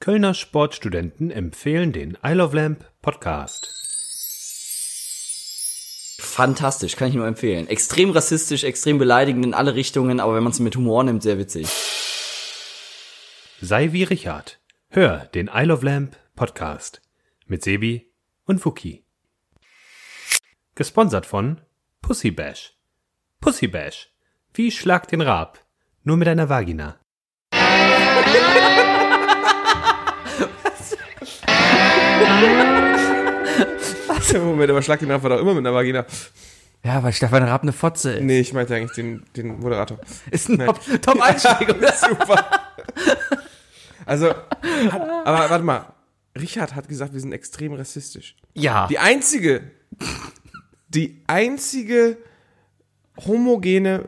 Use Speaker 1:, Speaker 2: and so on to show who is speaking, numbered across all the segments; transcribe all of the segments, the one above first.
Speaker 1: Kölner Sportstudenten empfehlen den I Love Lamp Podcast.
Speaker 2: Fantastisch, kann ich nur empfehlen. Extrem rassistisch, extrem beleidigend in alle Richtungen, aber wenn man es mit Humor nimmt, sehr witzig.
Speaker 1: Sei wie Richard. Hör den I Love Lamp Podcast mit Sebi und Fuki. Gesponsert von Pussy Bash. Pussy Bash. Wie schlag den Rab. Nur mit einer Vagina.
Speaker 3: Moment, aber schlag den Raff war doch immer mit einer Vagina.
Speaker 4: Ja, weil Stefan Raab eine Fotze ist.
Speaker 3: Nee, ich meinte eigentlich den, den Moderator.
Speaker 4: Ist ein Top, Top Einsteigung.
Speaker 3: Super. Also, hat, aber warte mal. Richard hat gesagt, wir sind extrem rassistisch.
Speaker 4: Ja.
Speaker 3: Die einzige, die einzige homogene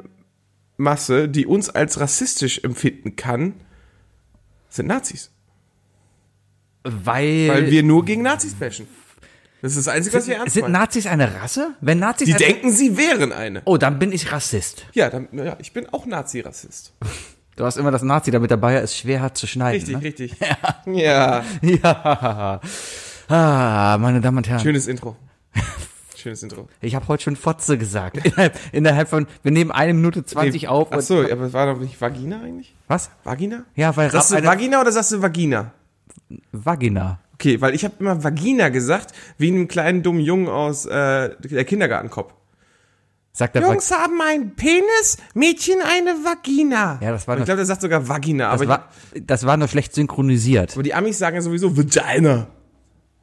Speaker 3: Masse, die uns als rassistisch empfinden kann, sind Nazis.
Speaker 4: Weil,
Speaker 3: Weil wir nur gegen Nazis bashen. Das ist das Einzige, was wir ernst
Speaker 4: Äh, sind
Speaker 3: meinen.
Speaker 4: Nazis also eine Rasse? Wenn Nazis
Speaker 3: Die
Speaker 4: eine,
Speaker 3: denken, sie wären eine.
Speaker 4: Oh, dann bin ich Rassist.
Speaker 3: Ja, dann, ja ich bin auch Nazi-Rassist.
Speaker 4: Du hast immer das Nazi, damit der Bayer es schwer hat zu schneiden.
Speaker 3: Richtig,
Speaker 4: ne?
Speaker 3: richtig. ja.
Speaker 4: richtig. Ja. Ah, meine Damen und Herren.
Speaker 3: Schönes Intro. Schönes Intro.
Speaker 4: Ich habe heute schon Fotze gesagt. Innerhalb, innerhalb von, wir nehmen eine Minute zwanzig auf.
Speaker 3: Ach
Speaker 4: und-
Speaker 3: so, aber es war doch nicht Vagina eigentlich?
Speaker 4: Was?
Speaker 3: Vagina?
Speaker 4: Ja, weil
Speaker 3: Sagst
Speaker 4: Rapp
Speaker 3: du
Speaker 4: eine-
Speaker 3: Vagina oder sagst du Vagina?
Speaker 4: Vagina.
Speaker 3: Okay, weil ich habe immer Vagina gesagt, wie einem kleinen dummen Jungen aus äh, der Kindergartenkopf.
Speaker 4: Sagt der
Speaker 3: Jungs haben einen Penis, Mädchen eine Vagina.
Speaker 4: Ja, das war
Speaker 3: Und ich
Speaker 4: doch-
Speaker 3: glaube, der sagt sogar Vagina, aber,
Speaker 4: Das war, das war nur schlecht synchronisiert.
Speaker 3: aber die Amis sagen ja sowieso Vagina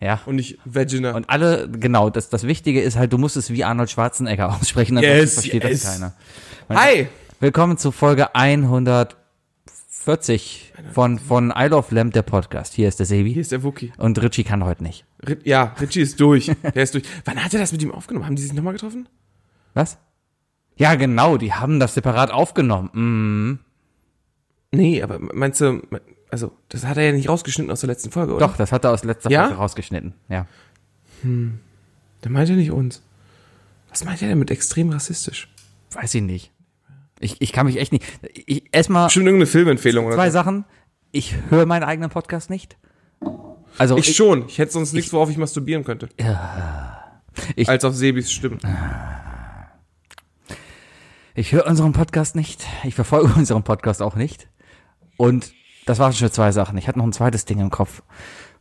Speaker 4: Ja.
Speaker 3: und nicht Vagina.
Speaker 4: Und alle, genau, das, das Wichtige ist halt, du musst es wie Arnold Schwarzenegger aussprechen, ansonsten
Speaker 3: Yes,
Speaker 4: versteht
Speaker 3: yes.
Speaker 4: das keiner.
Speaker 3: Hi!
Speaker 4: Willkommen zu Folge 140 von, von I Love Lamb, der Podcast. Hier ist der
Speaker 3: Hier
Speaker 4: Sebi.
Speaker 3: ist der Wookie.
Speaker 4: Und Richie kann heute nicht.
Speaker 3: Ri- Ja, Richie ist durch. Der ist durch. Wann hat er das mit ihm aufgenommen? Haben die sich nochmal getroffen?
Speaker 4: Was? Ja, genau, die haben das separat aufgenommen. Mhm.
Speaker 3: Nee, aber meinst du, also, das hat er ja nicht rausgeschnitten aus der letzten Folge, oder?
Speaker 4: Doch, das hat er aus letzter
Speaker 3: Ja?
Speaker 4: Folge rausgeschnitten. Ja.
Speaker 3: Der meint ja nicht uns. Was meint er denn mit extrem rassistisch?
Speaker 4: Weiß ich nicht. Ich, ich kann mich echt nicht. Ich, erstmal
Speaker 3: Bestimmt irgendeine Filmempfehlung oder
Speaker 4: zwei
Speaker 3: so.
Speaker 4: Sachen. Ich höre meinen eigenen Podcast nicht. Also
Speaker 3: Ich schon. Ich hätte sonst nichts, worauf ich masturbieren könnte.
Speaker 4: Ich-
Speaker 3: Als auf Sebis Stimmen.
Speaker 4: Ich höre unseren Podcast nicht. Ich verfolge unseren Podcast auch nicht. Und das waren schon zwei Sachen. Ich hatte noch ein zweites Ding im Kopf.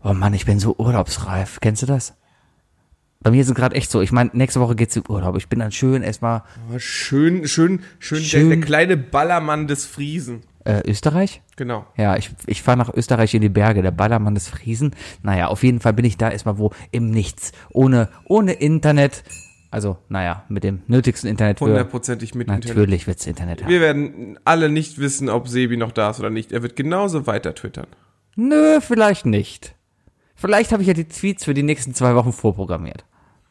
Speaker 4: Oh Mann, ich bin so urlaubsreif. Kennst du das? Bei mir sind gerade echt so. Ich meine, nächste Woche geht's in Urlaub. Ich bin dann schön erstmal
Speaker 3: Aber Schön, schön, schön,
Speaker 4: Schön.
Speaker 3: Der, der kleine Ballermann des Friesen.
Speaker 4: äh, Österreich.
Speaker 3: Genau.
Speaker 4: Ja, ich, ich fahre nach Österreich in die Berge, der Ballermann des Friesen. Naja, auf jeden Fall bin ich da erstmal wo im Nichts. Ohne, ohne Internet. Also, naja, mit dem nötigsten Internet. Für,
Speaker 3: Hundertprozentig mit Internet.
Speaker 4: natürlich wird's Internet haben.
Speaker 3: Wir werden alle nicht wissen, ob Sebi noch da ist oder nicht. Er wird genauso weiter twittern.
Speaker 4: Nö, vielleicht nicht. Vielleicht habe ich ja die Tweets für die nächsten zwei Wochen vorprogrammiert.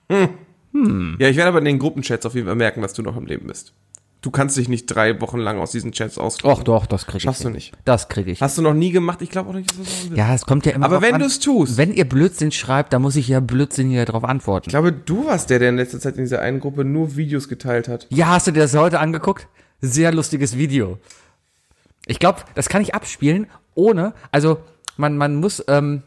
Speaker 3: Ja, ich werde aber in den Gruppenchats auf jeden Fall merken, dass du noch am Leben bist. Du kannst dich nicht drei Wochen lang aus diesen Chats
Speaker 4: Och
Speaker 3: ausklammern.
Speaker 4: doch, das kriege ich.
Speaker 3: Schaffst du
Speaker 4: hin.
Speaker 3: nicht.
Speaker 4: Das kriege ich.
Speaker 3: Hast du noch nie gemacht? Ich glaube auch nicht, dass du das machen willst.
Speaker 4: ja, es kommt ja immer
Speaker 3: Aber
Speaker 4: drauf
Speaker 3: wenn
Speaker 4: an.
Speaker 3: du's tust.
Speaker 4: Wenn ihr Blödsinn schreibt, dann muss ich ja Blödsinn hier drauf antworten.
Speaker 3: Ich glaube, du warst der, der in letzter Zeit in dieser einen Gruppe nur Videos geteilt hat.
Speaker 4: Ja, hast du dir das heute angeguckt? Sehr lustiges Video. Ich glaube, das kann ich abspielen, ohne, also man, man muss, ähm,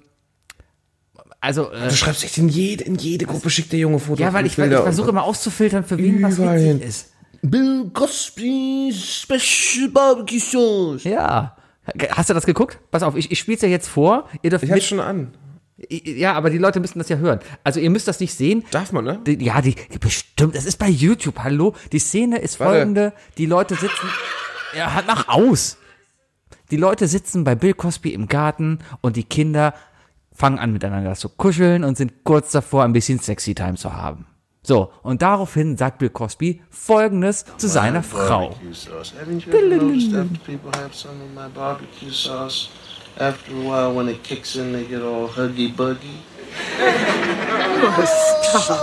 Speaker 4: also, äh,
Speaker 3: Du schreibst echt in jede, in jede Gruppe schickt der Junge Fotos.
Speaker 4: ja, weil
Speaker 3: und
Speaker 4: ich, ich
Speaker 3: Bilder
Speaker 4: versuche
Speaker 3: und-
Speaker 4: immer auszufiltern, für wen was
Speaker 3: Überall hin.
Speaker 4: witzig ist.
Speaker 5: Bill Cosby Special Barbecue Sauce.
Speaker 4: Ja. Hast du das geguckt? Pass auf, ich, ich spiel's ja jetzt vor. Ihr dürft
Speaker 3: Ich
Speaker 4: mit,
Speaker 3: hab's schon an.
Speaker 4: ja, aber die Leute müssen das ja hören. Also ihr müsst das nicht sehen.
Speaker 3: Darf man, ne?
Speaker 4: Die, ja, die, die bestimmt, das ist bei YouTube. Hallo, die Szene ist
Speaker 3: Warte.
Speaker 4: folgende: Die Leute sitzen ja, halt nach aus. Die Leute sitzen bei Bill Cosby im Garten und die Kinder fangen an miteinander zu kuscheln und sind kurz davor, ein bisschen Sexy Time zu haben. So, und daraufhin sagt Bill Cosby folgendes zu seiner Frau.
Speaker 6: barbecue sauce. Haven't you ever noticed after people have some of my barbecue sauce, after a while when it kicks in, they get all huggy buggy?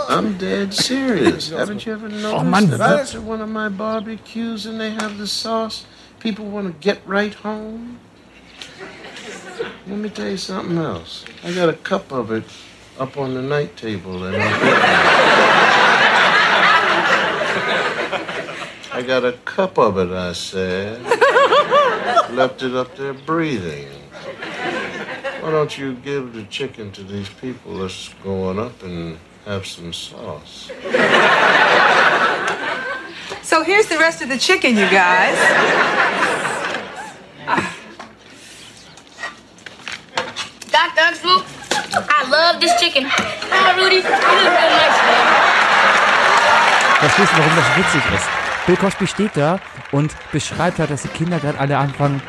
Speaker 6: I'm dead serious. Haven't you ever noticed
Speaker 4: man,
Speaker 6: that
Speaker 4: what?
Speaker 6: after one of my barbecues and they have the sauce, people want to get right home? Let me tell you something else. I got a cup of it up on the night table in my I got a cup of it, I said. Left it up there breathing. Why don't you give the chicken to these people that's going up and have some sauce?
Speaker 7: So here's the rest of the chicken, you guys.
Speaker 8: Dr. Uxloop, I love this chicken. Hi, Rudy. You look real nice today.
Speaker 4: Verstehst du, warum das witzig ist? Bill Cosby steht da und beschreibt halt, dass die Kinder gerade alle anfangen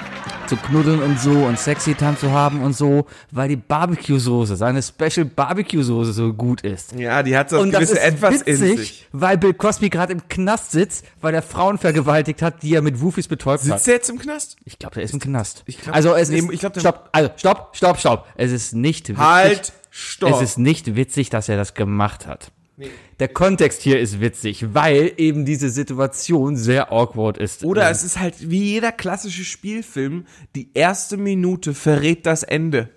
Speaker 4: zu knuddeln und so und sexy Time zu haben und so, weil die Barbecue-Soße, seine Special Barbecue-Soße so gut ist.
Speaker 3: Ja, die hat so das
Speaker 4: und das
Speaker 3: gewisse
Speaker 4: ist
Speaker 3: Etwas in sich.
Speaker 4: witzig, weil Bill Cosby gerade im Knast sitzt, weil er Frauen vergewaltigt hat, die er mit Wufis betäubt hat.
Speaker 3: Sitzt er jetzt im Knast?
Speaker 4: Ich glaube, der ist im Knast.
Speaker 3: Ich glaub-
Speaker 4: also es
Speaker 3: nee,
Speaker 4: ist,
Speaker 3: ich glaub, der-
Speaker 4: stopp, also stopp, stopp, stopp. Es ist nicht witzig.
Speaker 3: Halt, stopp.
Speaker 4: Es ist nicht witzig, dass er das gemacht hat. Der Kontext hier ist witzig, weil eben diese Situation sehr awkward ist.
Speaker 3: Oder
Speaker 4: Ähm,
Speaker 3: es ist halt wie jeder klassische Spielfilm, die erste Minute verrät das Ende.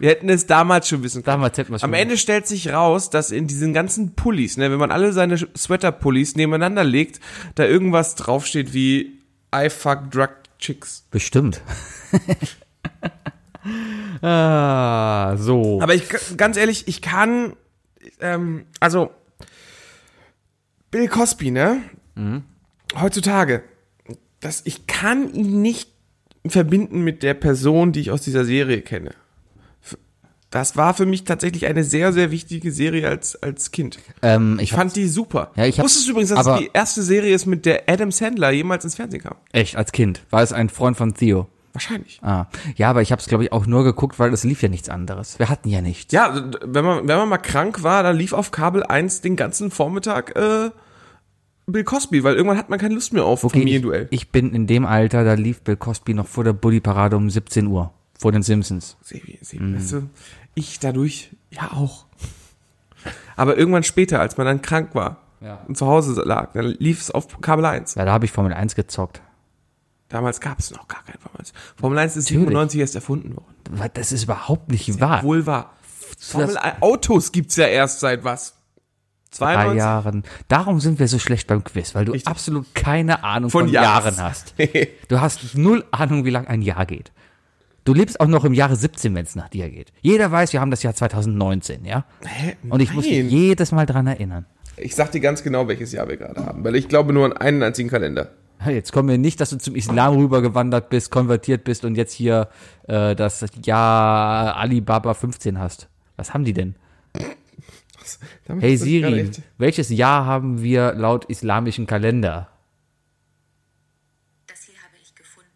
Speaker 3: Wir hätten es damals schon wissen können.
Speaker 4: Damals hätten wir es
Speaker 3: Am
Speaker 4: schon
Speaker 3: Ende stellt sich raus, dass in diesen ganzen Pullis, ne, wenn man alle seine Sch- Sweater-Pullis nebeneinander legt, da irgendwas draufsteht wie I fuck drug chicks.
Speaker 4: bestimmt. ah, so.
Speaker 3: Aber ich k- ganz ehrlich, ich kann ähm, also Bill Cosby, ne?
Speaker 4: Mhm.
Speaker 3: Heutzutage, das, ich kann ihn nicht verbinden mit der Person, die ich aus dieser Serie kenne. F- Das war für mich tatsächlich eine sehr, sehr wichtige Serie als, als Kind.
Speaker 4: ähm, ich
Speaker 3: Ich fand die super.
Speaker 4: Ja, ich hab-
Speaker 3: Wusstest du übrigens, dass es
Speaker 4: aber-
Speaker 3: die erste Serie ist, mit der Adam Sandler jemals ins Fernsehen kam?
Speaker 4: echt als Kind war es ein Freund von Theo.
Speaker 3: Wahrscheinlich.
Speaker 4: Ah, ja, aber ich habe es glaube ich auch nur geguckt, weil es lief ja nichts anderes. Wir hatten ja nichts.
Speaker 3: Ja, also, d- wenn man, wenn man mal krank war, dann lief auf Kabel 1 den ganzen Vormittag äh, Bill Cosby, weil irgendwann hat man keine Lust mehr auf okay, Familienduell.
Speaker 4: Ich, ich bin in dem Alter, da lief Bill Cosby noch vor der Bully Parade um 17 Uhr vor den Simpsons.
Speaker 3: Sebi, Sebi,
Speaker 4: Mhm.
Speaker 3: weißt du, ich dadurch ja auch. Aber irgendwann später, als man dann krank war
Speaker 4: Ja.
Speaker 3: und zu Hause lag, dann lief es auf Kabel 1.
Speaker 4: Ja, da habe ich Formel 1 gezockt.
Speaker 3: Damals gab es noch gar kein Formel 1. Formel 1 ist
Speaker 4: Natürlich. Ah.
Speaker 3: 97 erst erfunden worden.
Speaker 4: Was, Das ist überhaupt nicht wahr.
Speaker 3: Wohl war. Formel 1, Autos gibt's ja erst seit was?
Speaker 4: drei
Speaker 3: 92?
Speaker 4: Jahren. Darum sind wir so schlecht beim Quiz, weil du absolut keine Ahnung
Speaker 3: Von
Speaker 4: von,
Speaker 3: Jahres.
Speaker 4: Jahren hast. Du hast null Ahnung, wie lang ein Jahr geht. Du lebst auch noch im Jahre 17, wenn es nach dir geht. Jeder weiß, wir haben das Jahr 2019, ja? Hä? Und ich muss dich
Speaker 3: Nein.
Speaker 4: jedes Mal dran erinnern.
Speaker 3: Ich sag dir ganz genau, welches Jahr wir gerade haben, weil ich glaube nur an einen einzigen Kalender.
Speaker 4: Jetzt kommen wir nicht, dass du zum Islam rübergewandert bist, konvertiert bist und jetzt hier äh, das Jahr Alibaba 15 hast. Was haben die denn?
Speaker 3: Damit
Speaker 4: Hey
Speaker 3: ist das gerade
Speaker 4: Siri,
Speaker 3: echt-
Speaker 4: welches Jahr haben wir laut islamischem Kalender?
Speaker 9: Das hier habe ich gefunden.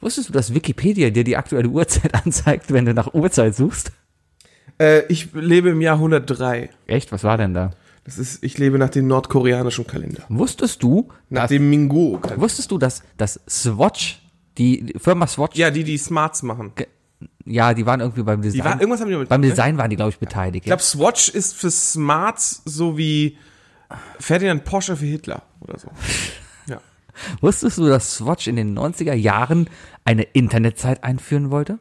Speaker 4: Wusstest du, dass Wikipedia dir die aktuelle Uhrzeit anzeigt, wenn du nach Uhrzeit suchst?
Speaker 3: Äh, ich lebe im Jahr 103.
Speaker 4: Echt? Was war denn da?
Speaker 3: Das ist, ich lebe nach dem nordkoreanischen Kalender.
Speaker 4: Wusstest du,
Speaker 3: Nach
Speaker 4: dass,
Speaker 3: dem Minguo-Kalender.
Speaker 4: wusstest du, dass, dass Swatch, die Firma Swatch, ja,
Speaker 3: Ja, die, die Smarts machen.
Speaker 4: die waren irgendwie beim Design.
Speaker 3: waren- irgendwas haben die damit-
Speaker 4: beim
Speaker 3: ne?
Speaker 4: Design waren die, glaube ich,
Speaker 3: Ich
Speaker 4: beteiligt.
Speaker 3: glaube, Swatch ist für Smarts so wie Ferdinand Porsche für Hitler oder so. Ja.
Speaker 4: ja. Wusstest du, dass Swatch in den 90er Jahren eine Internetzeit einführen wollte?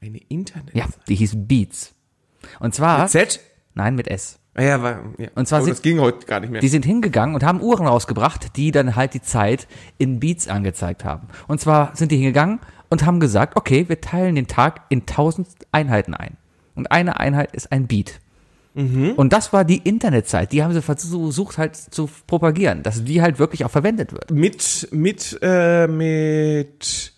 Speaker 3: Eine Internet.
Speaker 4: Ja, die hieß Beats. Und zwar,
Speaker 3: Z?
Speaker 4: nein, mit S.
Speaker 3: Ah, ja, war, ja.
Speaker 4: Und zwar
Speaker 3: oh,
Speaker 4: sie-
Speaker 3: das ging heute gar nicht mehr.
Speaker 4: Die sind hingegangen und haben Uhren rausgebracht, die dann halt die Zeit in Beats angezeigt haben. Und zwar sind die hingegangen und haben gesagt, okay, wir teilen den Tag in tausend Einheiten ein. Und eine Einheit ist ein Beat.
Speaker 3: Mhm.
Speaker 4: Und das war die Internetzeit. Die haben sie versucht halt zu propagieren, dass die halt wirklich auch verwendet wird.
Speaker 3: mit, mit, äh, mit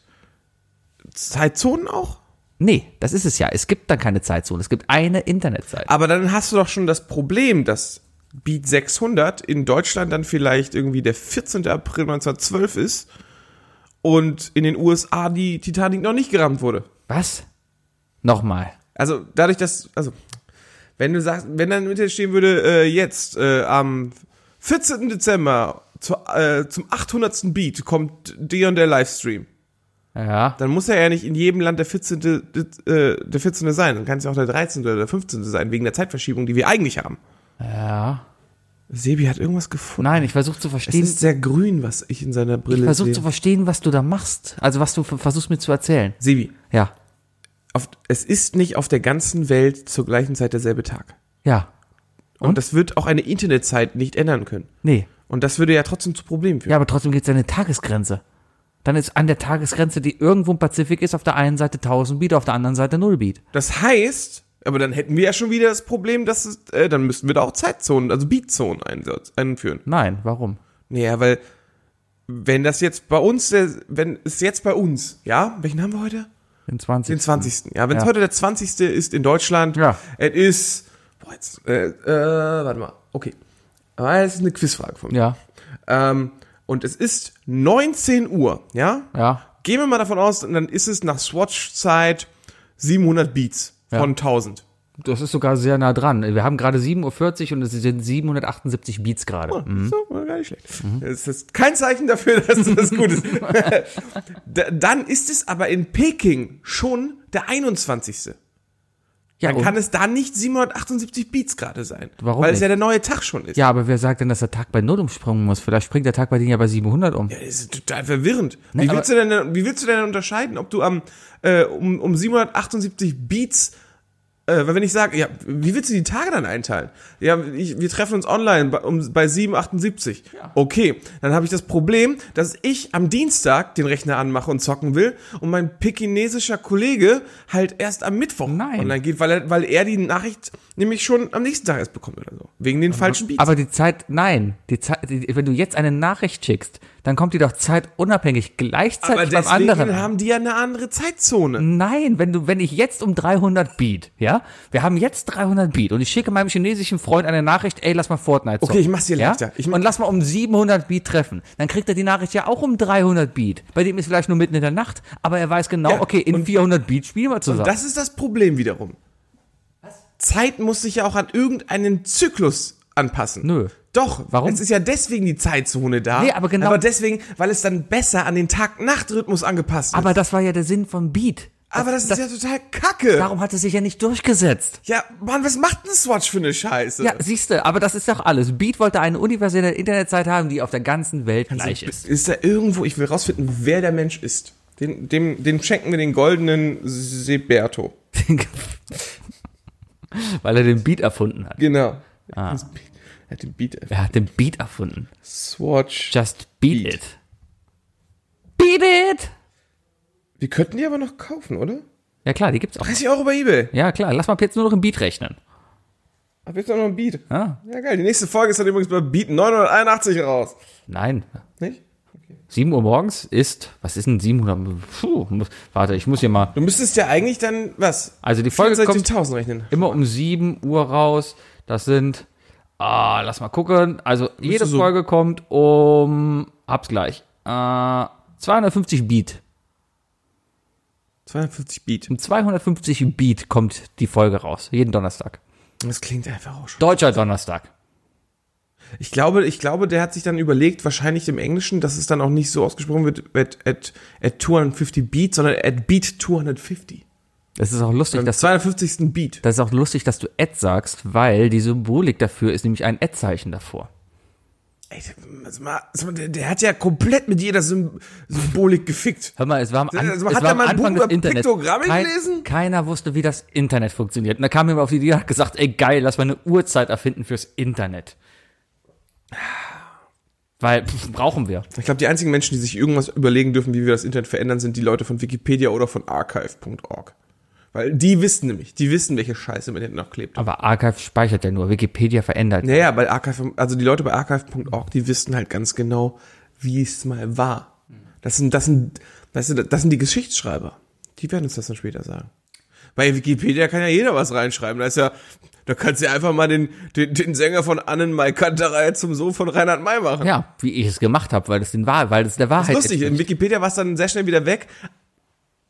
Speaker 3: Zeitzonen auch?
Speaker 4: Nee, das ist es ja. Es gibt dann keine Zeitzone. Es gibt eine Internetzeit.
Speaker 3: Aber dann hast du doch schon das Problem, dass Beat 600 in Deutschland dann vielleicht irgendwie der 14. April 1912 ist und in den USA die Titanic noch nicht gerammt wurde.
Speaker 4: Was? Nochmal.
Speaker 3: Also dadurch, dass, also wenn du sagst, wenn dann im Internet stehen würde, äh, jetzt äh, am 14. Dezember zu, äh, zum 800. Beat kommt der und der Livestream,
Speaker 4: Ja.
Speaker 3: dann muss er ja nicht in jedem Land der 14. Dez- Äh, der 14. sein, dann kann es ja auch der 13. oder der 15. sein, wegen der Zeitverschiebung, die wir eigentlich haben.
Speaker 4: Ja.
Speaker 3: Sebi hat irgendwas gefunden.
Speaker 4: Nein, ich versuche zu
Speaker 3: Es
Speaker 4: verstehen.
Speaker 3: ist sehr grün, was ich in seiner
Speaker 4: Ich
Speaker 3: Brille
Speaker 4: versuche
Speaker 3: sehe.
Speaker 4: zu verstehen, was du da machst. Also was du versuchst mir zu erzählen.
Speaker 3: Sebi,
Speaker 4: Ja.
Speaker 3: auf, es ist nicht auf der ganzen Welt zur gleichen Zeit derselbe Tag.
Speaker 4: Ja.
Speaker 3: Und, das wird auch eine Internetzeit nicht ändern können.
Speaker 4: Nee.
Speaker 3: Und das würde ja trotzdem zu Problemen führen.
Speaker 4: Ja, aber trotzdem gibt es eine Tagesgrenze. dann ist an der Tagesgrenze, die irgendwo im Pazifik ist, auf der einen Seite 1000 Beat, auf der anderen Seite 0 Beat.
Speaker 3: Das heißt, aber dann hätten wir ja schon wieder das Problem, dass es, äh, dann müssten wir da auch Zeitzonen, also Beatzonen einsatz- einführen.
Speaker 4: Nein, warum?
Speaker 3: Naja, weil wenn das jetzt bei uns, der, wenn es jetzt bei uns, ja, welchen haben wir heute?
Speaker 4: Den 20.
Speaker 3: Den 20. Ja, wenn es
Speaker 4: Ja.
Speaker 3: heute der 20. ist in Deutschland,
Speaker 4: Ja.
Speaker 3: es ist, boah, jetzt, äh, äh, warte mal, okay. Ah, Es ist eine Quizfrage von mir.
Speaker 4: Ja,
Speaker 3: Ähm, und es ist 19 Uhr, ja?
Speaker 4: ja.
Speaker 3: Gehen wir mal davon aus, dann ist es nach Swatch-Zeit 700 Beats von 1000.
Speaker 4: Das ist sogar sehr nah dran. Wir haben gerade 7.40 Uhr und es sind 778 Beats gerade. Mhm.
Speaker 3: So, war gar nicht schlecht. Es ist kein Zeichen dafür, dass das gut ist. Da- dann ist es aber in Peking schon der 21.
Speaker 4: Ja, oh.
Speaker 3: Dann
Speaker 4: und-
Speaker 3: kann es da nicht 778 Beats gerade sein.
Speaker 4: Warum
Speaker 3: Weil es
Speaker 4: nicht?
Speaker 3: ja der neue Tag schon ist.
Speaker 4: ja, aber wer sagt denn, dass der Tag bei Null umspringen muss? Vielleicht springt der Tag bei denen ja bei 700 um.
Speaker 3: Das ist total verwirrend.
Speaker 4: Nee,
Speaker 3: wie, willst du
Speaker 4: aber-
Speaker 3: denn, wie willst du denn unterscheiden, ob du am äh, um, um 778 Beats, äh, weil wenn ich sage, ja, wie willst du die Tage dann einteilen? Ja, ich, wir treffen uns online bei, um, bei 778. Okay, dann habe ich das Problem, dass ich am Dienstag den Rechner anmache und zocken will und mein pekinesischer Kollege halt erst am Mittwoch
Speaker 4: Nein.
Speaker 3: online geht, weil er, weil er die Nachricht nämlich schon am nächsten Tag erst bekommt oder so. Wegen den falschen Beats.
Speaker 4: Aber die Zeit, nein, die Zeit, die, wenn du jetzt eine Nachricht schickst, dann kommt die doch zeitunabhängig
Speaker 3: aber
Speaker 4: gleichzeitig beim
Speaker 3: deswegen
Speaker 4: anderen. an.
Speaker 3: haben die ja eine andere Zeitzone.
Speaker 4: Nein, wenn du, wenn ich jetzt um 300 Beat, ja, wir haben jetzt 300 Beat und ich schicke meinem chinesischen Freund eine Nachricht, ey, lass mal Fortnite zocken.
Speaker 3: Okay, ich mach's dir leichter.
Speaker 4: Ja?
Speaker 3: Ich-
Speaker 4: und lass mal um 700 Beat treffen. Dann kriegt er die Nachricht ja auch um 300 Beat. Bei dem ist vielleicht nur mitten in der Nacht, aber er weiß genau,
Speaker 3: Ja,
Speaker 4: okay, in
Speaker 3: und-
Speaker 4: 400 Beat spielen wir zusammen.
Speaker 3: Das ist das Problem wiederum. Zeit muss sich ja auch an irgendeinen Zyklus anpassen.
Speaker 4: Nö.
Speaker 3: Doch.
Speaker 4: Warum?
Speaker 3: Es ist ja deswegen die Zeitzone da.
Speaker 4: Nee, aber genau-
Speaker 3: Aber deswegen, weil es dann besser an den Tag-Nacht-Rhythmus angepasst
Speaker 4: aber
Speaker 3: ist.
Speaker 4: das war ja der Sinn von Beat.
Speaker 3: Aber das, ist ja total kacke.
Speaker 4: Darum hat es sich ja nicht durchgesetzt.
Speaker 3: ja, Mann, was macht denn Swatch für eine Scheiße?
Speaker 4: Ja, siehst du, aber das ist doch alles. Beat wollte eine universelle Internetseite haben, die auf der ganzen Welt gleich ist.
Speaker 3: Ist da irgendwo, ich will rausfinden, wer der Mensch ist. Den, dem, den schenken wir den goldenen Seberto.
Speaker 4: Weil er den Beat erfunden hat.
Speaker 3: Genau. Ah. Er hat den Beat.
Speaker 4: Er hat den Beat erfunden.
Speaker 3: Swatch.
Speaker 4: Just beat,
Speaker 3: Beat.
Speaker 4: it. Beat it!
Speaker 3: Wir könnten die aber noch kaufen, oder?
Speaker 4: Ja klar, die gibt's auch.
Speaker 3: 30 Euro bei Ebay.
Speaker 4: Ja klar, lass mal jetzt nur noch im Beat rechnen.
Speaker 3: Hab jetzt auch noch ein Beat.
Speaker 4: Ah.
Speaker 3: Ja, geil. Die nächste Folge ist dann übrigens bei Beat 981 raus.
Speaker 4: Nein.
Speaker 3: Nicht?
Speaker 4: 7 Uhr morgens ist, was ist denn 700? Puh, muss, warte, ich muss hier mal.
Speaker 3: Du müsstest ja eigentlich dann, was?
Speaker 4: Also die Folge kommt
Speaker 3: 64.000 rechnen.
Speaker 4: immer um 7 Uhr raus. Das sind, ah, lass mal gucken. Also jede
Speaker 3: so-
Speaker 4: Folge kommt um, hab's gleich, äh, 250 Beat.
Speaker 3: 250 Beat.
Speaker 4: Um 250 Beat kommt die Folge raus. Jeden Donnerstag.
Speaker 3: Das klingt einfach auch schon.
Speaker 4: Deutscher Donnerstag.
Speaker 3: Ich glaube, ich glaube, der hat sich dann überlegt, wahrscheinlich im Englischen, dass es dann auch nicht so ausgesprochen wird, at, at, at 250 Beat, sondern at Beat 250.
Speaker 4: Das ist auch lustig,
Speaker 3: Am
Speaker 4: dass
Speaker 3: 250. Beat.
Speaker 4: Das ist auch lustig, dass du Ad sagst, weil die Symbolik dafür ist nämlich ein Ad-Zeichen davor.
Speaker 3: Ey, sag mal, sag mal, der, der hat ja komplett mit jeder Sym Symbolik gefickt.
Speaker 4: Hör mal, es war am, An
Speaker 3: Also,
Speaker 4: es
Speaker 3: hat er
Speaker 4: war am
Speaker 3: mal ein
Speaker 4: Anfang
Speaker 3: Buch
Speaker 4: des
Speaker 3: über
Speaker 4: Internets.
Speaker 3: Piktogramme gelesen?
Speaker 4: Keiner wusste, wie das Internet funktioniert. Und da kam jemand auf die Idee und hat gesagt, ey geil, lass mal eine Uhrzeit erfinden fürs Internet. Weil pff, brauchen wir.
Speaker 3: Ich glaube, die einzigen Menschen, die sich irgendwas überlegen dürfen, wie wir das Internet verändern, sind die Leute von Wikipedia oder von archive.org. Weil die wissen nämlich, die wissen, welche Scheiße im Internet noch klebt.
Speaker 4: Aber Archive speichert ja nur, Wikipedia verändert.
Speaker 3: Naja, bei archive, also die Leute bei archive.org, die wissen halt ganz genau, wie es mal war. Das sind, das sind, weißt du, das sind die Geschichtsschreiber. Die werden uns das dann später sagen. Bei Wikipedia kann ja jeder was reinschreiben. Da ist ja, da kannst du ja einfach mal den, den, den Sänger von Annen Mai Kanterei zum Sohn von Reinhard May machen.
Speaker 4: Ja, wie ich es gemacht habe, weil das den Wahr, weil das der Wahrheit
Speaker 3: Lustig, in
Speaker 4: entspricht.
Speaker 3: Wikipedia war es dann sehr schnell wieder weg.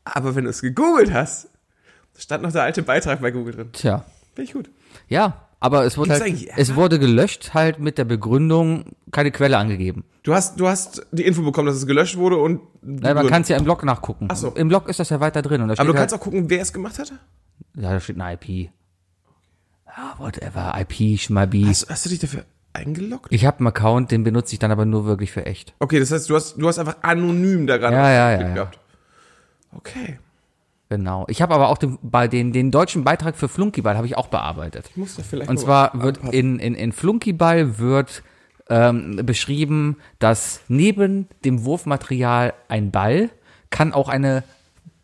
Speaker 3: Aber wenn du es gegoogelt hast, stand noch der alte Beitrag bei Google drin.
Speaker 4: Tja.
Speaker 3: Finde ich gut.
Speaker 4: Ja, aber es wurde,
Speaker 3: Gibt's
Speaker 4: halt,
Speaker 3: eigentlich Ärger?
Speaker 4: es wurde gelöscht halt mit der Begründung, keine Quelle angegeben.
Speaker 3: Du hast, du hast die Info bekommen, dass es gelöscht wurde und.
Speaker 4: Nein, Ne, man kann es ja im Blog nachgucken.
Speaker 3: so.
Speaker 4: Im Blog ist das ja weiter drin. Und da steht
Speaker 3: aber du
Speaker 4: halt,
Speaker 3: kannst auch gucken, wer es gemacht hat.
Speaker 4: Ja, da steht eine IP. Ja, whatever, IP, Schmabi.
Speaker 3: Hast, hast du dich dafür eingeloggt?
Speaker 4: ich habe einen Account, den benutze ich dann aber nur wirklich für echt.
Speaker 3: Okay, das heißt, du hast, du hast einfach anonym da gerade
Speaker 4: Ja,
Speaker 3: was
Speaker 4: ja, ja,
Speaker 3: geklickt
Speaker 4: ja.
Speaker 3: gehabt. Okay.
Speaker 4: Genau. Ich habe aber auch den, bei den, den deutschen Beitrag für Flunkyball habe ich auch bearbeitet.
Speaker 3: Muss da vielleicht
Speaker 4: Und
Speaker 3: mal
Speaker 4: zwar wird in, in, in Flunkyball wird ähm, beschrieben, dass neben dem Wurfmaterial ein Ball kann auch eine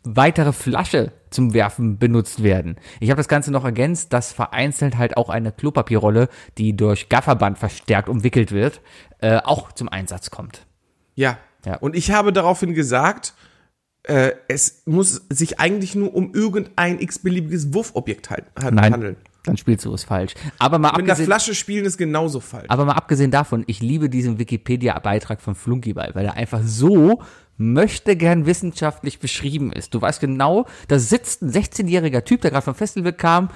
Speaker 4: weitere Flasche zum Werfen benutzt werden. Ich habe das Ganze noch ergänzt, dass vereinzelt halt auch eine Klopapierrolle, die durch Gafferband verstärkt umwickelt wird, äh, auch zum Einsatz kommt.
Speaker 3: Ja.
Speaker 4: Ja.
Speaker 3: Und ich habe daraufhin gesagt, äh, es muss sich eigentlich nur um irgendein x-beliebiges Wurfobjekt halt, halt
Speaker 4: Nein,
Speaker 3: handeln.
Speaker 4: dann spielst du es falsch. Aber mal,
Speaker 3: Mit einer
Speaker 4: abgesehen,
Speaker 3: Flasche spielen ist genauso falsch.
Speaker 4: aber mal abgesehen davon, ich liebe diesen Wikipedia-Beitrag von Flunkyball, weil er einfach so möchte gern wissenschaftlich beschrieben ist. Du weißt genau, da sitzt ein 16-jähriger Typ, der gerade vom Festival kam,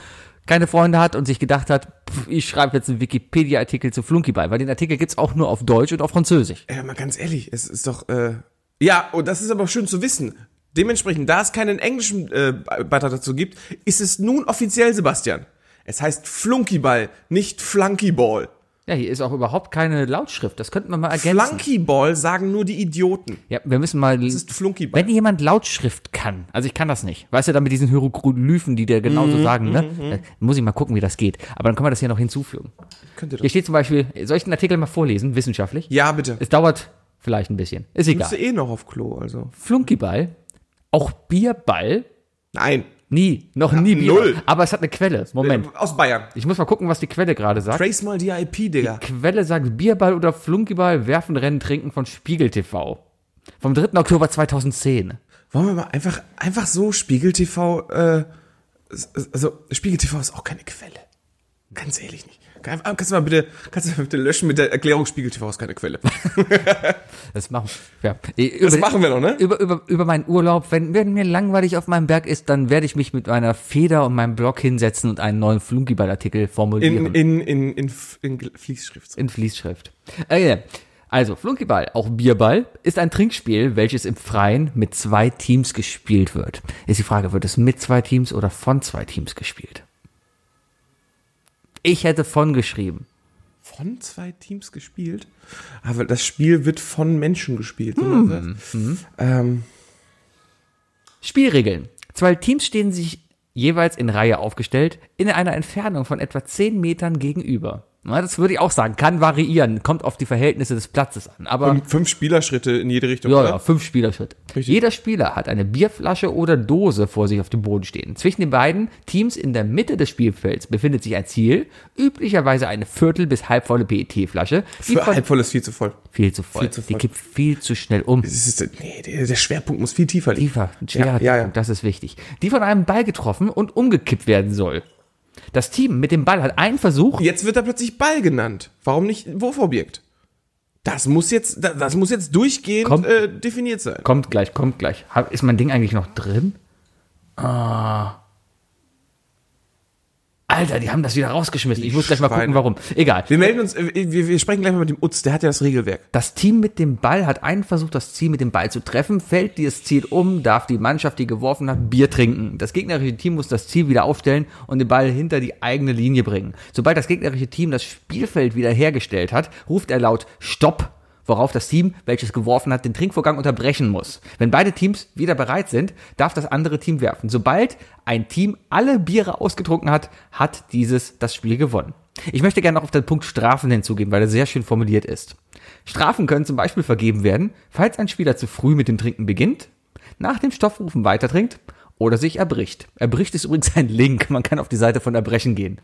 Speaker 4: keine Freunde hat und sich gedacht hat, pff, ich schreibe jetzt einen Wikipedia-Artikel zu Flunkyball, weil den Artikel gibt's auch nur auf Deutsch und auf Französisch.
Speaker 3: Ja, mal ganz ehrlich, es ist doch. Äh, ja, und das ist aber schön zu wissen. Dementsprechend, da es keinen englischen äh, Be- Beitrag dazu gibt, ist es nun offiziell, Sebastian. Es heißt Flunkyball, nicht Flunkyball.
Speaker 4: Ja, hier ist auch überhaupt keine Lautschrift. Das könnten wir mal ergänzen.
Speaker 3: Flunkyball sagen nur die Idioten.
Speaker 4: Ja, wir müssen mal. Das
Speaker 3: ist Flunkyball.
Speaker 4: Wenn jemand Lautschrift kann, also ich kann das nicht, weißt du, dann mit diesen Hieroglyphen, die dir genauso
Speaker 3: Mhm,
Speaker 4: sagen, ne? Dann muss ich mal gucken, wie das geht. Aber dann können wir das hier noch hinzufügen.
Speaker 3: Könnte
Speaker 4: Hier
Speaker 3: das.
Speaker 4: steht zum Beispiel, soll ich den Artikel mal vorlesen, wissenschaftlich?
Speaker 3: Ja, bitte.
Speaker 4: Es dauert vielleicht ein bisschen. Ist
Speaker 3: Bist du
Speaker 4: egal.
Speaker 3: eh noch auf Klo, also.
Speaker 4: Flunkyball, auch Bierball,
Speaker 3: Nein.
Speaker 4: nie, noch nie Bier.
Speaker 3: null.
Speaker 4: Aber es hat eine Quelle. Moment.
Speaker 3: Aus Bayern.
Speaker 4: Ich muss mal gucken, was die Quelle gerade sagt.
Speaker 3: Trace mal die IP, Digga.
Speaker 4: Quelle sagt Bierball oder Flunkyball, Werfen, Rennen, Trinken von Spiegel TV. Vom 3. Oktober 2010.
Speaker 3: Wollen wir mal einfach, einfach so Spiegel TV, äh, s- s- also Spiegel TV ist auch keine Quelle. Ganz ehrlich nicht. Kann- ah, Kannst du mal bitte, kannst du mal bitte löschen mit der Erklärung, Spiegel TV ist keine Quelle.
Speaker 4: Das machen, ja. über,
Speaker 3: machen wir noch, ne?
Speaker 4: Über, über, über meinen Urlaub. Wenn, wenn mir langweilig auf meinem Berg ist, dann werde ich mich mit meiner Feder und meinem Blog hinsetzen und einen neuen Flunkyball-Artikel formulieren.
Speaker 3: In, in, in, in, F- in Gl- Fließschrift.
Speaker 4: In Fließschrift. Äh, ja. also, Flunkyball, auch Bierball, ist ein Trinkspiel, welches im Freien mit zwei Teams gespielt wird. Ist die Frage, wird es mit zwei Teams oder von zwei Teams gespielt? Ich hätte von geschrieben.
Speaker 3: Von zwei Teams gespielt. Aber das Spiel wird von Menschen gespielt.
Speaker 4: Hm.
Speaker 3: Oder? Ähm,
Speaker 4: Spielregeln. Zwei Teams stehen sich jeweils in Reihe aufgestellt, in einer Entfernung von etwa 10 Metern gegenüber. Na, das würde ich auch sagen, kann variieren, kommt auf die Verhältnisse des Platzes an. Aber
Speaker 3: und fünf Spielerschritte in jede Richtung.
Speaker 4: ja,
Speaker 3: oder?
Speaker 4: ja, fünf Spielerschritte. Jeder Spieler hat eine Bierflasche oder Dose vor sich auf dem Boden stehen. Zwischen den beiden Teams in der Mitte des Spielfelds befindet sich ein Ziel, üblicherweise eine Viertel- bis halbvolle PET-Flasche. die
Speaker 3: Für
Speaker 4: von-
Speaker 3: halb voll ist viel zu voll.
Speaker 4: viel zu voll.
Speaker 3: viel zu
Speaker 4: Die
Speaker 3: voll.
Speaker 4: kippt viel zu schnell um.
Speaker 3: Das ist, nee, der, der Schwerpunkt muss viel tiefer liegen.
Speaker 4: Tiefer, ein
Speaker 3: ja,
Speaker 4: schwerer
Speaker 3: ja, ja.
Speaker 4: Punkt, das ist wichtig. Die von einem Ball getroffen und umgekippt werden soll. Das Team mit dem Ball hat einen Versuch.
Speaker 3: Jetzt wird er plötzlich Ball genannt. Warum nicht Wurfobjekt? Das muss jetzt, da- das muss jetzt durchgehend
Speaker 4: Kommt-
Speaker 3: äh, definiert sein.
Speaker 4: Kommt gleich, kommt gleich. Hab- Ist mein Ding eigentlich noch drin? Ah. Alter, die haben das wieder rausgeschmissen. Ich muss gleich mal gucken,
Speaker 3: Schweine.
Speaker 4: warum. Egal.
Speaker 3: Wir melden uns, äh, wir, wir sprechen gleich mal mit dem Utz, der hat ja das Regelwerk.
Speaker 4: Das Team mit dem Ball hat einen Versuch, das Ziel mit dem Ball zu treffen. Fällt dieses Ziel um, darf die Mannschaft, die geworfen hat, Bier trinken. Das gegnerische Team muss das Ziel wieder aufstellen und den Ball hinter die eigene Linie bringen. Sobald das gegnerische Team das Spielfeld wiederhergestellt hat, ruft er laut Stopp, worauf das Team, welches geworfen hat, den Trinkvorgang unterbrechen muss. Wenn beide Teams wieder bereit sind, darf das andere Team werfen. Sobald ein Team alle Biere ausgetrunken hat, hat dieses das Spiel gewonnen. Ich möchte gerne noch auf den Punkt Strafen hinzugehen, weil er sehr schön formuliert ist. Strafen können zum Beispiel vergeben werden, falls ein Spieler zu früh mit dem Trinken beginnt, nach dem Stoffrufen weitertrinkt oder sich erbricht. Erbricht ist übrigens ein Link, man kann auf die Seite von Erbrechen gehen.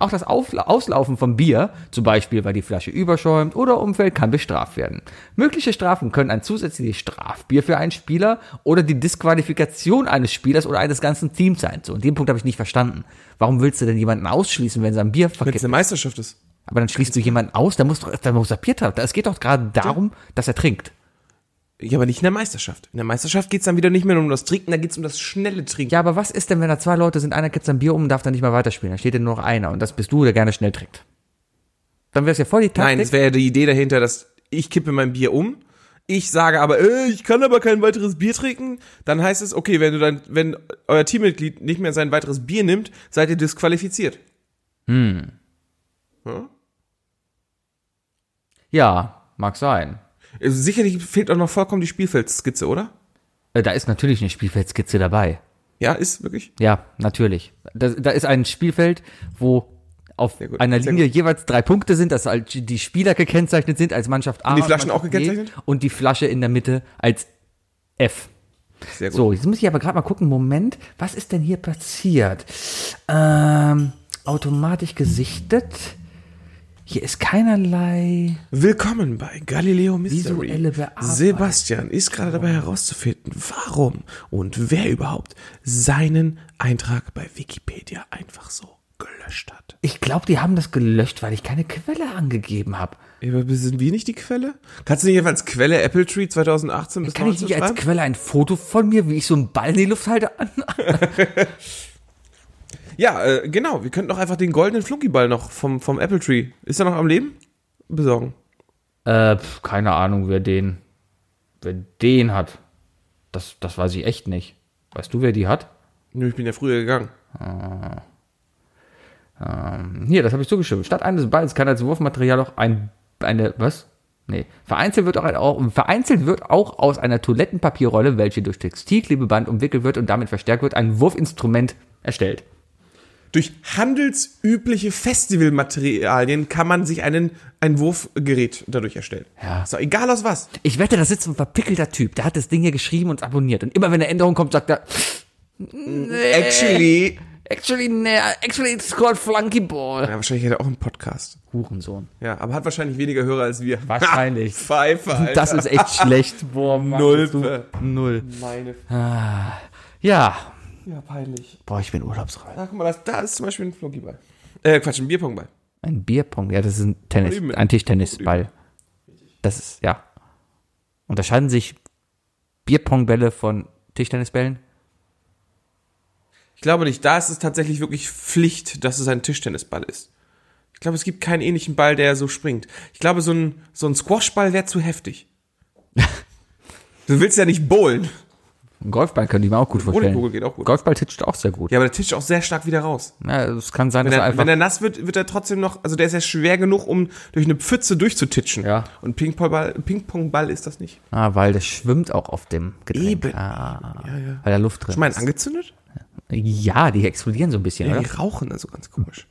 Speaker 4: Auch das Aufla Auslaufen von Bier, zum Beispiel weil die Flasche überschäumt oder umfällt, kann bestraft werden. Mögliche Strafen können ein zusätzliches Strafbier für einen Spieler oder die Disqualifikation eines Spielers oder eines ganzen Teams sein. So, und den Punkt habe ich nicht verstanden. Warum willst du denn jemanden ausschließen, wenn sein Bier
Speaker 3: Wenn es
Speaker 4: verkippt?
Speaker 3: eine Meisterschaft ist.
Speaker 4: Aber dann schließt du jemanden aus, da muss doch, da muss er Bier trinken. Es geht doch gerade darum, dass er trinkt.
Speaker 3: Ja, aber nicht in der Meisterschaft. In der Meisterschaft geht es dann wieder nicht mehr nur um das Trinken, da geht es um das schnelle Trinken.
Speaker 4: Ja, aber was ist denn, wenn da zwei Leute sind, einer kippt sein Bier um und darf dann nicht mehr weiterspielen? Dann steht ja nur noch einer und das bist du, der gerne schnell trinkt. Dann wär's ja voll die Taktik.
Speaker 3: Nein, es wäre ja die Idee dahinter, dass ich kippe mein Bier um, ich sage aber, äh, ich kann aber kein weiteres Bier trinken, dann heißt es, okay, wenn du dann, wenn euer Teammitglied nicht mehr sein weiteres Bier nimmt, seid ihr disqualifiziert.
Speaker 4: ja, mag sein.
Speaker 3: Also sicherlich fehlt auch noch vollkommen die Spielfeldskizze, oder?
Speaker 4: Äh, Da ist natürlich eine Spielfeldskizze dabei.
Speaker 3: Ja, ist wirklich.
Speaker 4: Ja, natürlich. Da, da ist ein Spielfeld, wo auf
Speaker 3: gut,
Speaker 4: einer
Speaker 3: sehr
Speaker 4: Linie jeweils drei Punkte sind, dass halt die Spieler gekennzeichnet sind als Mannschaft A.
Speaker 3: Und die Flaschen
Speaker 4: Mannschaft
Speaker 3: auch gekennzeichnet?
Speaker 4: B und die Flasche in der Mitte als F.
Speaker 3: Sehr gut.
Speaker 4: So, jetzt muss ich aber gerade mal gucken, Moment, was ist denn hier passiert? Ähm, automatisch gesichtet. Hier ist keinerlei.
Speaker 3: Willkommen bei Galileo Mystery.
Speaker 4: Visuelle Bearbeitung.
Speaker 3: Sebastian ist gerade dabei herauszufinden, warum und wer überhaupt seinen Eintrag bei Wikipedia einfach so gelöscht hat.
Speaker 4: Ich glaube, die haben das gelöscht, weil ich keine Quelle angegeben habe.
Speaker 3: Aber sind wir nicht die Quelle? Kannst du nicht einfach als Quelle Apple Tree 2018 bis
Speaker 4: Kann ich
Speaker 3: 19
Speaker 4: nicht als
Speaker 3: schreiben?
Speaker 4: Quelle ein Foto von mir, wie ich so einen Ball in die Luft halte? An?
Speaker 3: Ja, äh, genau. Wir könnten doch einfach den goldenen Flunkyball noch vom, vom Apple Tree. Ist er noch am Leben? Besorgen.
Speaker 4: Äh, pf, keine Ahnung, wer den, wer den hat. Das, das weiß ich echt nicht. Weißt du, wer die hat?
Speaker 3: Nö, ich bin ja früher gegangen.
Speaker 4: Ähm, hier, das habe ich zugeschrieben. Statt eines Balls kann als Wurfmaterial auch ein, eine, was? Nee. Vereinzelt wird auch, ein, auch, vereinzelt wird auch aus einer Toilettenpapierrolle, welche durch Textilklebeband umwickelt wird und damit verstärkt wird, ein Wurfinstrument erstellt.
Speaker 3: Durch handelsübliche Festivalmaterialien kann man sich einen, ein Wurfgerät dadurch erstellen. Ja. Ist doch egal aus was.
Speaker 4: Ich wette, da sitzt ein verpickelter Typ, der hat das Ding hier geschrieben und abonniert. Und immer wenn eine Änderung kommt, sagt er,
Speaker 3: Äh. Actually.
Speaker 4: actually, nee, actually, it's called Flunky Ball.
Speaker 3: Ja, wahrscheinlich hätte er auch einen Podcast.
Speaker 4: Hurensohn.
Speaker 3: Ja, aber hat wahrscheinlich weniger Hörer als wir.
Speaker 4: Wahrscheinlich.
Speaker 3: Pfeife, Alter.
Speaker 4: Das ist echt schlecht. Boah, Mann,
Speaker 3: Null.
Speaker 4: bist du- Null. Ah.
Speaker 3: Meine
Speaker 4: Ja.
Speaker 3: ja, peinlich.
Speaker 4: Boah, ich bin urlaubsreif.
Speaker 3: Na, guck mal, das, da ist zum Beispiel ein Flunkyball. Äh, Quatsch, ein Bierpongball.
Speaker 4: Ein Bierpong. Ja, das ist ein Tennis.
Speaker 3: Drüben.
Speaker 4: Ein Tischtennisball. Das ist, ja. Unterscheiden sich Bierpongbälle von Tischtennisbällen?
Speaker 3: Ich glaube nicht. Da ist es tatsächlich wirklich Pflicht, dass es ein Tischtennisball ist. Ich glaube, es gibt keinen ähnlichen Ball, der so springt. Ich glaube, so ein, so ein Squashball wäre zu heftig. du willst ja nicht bowlen.
Speaker 4: Ein Golfball könnte ich mir auch gut vorstellen.
Speaker 3: Bowlingkugel geht auch gut.
Speaker 4: Golfball titscht auch sehr gut.
Speaker 3: Ja, aber der tischt auch sehr stark wieder raus.
Speaker 4: Ja, also es kann sein,
Speaker 3: Wenn
Speaker 4: dass er
Speaker 3: er,
Speaker 4: einfach.
Speaker 3: wenn er nass wird, wird er trotzdem noch, also der ist ja schwer genug, um durch eine Pfütze durchzutitschen.
Speaker 4: Ja.
Speaker 3: Und Ping-Pong-Ball Ping ist das nicht.
Speaker 4: ah, weil der schwimmt auch auf dem Getränk.
Speaker 3: Eben.
Speaker 4: Ah,
Speaker 3: Ja, ja.
Speaker 4: Weil da Luft drin
Speaker 3: Ich meine,
Speaker 4: ist.
Speaker 3: angezündet?
Speaker 4: Ja, die explodieren so ein bisschen,
Speaker 3: Ja,
Speaker 4: oder?
Speaker 3: die rauchen, also ganz komisch.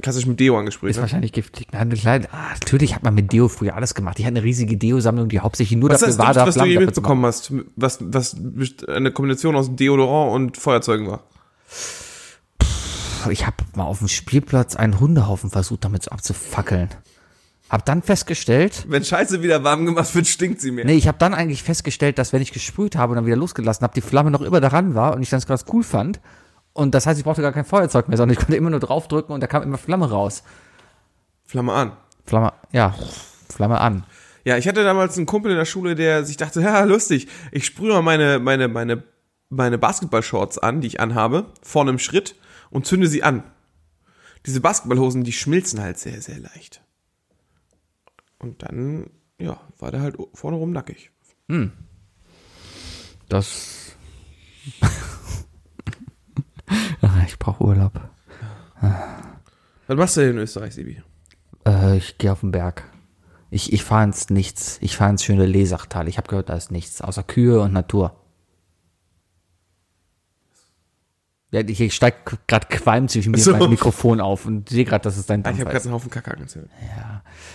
Speaker 3: Klassisch mit Deo angesprüht.
Speaker 4: Ist
Speaker 3: Ne?
Speaker 4: wahrscheinlich giftig. Nein, klein. Ah, natürlich hat man mit Deo früher alles gemacht. Ich hatte eine riesige Deo-Sammlung, die hauptsächlich nur
Speaker 3: Das
Speaker 4: dafür
Speaker 3: ist das
Speaker 4: war,
Speaker 3: Dümmste,
Speaker 4: da
Speaker 3: was du
Speaker 4: Flammen
Speaker 3: je
Speaker 4: dafür zu machen.
Speaker 3: mitbekommen hast, was, was eine Kombination aus Deodorant und Feuerzeugen war.
Speaker 4: Ich habe mal auf dem Spielplatz einen Hundehaufen versucht, damit so abzufackeln. Hab dann festgestellt,
Speaker 3: Wenn Scheiße wieder warm gemacht wird, stinkt sie mir.
Speaker 4: nee, ich habe dann eigentlich festgestellt, dass wenn ich gesprüht habe und dann wieder losgelassen habe, die Flamme noch immer daran war und ich das ganz cool fand. Und das heißt, ich brauchte gar kein Feuerzeug mehr, sondern ich konnte immer nur draufdrücken und da kam immer Flamme raus.
Speaker 3: Flamme an.
Speaker 4: Flamme, ja, Flamme an.
Speaker 3: Ja, ich hatte damals einen Kumpel in der Schule, der sich dachte, ja, lustig, ich sprühe mal meine, meine, meine, meine Basketballshorts an, die ich anhabe, vorne im Schritt und zünde sie an. Diese Basketballhosen, die schmilzen halt sehr, sehr leicht. Und dann, ja, war der halt vorne rum nackig.
Speaker 4: Das. Ah, ich brauche Urlaub.
Speaker 3: Was machst du denn in Österreich, Sibi?
Speaker 4: Äh, ich gehe auf den Berg. Ich, ich fahre ins Nichts. Ich fahre ins schöne Lesachtal. Ich habe gehört, da ist nichts, außer Kühe und Natur. Ja, ich, ich steig gerade Qualm zwischen mir
Speaker 3: So.
Speaker 4: und meinem Mikrofon auf und sehe gerade, dass es dein
Speaker 3: Ah, ich
Speaker 4: Dampf
Speaker 3: habe gerade
Speaker 4: ist.
Speaker 3: einen Haufen Kacke angezündet.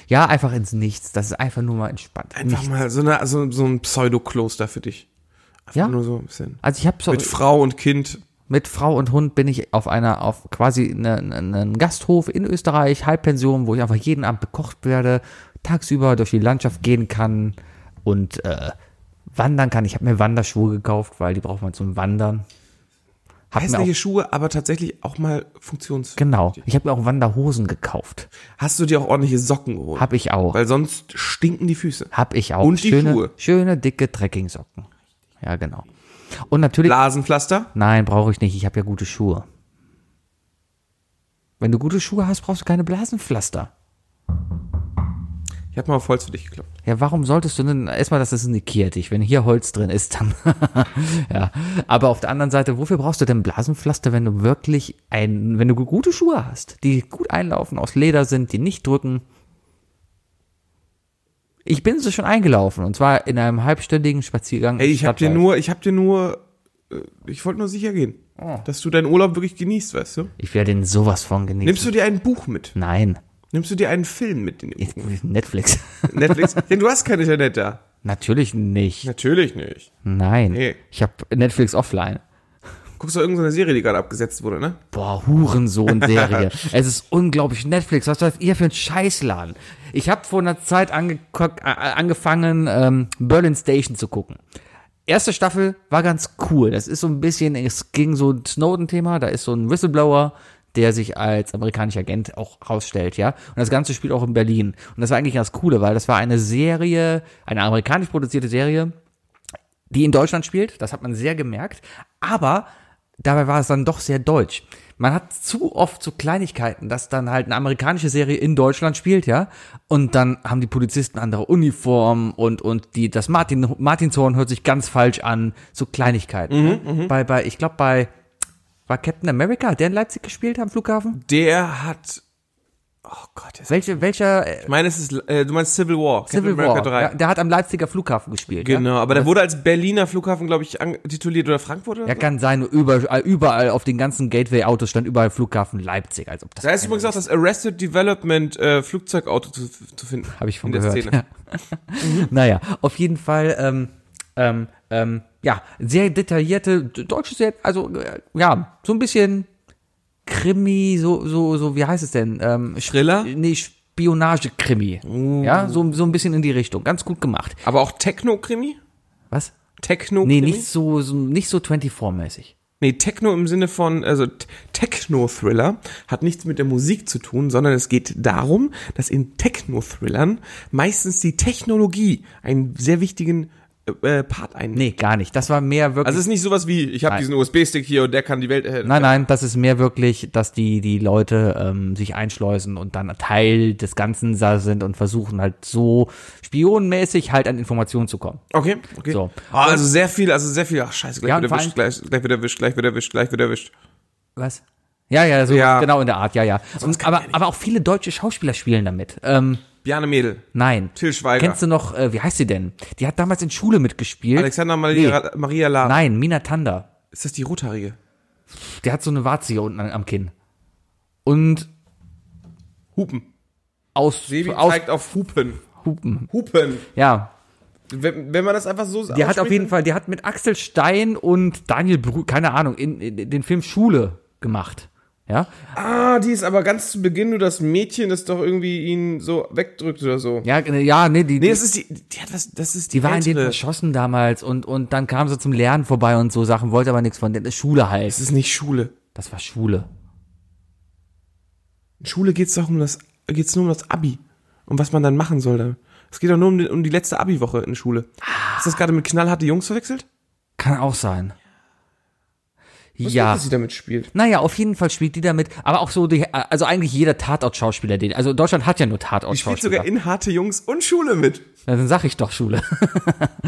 Speaker 4: Ja, einfach ins Nichts. Das ist einfach nur mal entspannt.
Speaker 3: Einfach mal so, eine, so, so ein Pseudo-Kloster für dich. Einfach
Speaker 4: Ja?
Speaker 3: nur so ein bisschen.
Speaker 4: Also ich habe so
Speaker 3: Mit Frau und Kind.
Speaker 4: mit Frau und Hund bin ich auf einer, auf quasi ne- ne- ne- einen Gasthof in Österreich, Halbpension, wo ich einfach jeden Abend bekocht werde, tagsüber durch die Landschaft gehen kann und äh, wandern kann. Ich habe mir Wanderschuhe gekauft, weil die braucht man zum Wandern. Hab mir
Speaker 3: Hässliche
Speaker 4: auch,
Speaker 3: Schuhe, aber tatsächlich auch mal funktions...
Speaker 4: genau. Ich habe mir auch Wanderhosen gekauft.
Speaker 3: Hast du dir auch ordentliche Socken geholt?
Speaker 4: Hab ich auch.
Speaker 3: Weil sonst stinken die Füße.
Speaker 4: Hab ich auch.
Speaker 3: Und die
Speaker 4: schöne,
Speaker 3: Schuhe.
Speaker 4: schöne dicke Trekkingsocken. Ja, genau. Und natürlich
Speaker 3: Blasenpflaster?
Speaker 4: Nein, brauche ich nicht. Ich habe ja gute Schuhe. Wenn du gute Schuhe hast, brauchst du keine Blasenpflaster.
Speaker 3: Ich habe mal auf Holz für dich geklappt.
Speaker 4: Ja, warum solltest du denn, erstmal, das ist nickiert dich, wenn hier Holz drin ist, dann, ja. Aber auf der anderen Seite, wofür brauchst du denn Blasenpflaster, wenn du wirklich ein, wenn du gute Schuhe hast, die gut einlaufen, aus Leder sind, die nicht drücken? Ich bin so schon eingelaufen, und zwar in einem halbstündigen Spaziergang.
Speaker 3: Ey, ich habe dir
Speaker 4: Stadtwald.
Speaker 3: nur, ich habe dir nur äh, ich wollte nur sicher gehen, dass du deinen Urlaub wirklich genießt, weißt du?
Speaker 4: Oh. Ich werde den sowas von genießen.
Speaker 3: Nimmst du dir ein Buch mit?
Speaker 4: Nein.
Speaker 3: Nimmst du dir einen Film mit? In den
Speaker 4: Netflix.
Speaker 3: Netflix? Denn du hast kein Internet da.
Speaker 4: Natürlich nicht.
Speaker 3: Natürlich nicht.
Speaker 4: Nein.
Speaker 3: Nee.
Speaker 4: Ich habe Netflix offline.
Speaker 3: Guckst du irgendeine Serie, die gerade abgesetzt wurde, ne?
Speaker 4: Boah, Hurensohn-Serie. es ist unglaublich. Netflix, was seid ihr für ein Scheißladen? Ich habe vor einer Zeit angeguckt- äh, angefangen, ähm, Berlin Station zu gucken. Erste Staffel war ganz cool. Das ist so ein bisschen, es ging so ein Snowden-Thema, da ist so ein Whistleblower, der sich als amerikanischer Agent auch rausstellt, ja. Und das Ganze spielt auch in Berlin. Und das war eigentlich ganz coole, weil das war eine Serie, eine amerikanisch produzierte Serie, die in Deutschland spielt. Das hat man sehr gemerkt. Aber dabei war es dann doch sehr deutsch. Man hat zu oft so Kleinigkeiten, dass dann halt eine amerikanische Serie in Deutschland spielt, ja. Und dann haben die Polizisten andere Uniformen und, und die, das Martin, Martinshorn hört sich ganz falsch an. So
Speaker 3: Mhm,
Speaker 4: Kleinigkeiten. ne? bei, bei, ich glaube, bei, war Captain America, hat der in Leipzig gespielt am Flughafen?
Speaker 3: Der hat. Oh Gott, jetzt.
Speaker 4: Welche, welcher, äh,
Speaker 3: Ich meine, es ist, äh, du meinst Civil War.
Speaker 4: Civil
Speaker 3: Captain
Speaker 4: War?
Speaker 3: America 3.
Speaker 4: Ja, der hat am Leipziger Flughafen gespielt. ja?
Speaker 3: Genau, aber der wurde als Berliner Flughafen, glaube ich, an- tituliert oder Frankfurt oder
Speaker 4: Ja, kann sein, überall, überall auf den ganzen Gateway-Autos stand überall Flughafen Leipzig, als ob das.
Speaker 3: Da ist übrigens auch das Arrested Development äh, Flugzeugauto zu, zu finden.
Speaker 4: Habe ich von
Speaker 3: in der
Speaker 4: gehört.
Speaker 3: Szene.
Speaker 4: Naja, auf jeden Fall, ähm, ähm, ähm, ja, sehr detaillierte d- deutsche Serie, also, äh, ja, so ein bisschen Krimi, so, so, so, wie heißt es denn? Ähm, Sch-
Speaker 3: Thriller? Uh.
Speaker 4: Nee, Spionage-Krimi. Ja, so, so ein bisschen in die Richtung. Ganz gut gemacht.
Speaker 3: Aber auch Techno-Krimi?
Speaker 4: Was?
Speaker 3: Techno-Krimi?
Speaker 4: Nee, nicht so, so, nicht so 24-mäßig.
Speaker 3: Nee, Techno im Sinne von, also T- Techno-Thriller hat nichts mit der Musik zu tun, sondern es geht darum, dass in Techno-Thrillern meistens die Technologie einen sehr wichtigen äh, äh, Part einnimmt.
Speaker 4: Nee, gar nicht. Das war mehr wirklich.
Speaker 3: Also es ist nicht sowas wie, ich habe diesen USB-Stick hier und der kann die Welt erhellen.
Speaker 4: Nein, nein, das ist mehr wirklich, dass die, die Leute ähm, sich einschleusen und dann Teil des Ganzen da sind und versuchen halt so spionenmäßig halt an Informationen zu kommen.
Speaker 3: Okay, okay.
Speaker 4: So.
Speaker 3: Ah, also sehr viel, also sehr viel, ach scheiße, gleich
Speaker 4: Ja, und
Speaker 3: wieder
Speaker 4: vor
Speaker 3: erwischt, gleich, gleich wieder erwischt, gleich wieder erwischt, gleich wieder erwischt.
Speaker 4: Was? Ja, ja, so
Speaker 3: Ja.
Speaker 4: genau in der Art, ja, ja. Und, aber, aber auch viele deutsche Schauspieler spielen damit. Ähm,
Speaker 3: Bjarne Mädel.
Speaker 4: nein.
Speaker 3: Til Schweiger.
Speaker 4: Kennst du noch, äh, wie heißt sie denn? Die hat damals in Schule mitgespielt.
Speaker 3: Alexander Maria, Ah. Maria
Speaker 4: Nee,
Speaker 3: La.
Speaker 4: nein, Mina Tanda.
Speaker 3: Ist das die Rothaarige?
Speaker 4: Der hat so eine Warze hier unten an- am Kinn. Und
Speaker 3: Hupen.
Speaker 4: aus,
Speaker 3: Sebi
Speaker 4: aus
Speaker 3: zeigt auf Hupen.
Speaker 4: Hupen.
Speaker 3: Hupen.
Speaker 4: Ja,
Speaker 3: Wenn, wenn man das einfach so sagt.
Speaker 4: Der hat auf jeden Fall, der hat mit Axel Stein und Daniel Brü, keine Ahnung, in, in den Film Schule gemacht. Ja?
Speaker 3: Ah, die ist aber ganz zu Beginn nur das Mädchen, das doch irgendwie ihn so wegdrückt oder so.
Speaker 4: Ja, äh, ja, nee, die,
Speaker 3: Nee,
Speaker 4: die,
Speaker 3: das ist die, die hat was, das ist die,
Speaker 4: die war in den
Speaker 3: ältere.
Speaker 4: verschossen damals und, und dann kam sie zum Lernen vorbei und so Sachen, wollte aber nichts von der Schule halt.
Speaker 3: Das ist nicht Schule.
Speaker 4: Das war Schule.
Speaker 3: In Schule geht's doch um das, geht's nur um das Abi. Um was man dann machen soll dann. Es geht doch nur um, den, um die letzte Abi-Woche in Schule.
Speaker 4: Ah.
Speaker 3: Hast du das gerade mit knallharte Jungs verwechselt?
Speaker 4: Kann auch sein.
Speaker 3: Was
Speaker 4: ja.
Speaker 3: gut, dass sie damit spielt.
Speaker 4: Naja, auf jeden Fall spielt die damit, aber auch so, die, also eigentlich jeder Tatort-Schauspieler, den, also Deutschland hat ja nur
Speaker 3: Die spielt
Speaker 4: Tatort-Schauspieler.
Speaker 3: sogar in harte Jungs und Schule mit.
Speaker 4: Na, Dann sag ich doch Schule.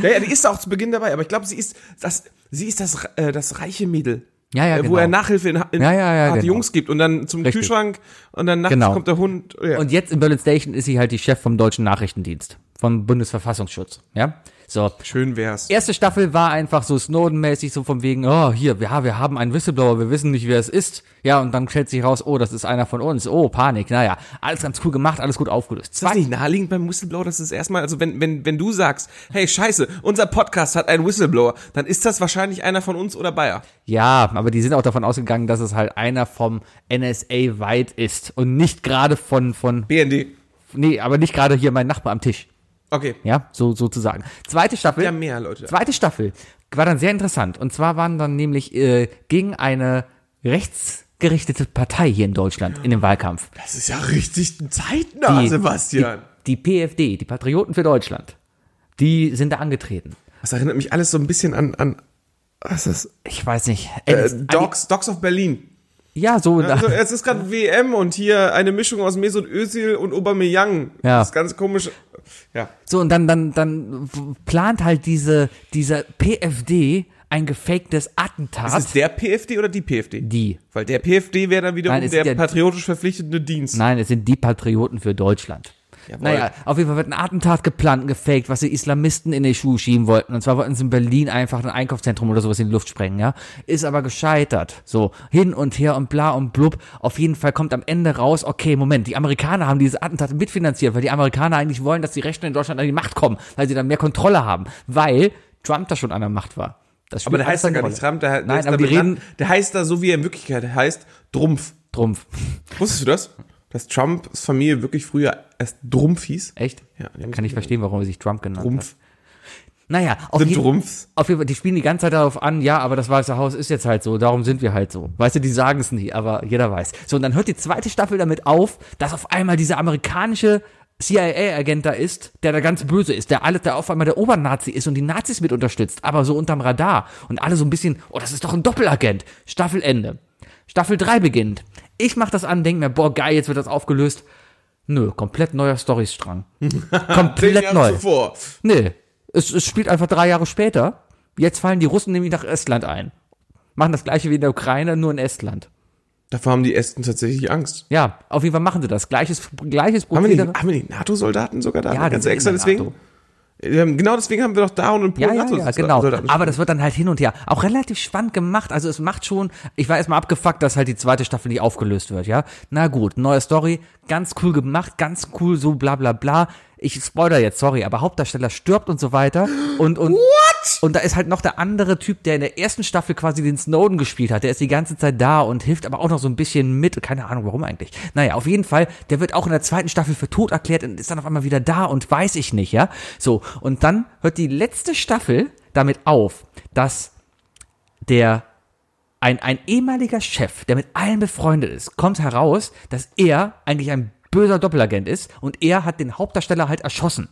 Speaker 3: Ja, ja, die ist auch zu Beginn dabei, aber ich glaube, sie ist das, sie ist das, äh, das reiche Mädel.
Speaker 4: Ja,
Speaker 3: Äh,
Speaker 4: ja, genau.
Speaker 3: Wo er Nachhilfe in, ha- in
Speaker 4: Ja, ja, ja,
Speaker 3: harte
Speaker 4: genau.
Speaker 3: Jungs gibt und dann zum
Speaker 4: Richtig.
Speaker 3: Kühlschrank und dann nachts
Speaker 4: Genau.
Speaker 3: kommt der Hund. oh Ja.
Speaker 4: Und jetzt in Berlin Station ist sie halt die Chef vom deutschen Nachrichtendienst, vom Bundesverfassungsschutz, ja? So.
Speaker 3: Schön wär's.
Speaker 4: Erste Staffel war einfach so Snowden-mäßig, so von wegen, oh, hier, ja, wir haben einen Whistleblower, wir wissen nicht, wer es ist. Ja, und dann stellt sich raus, oh, das ist einer von uns, oh, Panik, naja. Alles ganz cool gemacht, alles gut aufgelöst.
Speaker 3: Ist das nicht naheliegend beim Whistleblower, dass es erstmal, also wenn, wenn, wenn du sagst, hey Scheiße, unser Podcast hat einen Whistleblower, dann ist das wahrscheinlich einer von uns oder Bayer.
Speaker 4: Ja, aber die sind auch davon ausgegangen, dass es halt einer vom NSA weit ist und nicht gerade von, von,
Speaker 3: BND.
Speaker 4: nee, aber nicht gerade hier mein Nachbar am Tisch.
Speaker 3: Okay.
Speaker 4: Ja, so, sozusagen. Zweite Staffel.
Speaker 3: Ja, mehr Leute.
Speaker 4: Zweite Staffel war dann sehr interessant. Und zwar waren dann nämlich äh, gegen eine rechtsgerichtete Partei hier in Deutschland in dem Wahlkampf.
Speaker 3: Das ist ja richtig zeitnah,
Speaker 4: Die, die PFD, die Patrioten für Deutschland, die sind da angetreten.
Speaker 3: Das erinnert mich alles so ein bisschen an, an was ist das?
Speaker 4: Ich weiß nicht.
Speaker 3: Äh,
Speaker 4: NS
Speaker 3: Dogs, Dogs of Berlin.
Speaker 4: ja, so.
Speaker 3: Also, es ist gerade WM und hier eine Mischung aus Mesut Özil und Aubameyang.
Speaker 4: Ja.
Speaker 3: Das ist ganz komisch. Ja.
Speaker 4: So, und dann, dann, dann plant halt diese, diese PFD ein gefaktes Attentat.
Speaker 3: Ist es der PFD oder die PFD?
Speaker 4: die.
Speaker 3: Weil der PFD wäre dann wiederum
Speaker 4: Nein, es
Speaker 3: der
Speaker 4: ist der-
Speaker 3: patriotisch verpflichtende Dienst.
Speaker 4: Nein, es sind die Patrioten für Deutschland. Naja, auf jeden Fall wird ein Attentat geplant und gefaked, was die Islamisten in die Schuhe schieben wollten. Und zwar wollten sie in Berlin einfach ein Einkaufszentrum oder sowas in die Luft sprengen, ja. Ist aber gescheitert. So, hin und her und bla und blub. Auf jeden Fall kommt am Ende raus, okay, Moment, die Amerikaner haben dieses Attentat mitfinanziert, weil die Amerikaner eigentlich wollen, dass die Rechten in Deutschland an die Macht kommen, weil sie dann mehr Kontrolle haben, weil Trump da schon an der Macht war. Das
Speaker 3: Aber
Speaker 4: spielt
Speaker 3: der heißt da
Speaker 4: alles
Speaker 3: gar
Speaker 4: eine
Speaker 3: nicht
Speaker 4: Rolle.
Speaker 3: Trump, der, der,
Speaker 4: Nein,
Speaker 3: ist
Speaker 4: aber
Speaker 3: da
Speaker 4: die reden-
Speaker 3: benannt- der heißt da so, wie er in Wirklichkeit heißt, Drumpf.
Speaker 4: Trumpf.
Speaker 3: Wusstest du das? Dass Trumps Familie wirklich früher erst Drumpf hieß?
Speaker 4: Echt?
Speaker 3: Ja, die haben
Speaker 4: Kann
Speaker 3: sich
Speaker 4: ich verstehen, warum er sich Trump genannt hat.
Speaker 3: Drumpf.
Speaker 4: Naja, auf
Speaker 3: The
Speaker 4: jeden-
Speaker 3: Drumpfs.
Speaker 4: Auf jeden Fall, die spielen die ganze Zeit darauf an, ja, aber das Weiße Haus ist jetzt halt so, darum sind wir halt so. Weißt du, die sagen es nie, aber jeder weiß. So, und dann hört die zweite Staffel damit auf, dass auf einmal dieser amerikanische CIA-Agent da ist, der da ganz böse ist, der alle, der auf einmal der Obernazi ist und die Nazis mit unterstützt, aber so unterm Radar. Und alle so ein bisschen, oh, das ist doch ein Doppelagent. Staffelende. Staffel 3 beginnt. Ich mach das an, denk mir, boah, geil, jetzt wird das aufgelöst. Nö, komplett neuer Storystrang. komplett
Speaker 3: Jahre
Speaker 4: neu.
Speaker 3: zuvor.
Speaker 4: Nee, es, es spielt einfach drei Jahre später. Jetzt fallen die Russen nämlich nach Estland ein. Machen das gleiche wie in der Ukraine, nur in Estland.
Speaker 3: Davor haben die Esten tatsächlich Angst.
Speaker 4: Ja, auf jeden Fall machen sie das. Gleiches, gleiches
Speaker 3: Haben wir
Speaker 4: Prozedere.
Speaker 3: nicht, haben wir nicht NATO-Soldaten sogar da?
Speaker 4: Ja, die
Speaker 3: ganz
Speaker 4: sind
Speaker 3: extra
Speaker 4: in der
Speaker 3: deswegen?
Speaker 4: NATO.
Speaker 3: Wir haben- Genau deswegen haben wir doch da und in Polen
Speaker 4: Ja, ja, ja,
Speaker 3: NATO-Soldaten.
Speaker 4: genau. Aber das wird dann halt hin und her. Auch relativ spannend gemacht. Also es macht schon, ich war erstmal abgefuckt, dass halt die zweite Staffel nicht aufgelöst wird, ja. Na gut, neue Story, ganz cool gemacht, ganz cool, so bla bla bla. Ich spoiler jetzt, sorry, aber Hauptdarsteller stirbt und so weiter. Und, und, What? und da ist halt noch der andere Typ, der in der ersten Staffel quasi den Snowden gespielt hat. Der ist die ganze Zeit da und hilft aber auch noch so ein bisschen mit. Keine Ahnung warum eigentlich. Naja, auf jeden Fall, der wird auch in der zweiten Staffel für tot erklärt und ist dann auf einmal wieder da und weiß ich nicht, ja. So, und dann hört die letzte Staffel damit auf, dass der ein, ein ehemaliger Chef, der mit allen befreundet ist, kommt heraus, dass er eigentlich ein böser Doppelagent ist und er hat den Hauptdarsteller halt erschossen.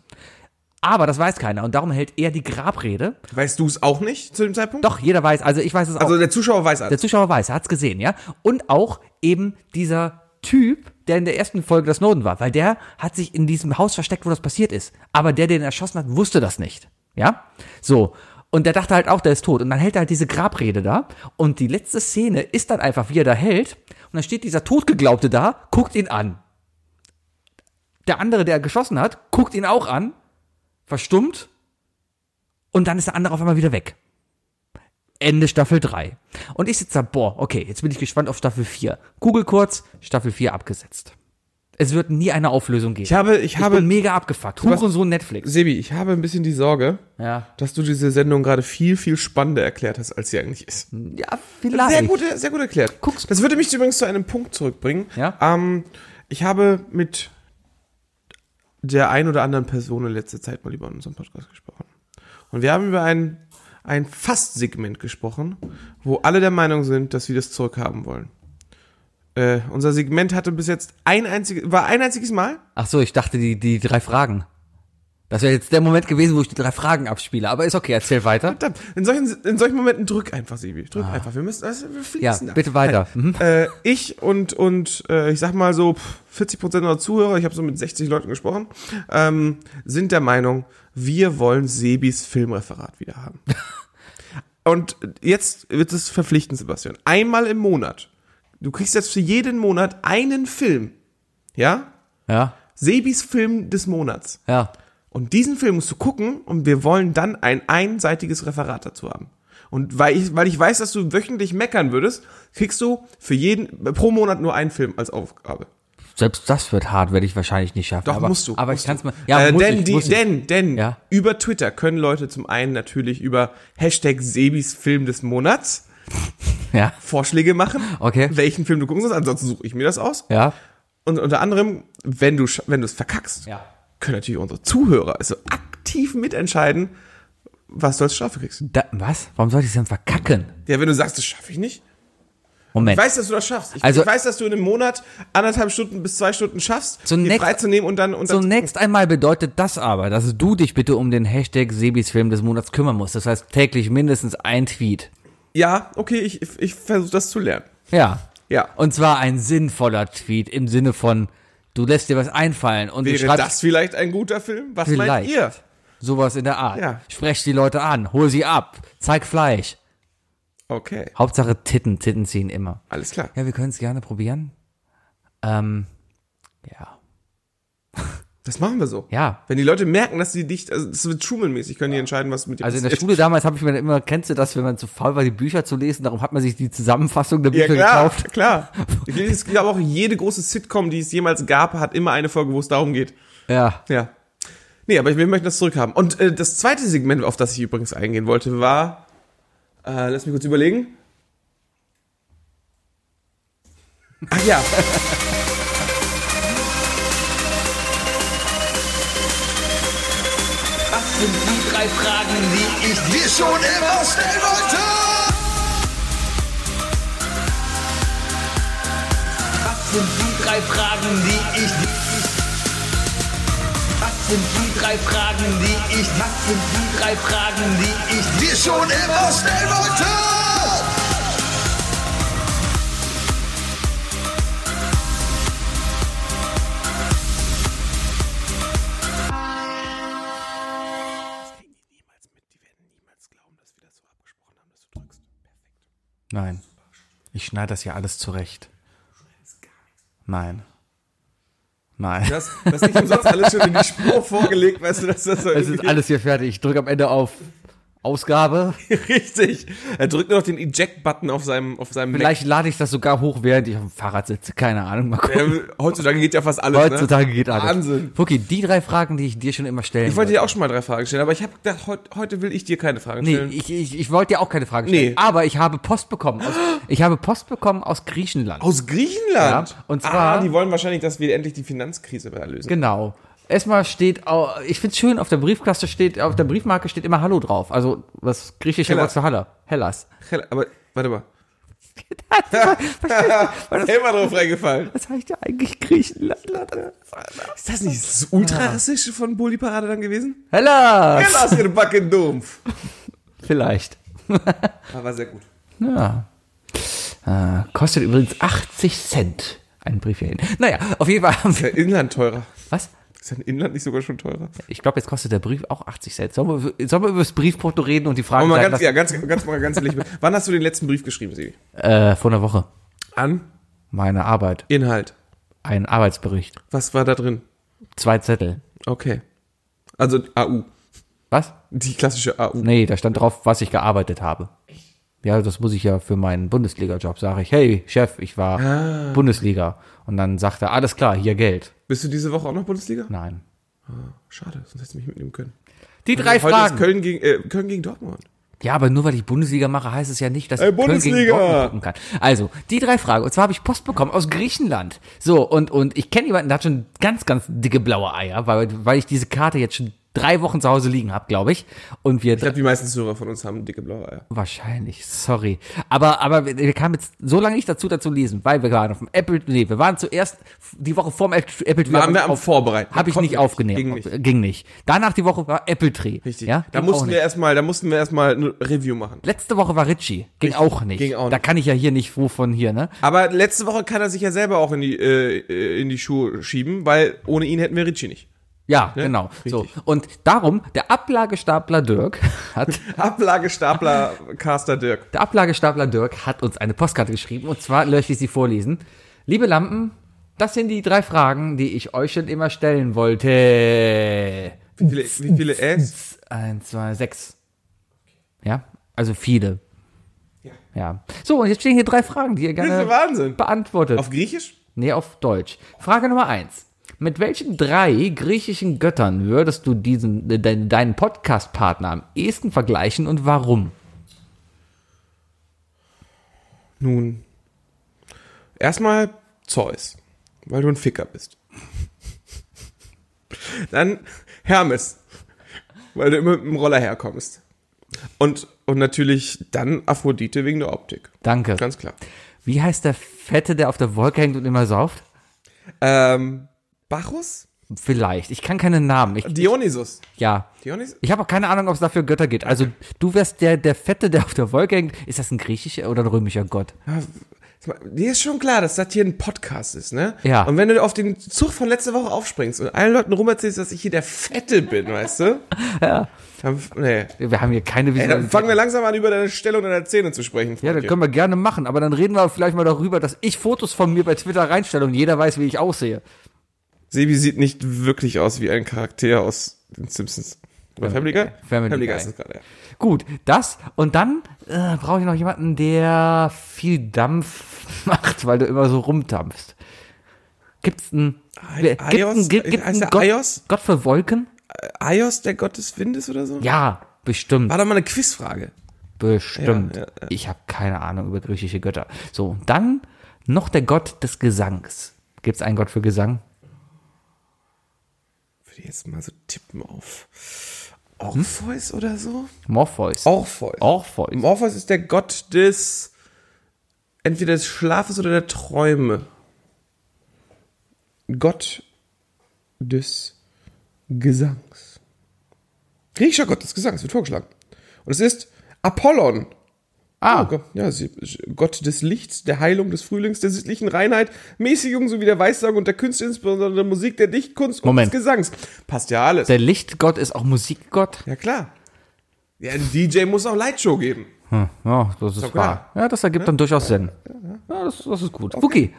Speaker 4: Aber das weiß keiner und darum hält er die Grabrede.
Speaker 3: Weißt du es auch nicht zu dem Zeitpunkt?
Speaker 4: Doch, jeder weiß, also ich weiß es auch.
Speaker 3: Also der Zuschauer weiß
Speaker 4: Der
Speaker 3: alles.
Speaker 4: Zuschauer weiß, er hat's gesehen, ja. Und auch eben dieser Typ, der in der ersten Folge das Snowden war, weil der hat sich in diesem Haus versteckt, wo das passiert ist. Aber der, der ihn erschossen hat, wusste das nicht. Ja? So. Und der dachte halt auch, der ist tot. Und dann hält er halt diese Grabrede da. Und die letzte Szene ist dann einfach, wie er da hält. Und dann steht dieser Totgeglaubte da, guckt ihn an. Der andere, der geschossen hat, guckt ihn auch an, verstummt. Und dann ist der andere auf einmal wieder weg. Ende Staffel 3. Und ich sitze da, boah, okay, jetzt bin ich gespannt auf Staffel 4. Google kurz, Staffel 4 abgesetzt. Es wird nie eine Auflösung geben.
Speaker 3: Ich habe, ich
Speaker 4: bin
Speaker 3: habe,
Speaker 4: mega abgefuckt. Hurensohn Netflix.
Speaker 3: Sebi, ich habe ein bisschen die Sorge,
Speaker 4: Ja.
Speaker 3: dass du diese Sendung gerade viel, viel spannender erklärt hast, als sie eigentlich ist.
Speaker 4: Ja, vielleicht.
Speaker 3: Sehr gut, sehr gut erklärt.
Speaker 4: Guck's.
Speaker 3: Das würde mich übrigens zu einem Punkt zurückbringen.
Speaker 4: Ja.
Speaker 3: Ähm, ich habe mit der ein oder anderen Person in letzter Zeit mal über unseren Podcast gesprochen. Und wir haben über ein, ein Fast-Segment gesprochen, wo alle der Meinung sind, dass sie das zurückhaben wollen. Äh, unser Segment hatte bis jetzt ein einziges, war ein einziges Mal.
Speaker 4: Ach so, ich dachte, die, die drei Fragen. Das wäre jetzt der Moment gewesen, wo ich die drei Fragen abspiele. Aber ist okay, erzähl weiter.
Speaker 3: Verdammt, In solchen, in solchen Momenten drück einfach, Sebi. Drück einfach. Wir müssen, also, wir
Speaker 4: Ah. Ja,
Speaker 3: fließen da.
Speaker 4: bitte weiter. Mhm.
Speaker 3: äh, ich und und äh, ich sag mal so pff, 40 Prozent der Zuhörer, ich habe so mit 60 Leuten gesprochen, ähm, sind der Meinung, wir wollen Sebis Filmreferat wieder haben. und jetzt wird es verpflichtend, Sebastian. Einmal im Monat. Du kriegst jetzt für jeden Monat einen Film, ja?
Speaker 4: Ja,
Speaker 3: Sebis Film des Monats.
Speaker 4: ja.
Speaker 3: Und diesen Film musst du gucken und wir wollen dann ein einseitiges Referat dazu haben. Und weil ich, weil ich weiß, dass du wöchentlich meckern würdest, kriegst du für jeden, pro Monat nur einen Film als Aufgabe.
Speaker 4: Selbst das wird hart, werde ich wahrscheinlich nicht schaffen.
Speaker 3: Doch,
Speaker 4: aber,
Speaker 3: musst du.
Speaker 4: Aber
Speaker 3: musst
Speaker 4: ich kann's
Speaker 3: du.
Speaker 4: mal. Ja,
Speaker 3: äh,
Speaker 4: muss
Speaker 3: denn,
Speaker 4: ich,
Speaker 3: die,
Speaker 4: muss ich.
Speaker 3: denn, denn,
Speaker 4: Ja.
Speaker 3: über Twitter können Leute zum einen natürlich über Hashtag Sebis Film des Monats
Speaker 4: Ja,
Speaker 3: Vorschläge machen,
Speaker 4: Okay.
Speaker 3: welchen Film du gucken sollst. Ansonsten suche ich mir das aus.
Speaker 4: ja.
Speaker 3: Und unter anderem, wenn du sch- wenn du es verkackst,
Speaker 4: Ja.
Speaker 3: können natürlich unsere Zuhörer also aktiv mitentscheiden, was du als Strafe kriegst.
Speaker 4: Da, was? Warum sollte ich es denn verkacken?
Speaker 3: Ja, wenn du sagst, das schaffe ich nicht.
Speaker 4: Moment.
Speaker 3: Ich weiß, dass du das schaffst. Ich,
Speaker 4: Also-
Speaker 3: ich weiß, dass du in einem Monat anderthalb Stunden bis zwei Stunden schaffst, dir
Speaker 4: Zunächst-
Speaker 3: freizunehmen und dann und dann
Speaker 4: Zunächst einmal bedeutet das aber, dass du dich bitte um den Hashtag Sebis Film des Monats kümmern musst. Das heißt täglich mindestens ein Tweet.
Speaker 3: Ja, okay, ich, ich- ich versuche das zu lernen.
Speaker 4: Ja.
Speaker 3: Ja.
Speaker 4: Und zwar ein sinnvoller Tweet im Sinne von, du lässt dir was einfallen und du
Speaker 3: Wäre
Speaker 4: schreibst
Speaker 3: das vielleicht ein guter Film? Was meint
Speaker 4: Vielleicht.
Speaker 3: ihr?
Speaker 4: sowas in der Art.
Speaker 3: Ja.
Speaker 4: Sprech die Leute an, hol sie ab, zeig Fleisch.
Speaker 3: Okay,
Speaker 4: Hauptsache Titten, Titten ziehen immer.
Speaker 3: alles klar.
Speaker 4: Ja, wir können es gerne probieren. Ähm, ja.
Speaker 3: Das machen wir so.
Speaker 4: Ja.
Speaker 3: Wenn die Leute merken, dass sie dich, also das wird Truman-mäßig, können die entscheiden, was mit dir
Speaker 4: Also in der
Speaker 3: passiert.
Speaker 4: Schule damals habe ich mir immer, kennst du das, wenn man zu faul war, die Bücher zu lesen, darum hat man sich die Zusammenfassung der
Speaker 3: Ja,
Speaker 4: Bücher
Speaker 3: klar,
Speaker 4: gekauft.
Speaker 3: klar. Ich glaube auch, jede große Sitcom, die es jemals gab, hat immer eine Folge, wo es darum geht.
Speaker 4: Ja.
Speaker 3: Ja. Nee, aber wir möchten das zurückhaben. Und äh, das zweite Segment, auf das ich übrigens eingehen wollte, war. Äh, lass mich kurz überlegen. Ach ja.
Speaker 4: Nein. Ich schneide das hier alles zurecht. Nein. Nein.
Speaker 3: Das, das ist nicht umsonst alles schon in die Spur vorgelegt, weißt du, dass das so
Speaker 4: Es ist alles hier fertig. Ich drücke am Ende auf Ausgabe.
Speaker 3: richtig. Er drückt nur noch den Eject-Button auf seinem, auf seinem
Speaker 4: Vielleicht lade ich das sogar hoch, während ich auf dem Fahrrad sitze. Keine Ahnung. Mal
Speaker 3: Mac.
Speaker 4: gucken.
Speaker 3: Ja, heutzutage geht ja fast alles.
Speaker 4: Heutzutage
Speaker 3: ne?
Speaker 4: geht alles.
Speaker 3: Wahnsinn.
Speaker 4: Okay, die drei Fragen, die ich dir schon immer stellen
Speaker 3: Ich wollte dir auch schon mal drei Fragen stellen, aber ich habe gedacht, heut, heute will ich dir keine Fragen
Speaker 4: Nee,
Speaker 3: stellen.
Speaker 4: ich, ich, ich wollte dir auch keine Frage stellen.
Speaker 3: Nee.
Speaker 4: Aber ich habe Post bekommen. Aus, ich habe Post bekommen aus Griechenland.
Speaker 3: Aus Griechenland?
Speaker 4: Ja, und zwar-
Speaker 3: Ah, die wollen wahrscheinlich, dass wir endlich die Finanzkrise erlösen.
Speaker 4: Genau. Erstmal steht, au- ich find's schön, auf der Briefkaste steht, auf der Briefmarke steht immer Hallo drauf. Also das griechische
Speaker 3: Hellas.
Speaker 4: Wort für Halla. Hellas.
Speaker 3: Hell- Aber, warte mal.
Speaker 4: Was-
Speaker 3: Immer drauf reingefallen.
Speaker 4: Was heißt ja eigentlich Griechenland?
Speaker 3: Ist das nicht das ultra-rassistische von Bully Parade dann gewesen? Genau,
Speaker 4: Hellas!
Speaker 3: Lass ihr Backen dumpf.
Speaker 4: Vielleicht.
Speaker 3: Ah, War sehr gut.
Speaker 4: Ja. Äh, kostet übrigens 80 Cent. Ein Brief hierhin. Naja, auf jeden Fall haben wir.
Speaker 3: Der Inland teurer.
Speaker 4: Was?
Speaker 3: Ist dein Inland nicht sogar schon teurer?
Speaker 4: Ich glaube, jetzt kostet der Brief auch 80 Cent. Sollen wir, sollen wir über das Briefporto reden und die Frage
Speaker 3: Aber mal
Speaker 4: sagen,
Speaker 3: ganz, ja, ganz, ganz, mal ganz ehrlich. Wann hast du den letzten Brief geschrieben, Sebi?
Speaker 4: dass, äh, vor einer Woche.
Speaker 3: An
Speaker 4: Meine Arbeit.
Speaker 3: Inhalt.
Speaker 4: Ein Arbeitsbericht.
Speaker 3: Was war da drin?
Speaker 4: Zwei Zettel.
Speaker 3: Okay. Also AU.
Speaker 4: Was?
Speaker 3: Die klassische AU.
Speaker 4: Nee, da stand drauf, was ich gearbeitet habe. Ja, das muss ich ja für meinen Bundesliga-Job. Sage ich, hey, Chef, ich war
Speaker 3: Ah.
Speaker 4: Bundesliga. Und dann sagt er, alles klar, hier Geld.
Speaker 3: Bist du diese Woche auch noch Bundesliga? Ah,
Speaker 4: Nein.
Speaker 3: Schade, sonst hättest du mich mitnehmen können.
Speaker 4: Die drei
Speaker 3: Also Heute
Speaker 4: Fragen.
Speaker 3: ist Köln gegen, äh, Köln gegen Dortmund.
Speaker 4: Ja, aber nur weil ich Bundesliga mache, heißt es ja nicht, dass ich
Speaker 3: Ey,
Speaker 4: Köln gegen
Speaker 3: Bundesliga!
Speaker 4: Dortmund gucken kann. Also, die drei Fragen. Und zwar habe ich Post bekommen aus Griechenland. So, und, und ich kenne jemanden, der hat schon ganz, ganz dicke blaue Eier, weil, weil ich diese Karte jetzt schon drei Wochen zu Hause liegen habe, glaube ich. Und wir
Speaker 3: Ich glaube, die meisten Zuhörer von uns haben dicke blaue Eier.
Speaker 4: Wahrscheinlich, sorry. Aber, aber wir- wir kamen jetzt so lange nicht dazu, dazu lesen, weil wir waren auf dem Apple, nee, wir waren zuerst die Woche vorm Apple Apple Tree.
Speaker 3: Waren wir am Vorbereiten.
Speaker 4: Habe ich
Speaker 3: Konnten
Speaker 4: nicht
Speaker 3: wir
Speaker 4: aufgenommen.
Speaker 3: Ging nicht.
Speaker 4: Ging nicht. Danach die Woche war Apple Tree.
Speaker 3: Richtig.
Speaker 4: Ja?
Speaker 3: da
Speaker 4: Ging auch
Speaker 3: mussten
Speaker 4: nicht.
Speaker 3: wir erstmal, da mussten wir erstmal eine Review machen.
Speaker 4: Letzte Woche war Ritchie. Ging auch nicht.
Speaker 3: Ging auch
Speaker 4: Da
Speaker 3: nicht.
Speaker 4: kann ich ja hier nicht wovon hier, ne?
Speaker 3: Aber letzte Woche kann er sich ja selber auch in die, äh, äh, in die Schuhe schieben, weil ohne ihn hätten wir Ritchie nicht.
Speaker 4: Ja, genau. So. Und darum, der Ablagestapler Dirk hat
Speaker 3: Ablagestapler Caster Dirk.
Speaker 4: Der Ablagestapler Dirk hat uns eine Postkarte geschrieben und zwar möchte ich sie vorlesen. Liebe Lampen, das sind die drei Fragen, die ich euch schon immer stellen wollte.
Speaker 3: Wie viele, wie viele äh, S?
Speaker 4: Eins, zwei, sechs. Ja, also viele. Ja. So, und jetzt stehen hier drei Fragen, die ihr
Speaker 3: Das ist
Speaker 4: gerne
Speaker 3: der Wahnsinn.
Speaker 4: beantwortet.
Speaker 3: Auf Griechisch?
Speaker 4: nee, auf Deutsch. Frage Nummer eins. Mit welchen drei griechischen Göttern würdest du diesen, de, de- deinen Podcast-Partner am ehesten vergleichen und warum?
Speaker 3: Nun. Erstmal Zeus, weil du ein Ficker bist. Dann Hermes, weil du immer mit dem Roller herkommst. Und, und natürlich dann Aphrodite wegen der Optik.
Speaker 4: Danke.
Speaker 3: Ganz klar.
Speaker 4: Wie heißt der Fette, der auf der Wolke hängt und immer sauft?
Speaker 3: Ähm, Bacchus?
Speaker 4: Vielleicht. Ich kann keine Namen. Ich,
Speaker 3: Dionysus.
Speaker 4: ja.
Speaker 3: Dionysus?
Speaker 4: Ich habe auch keine Ahnung, ob es dafür Götter gibt. Also du wärst der, der Fette, der auf der Wolke hängt. Ist das ein griechischer oder ein römischer Gott?
Speaker 3: Dir ist schon klar, dass das hier ein Podcast ist, ne?
Speaker 4: Ja.
Speaker 3: Und wenn du auf den Zug von letzter Woche aufspringst und allen Leuten rumerzählst, dass ich hier der Fette bin, weißt du? Ja. Nee.
Speaker 4: Wir haben hier keine
Speaker 3: Ey, dann fangen wir langsam an, über deine Stellung deiner Zähne zu sprechen.
Speaker 4: ja, das
Speaker 3: Freundchen.
Speaker 4: können wir gerne machen, aber dann reden wir vielleicht mal darüber, dass ich Fotos von mir bei Twitter reinstelle und jeder weiß, wie ich aussehe.
Speaker 3: Sebi sieht nicht wirklich aus wie ein Charakter aus den Simpsons. Oder Family Guy?
Speaker 4: Family Guy.
Speaker 3: ist es gerade, ja.
Speaker 4: Gut, das und dann äh, brauche ich noch jemanden, der viel Dampf macht, weil du immer so rumdampfst. Gibt's einen wer- gibt's
Speaker 3: Ios?
Speaker 4: einen- gibt- gibt
Speaker 3: Äh, Heißt
Speaker 4: einen
Speaker 3: der
Speaker 4: Gott,
Speaker 3: Ios?
Speaker 4: Gott für Wolken?
Speaker 3: Aios, der Gott des Windes oder so?
Speaker 4: Ja, bestimmt,
Speaker 3: War doch mal eine Quizfrage.
Speaker 4: bestimmt.
Speaker 3: Ja, ja,
Speaker 4: Ich habe keine Ahnung über griechische Götter. So, dann noch der Gott des Gesangs. Gibt's einen Gott für Gesang?
Speaker 3: Würde ich jetzt mal so tippen auf Orpheus oder so?
Speaker 4: Morpheus.
Speaker 3: Orpheus.
Speaker 4: Hm? Orpheus.
Speaker 3: Morpheus ist der Gott des entweder des Schlafes oder der Träume. Gott des Gesangs. Griechischer Gott des Gesangs wird vorgeschlagen. Und es ist Apollon.
Speaker 4: Ah.
Speaker 3: Oh Gott, ja, sie- Gott des Lichts, der Heilung, des Frühlings, der sittlichen Reinheit, Mäßigung sowie der Weissagung und der Künste, insbesondere der Musik, der Dichtkunst
Speaker 4: Moment.
Speaker 3: und des Gesangs. Passt ja alles.
Speaker 4: Der Lichtgott ist auch Musikgott.
Speaker 3: ja, klar. Ja, ein DJ muss auch Lightshow geben.
Speaker 4: Hm, Ja, das ist wahr.
Speaker 3: klar.
Speaker 4: Ja, das ergibt dann durchaus Sinn. Ja, das, das ist gut. Wookie.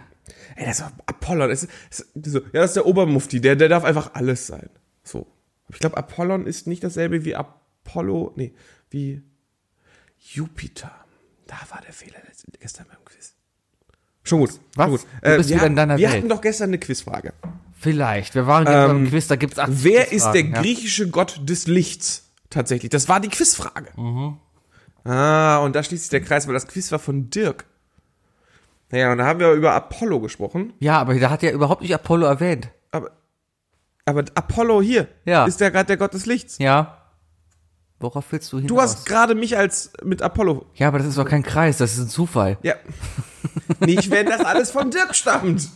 Speaker 3: Ey, das ist doch Apollon. Das ist, das ist, so- ja, das ist der Obermufti. Der, der darf einfach alles sein. So. Ich glaube, Apollon ist nicht dasselbe wie Apollo. Nee, wie Jupiter. Da war der Fehler letzt- gestern beim Quiz. Schon gut.
Speaker 4: Was?
Speaker 3: Schon gut. Äh,
Speaker 4: Du bist
Speaker 3: wir
Speaker 4: wieder in
Speaker 3: hatten-
Speaker 4: deiner
Speaker 3: wir
Speaker 4: Welt.
Speaker 3: hatten doch gestern eine Quizfrage.
Speaker 4: Vielleicht. Wir waren gerade im Quiz, da gibt's 80
Speaker 3: Ähm, Wer ist der
Speaker 4: Quizfragen,
Speaker 3: griechische Gott des Lichts? Tatsächlich. Das war die Quizfrage. Ah, und da schließt sich der Kreis, weil das Quiz war von Dirk. Naja, und da haben wir über Apollo gesprochen.
Speaker 4: Ja. ja, aber da hat ja überhaupt nicht Apollo erwähnt.
Speaker 3: Aber Apollo hier
Speaker 4: Ja.
Speaker 3: ist ja gerade der Gott des Lichts.
Speaker 4: Ja. Worauf willst du hinaus?
Speaker 3: Du hast gerade mich als mit Apollo.
Speaker 4: ja, aber das ist doch kein Kreis, das ist ein Zufall.
Speaker 3: Ja. Nicht, wenn das alles von Dirk stammt.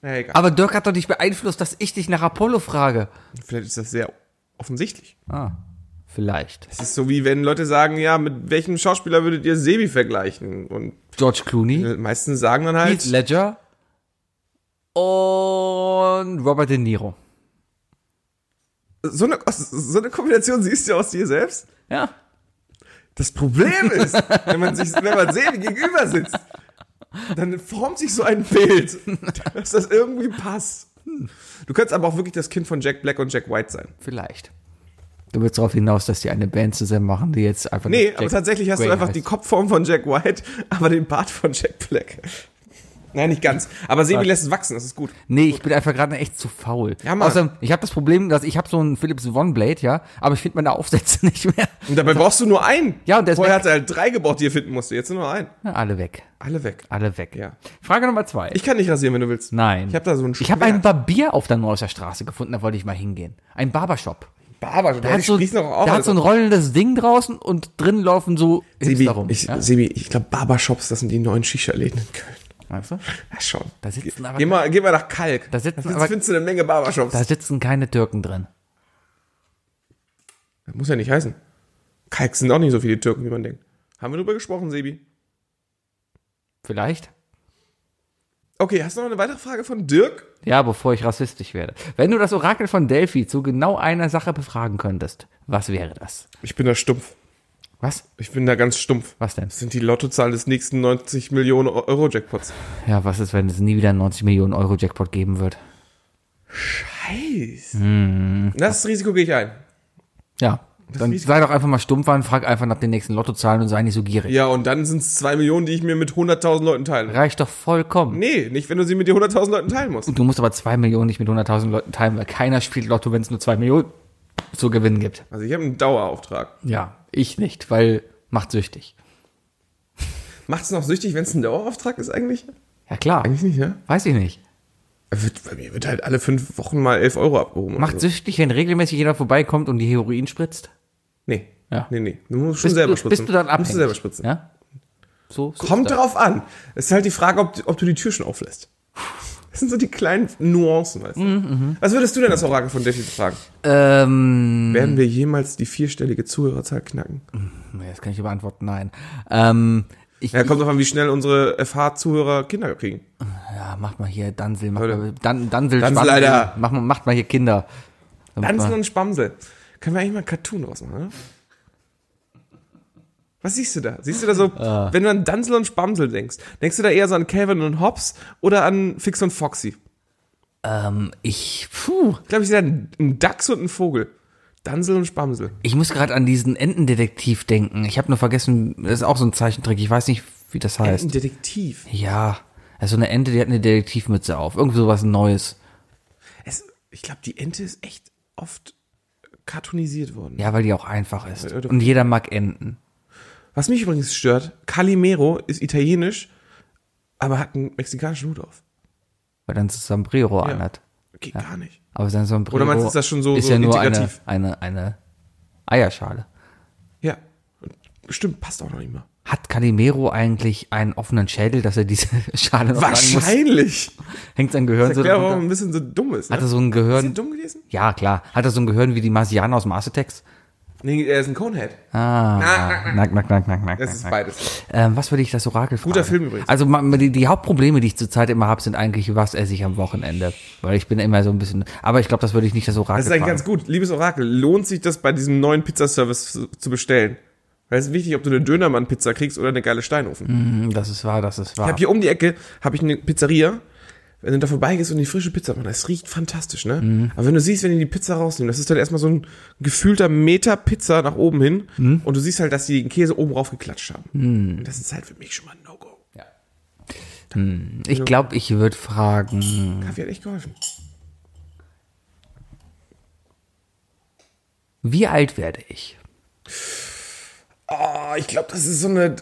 Speaker 3: Na egal.
Speaker 4: Aber Dirk hat doch nicht beeinflusst, dass ich dich nach Apollo frage.
Speaker 3: Vielleicht ist das sehr offensichtlich.
Speaker 4: Ah, vielleicht.
Speaker 3: Es ist so wie wenn Leute sagen, ja, mit welchem Schauspieler würdet ihr Sebi vergleichen? Und
Speaker 4: George Clooney,
Speaker 3: die meisten sagen dann halt.
Speaker 4: Heath Ledger und Robert De Niro.
Speaker 3: So eine, so eine Kombination siehst du aus dir selbst.
Speaker 4: Ja.
Speaker 3: Das Problem ist, wenn man sich, wenn man Sebi gegenüber sitzt, dann formt sich so ein Bild, dass das irgendwie passt. Du könntest aber auch wirklich das Kind von Jack Black und Jack White sein.
Speaker 4: Vielleicht. Du willst darauf hinaus, dass die eine Band zusammen machen, die jetzt einfach.
Speaker 3: Nee,
Speaker 4: nur
Speaker 3: aber
Speaker 4: Jack
Speaker 3: tatsächlich hast
Speaker 4: Gray
Speaker 3: du einfach
Speaker 4: heißt.
Speaker 3: die Kopfform von Jack White, aber den Bart von Jack Black. Nein, nicht ganz. Aber Sebi lässt es wachsen, das ist gut.
Speaker 4: Nee, ich bin einfach gerade echt zu faul.
Speaker 3: Ja, Mann.
Speaker 4: Außerdem, ich habe das Problem, dass ich habe so einen Philips One Blade, ja, aber ich finde meine Aufsätze nicht mehr.
Speaker 3: Und dabei brauchst du nur einen.
Speaker 4: Ja, und der ist
Speaker 3: Vorher
Speaker 4: weg.
Speaker 3: hat er halt drei gebraucht, die er finden musste. Jetzt nur noch einen.
Speaker 4: Na, alle weg.
Speaker 3: Alle weg.
Speaker 4: Alle weg.
Speaker 3: Ja.
Speaker 4: Frage Nummer zwei.
Speaker 3: Ich kann nicht rasieren, wenn du willst.
Speaker 4: Nein.
Speaker 3: Ich habe da so einen
Speaker 4: Ich habe einen
Speaker 3: Schwert.
Speaker 4: Barbier auf der Neusser Straße gefunden, da wollte ich mal hingehen. Ein Barbershop.
Speaker 3: Barber.
Speaker 4: Der hat, so,
Speaker 3: noch auf.
Speaker 4: der hat so ein rollendes Ding draußen und drin laufen so
Speaker 3: Sebi,
Speaker 4: Hipster rum.
Speaker 3: ich,
Speaker 4: ja?
Speaker 3: Sebi, ich glaube, Barbershops, das sind die neuen Shisha-Läden in Köln.
Speaker 4: Weißt du?
Speaker 3: Ja, schon.
Speaker 4: Da sitzen aber-
Speaker 3: geh, mal, geh mal nach Kalk.
Speaker 4: Da sitzen
Speaker 3: findest,
Speaker 4: aber-
Speaker 3: findest du eine Menge Barbershops.
Speaker 4: Da
Speaker 3: Das,
Speaker 4: sitzen keine Türken drin.
Speaker 3: muss ja nicht heißen. Kalk sind auch nicht so viele Türken, wie man denkt. Haben wir drüber gesprochen, Sebi?
Speaker 4: Vielleicht?
Speaker 3: Okay, hast du noch eine weitere Frage von Dirk?
Speaker 4: Ja, bevor ich rassistisch werde. Wenn du das Orakel von Delphi zu genau einer Sache befragen könntest, was wäre das?
Speaker 3: Ich bin da stumpf.
Speaker 4: Was?
Speaker 3: Ich bin da ganz stumpf.
Speaker 4: Was denn?
Speaker 3: Das sind die Lottozahlen des nächsten 90 Millionen Euro Jackpots.
Speaker 4: Ja, was ist, wenn es nie wieder einen 90 Millionen Euro Jackpot geben wird?
Speaker 3: Heiß. Hm. Das Risiko gehe ich ein.
Speaker 4: Ja. Dann
Speaker 3: Risiko-
Speaker 4: sei doch einfach mal stumpf und frag einfach nach den nächsten Lottozahlen und sei nicht so gierig.
Speaker 3: Ja, und dann sind es 2 Millionen, die ich mir mit 100.000 Leuten teile.
Speaker 4: Reicht doch vollkommen.
Speaker 3: Nee, nicht, wenn du sie mit dir 100.000 Leuten teilen musst.
Speaker 4: Du musst aber 2 Millionen nicht mit 100.000 Leuten teilen, weil keiner spielt Lotto, wenn es nur 2 Millionen zu gewinnen gibt.
Speaker 3: Also ich habe einen Dauerauftrag.
Speaker 4: Ja, ich nicht, weil macht süchtig.
Speaker 3: Macht's noch süchtig, wenn es ein Dauerauftrag ist eigentlich?
Speaker 4: Ja klar.
Speaker 3: Eigentlich nicht, ne?
Speaker 4: Weiß ich nicht.
Speaker 3: Wird, bei mir wird halt alle fünf Wochen mal 11 Euro abgehoben. oder
Speaker 4: Macht
Speaker 3: so.
Speaker 4: süchtig, wenn regelmäßig jeder vorbeikommt und die Heroin spritzt?
Speaker 3: Nee.
Speaker 4: Ja.
Speaker 3: Nee, nee. Du musst schon selber
Speaker 4: du,
Speaker 3: spritzen.
Speaker 4: Bist du dann abhängig?
Speaker 3: Musst du selber spritzen.
Speaker 4: Ja? So, so
Speaker 3: Kommt
Speaker 4: ist das.
Speaker 3: drauf an. Es ist halt die Frage, ob, ob du die Tür schon auflässt. Das sind so die kleinen Nuancen, weißt du.
Speaker 4: Mhm,
Speaker 3: Was würdest du denn das Orakel von Delphi fragen?
Speaker 4: Ähm,
Speaker 3: Werden wir jemals die vierstellige Zuhörerzahl knacken?
Speaker 4: nee, das kann ich beantworten, nein. Ähm, ich,
Speaker 3: Ja, kommt drauf an, wie schnell unsere FH-Zuhörer Kinder kriegen.
Speaker 4: ja, macht Ah, mal hier Dansel, macht
Speaker 3: Leute.
Speaker 4: mal, Dan, Dansel,
Speaker 3: Dansel,
Speaker 4: Spandel,
Speaker 3: Alter.
Speaker 4: Mach, mal- macht mal hier Kinder. Damit
Speaker 3: Tanzen
Speaker 4: man-
Speaker 3: und Spamsel. Können wir eigentlich mal ein Cartoon draus machen, oder? Was siehst du da? Siehst du da so, wenn du an Danzel und Spamsel denkst, denkst du da eher so an Calvin und Hobbes oder an Fix und Foxy?
Speaker 4: Ähm, ich, puh,
Speaker 3: Ich glaube, ich sehe da einen- einen Dachs und einen Vogel. Dansel und Spamsel.
Speaker 4: ich muss gerade an diesen Entendetektiv denken. Ich habe nur vergessen, das ist auch so ein Zeichentrick. Ich weiß nicht, wie das heißt.
Speaker 3: Ein Detektiv.
Speaker 4: ja, also eine Ente, die hat eine Detektivmütze auf. Irgend sowas Neues.
Speaker 3: Es, ich glaube, die Ente ist echt oft cartoonisiert worden.
Speaker 4: Ja, weil die auch einfach ist.
Speaker 3: oder-
Speaker 4: Und jeder mag Enten.
Speaker 3: Was mich übrigens stört, Calimero ist italienisch, aber hat einen mexikanischen Hut auf.
Speaker 4: Weil dann so Sombrero
Speaker 3: Ja.
Speaker 4: anhat.
Speaker 3: Geht gar nicht.
Speaker 4: Aber sein Sombrero
Speaker 3: Oder meinst du, ist das schon so-
Speaker 4: ist
Speaker 3: so
Speaker 4: ja nur eine,
Speaker 3: integrativ?
Speaker 4: eine, eine Eierschale.
Speaker 3: Ja. Und Stimmt, passt auch noch nicht mal.
Speaker 4: Hat Calimero eigentlich einen offenen Schädel, dass er diese Schale noch tragen muss?
Speaker 3: Wahrscheinlich.
Speaker 4: Hängt sein Gehirn
Speaker 3: Das
Speaker 4: so
Speaker 3: erklärt, warum er
Speaker 4: drunter?
Speaker 3: ein bisschen so dumm ist. Ne?
Speaker 4: Hat er so ein
Speaker 3: ist er
Speaker 4: Gehirn?
Speaker 3: dumm gewesen?
Speaker 4: Ja, klar. Hat er so ein Gehirn wie die Marsianer aus Mars Attacks?
Speaker 3: Nee, er ist ein Conehead.
Speaker 4: Ah, knack, knack, knack, knack, knack.
Speaker 3: Das ist
Speaker 4: knack.
Speaker 3: beides.
Speaker 4: Ähm, was würde ich das Orakel fragen?
Speaker 3: Guter Film übrigens.
Speaker 4: Also ma- die, die Hauptprobleme, die ich zurzeit immer habe, sind eigentlich, was esse ich am Wochenende? Weil ich bin immer so ein bisschen... Aber ich glaube, das würde ich nicht das Orakel
Speaker 3: Das ist eigentlich
Speaker 4: fragen.
Speaker 3: ganz gut. Liebes Orakel, lohnt sich das bei diesem neuen Pizzaservice zu- zu bestellen? Weil es ist wichtig, ob du eine Dönermann-Pizza kriegst oder eine geile Steinofen.
Speaker 4: Hm, das ist wahr, das ist wahr.
Speaker 3: Ich habe hier um die Ecke habe ich eine Pizzeria. Wenn du da vorbeigehst und die frische Pizza machen, das riecht fantastisch, ne?
Speaker 4: Hm.
Speaker 3: Aber wenn du siehst, wenn die die Pizza rausnehmen, das ist dann erstmal so ein gefühlter Meter Pizza nach oben hin
Speaker 4: Hm.
Speaker 3: und du siehst halt, dass die den Käse oben drauf geklatscht haben. Und Das ist halt für mich schon mal ein No-Go.
Speaker 4: Ich glaube, ich würde fragen...
Speaker 3: Kaffee hat echt geholfen.
Speaker 4: Wie alt werde ich?
Speaker 3: Oh, ich glaube, das ist so eine.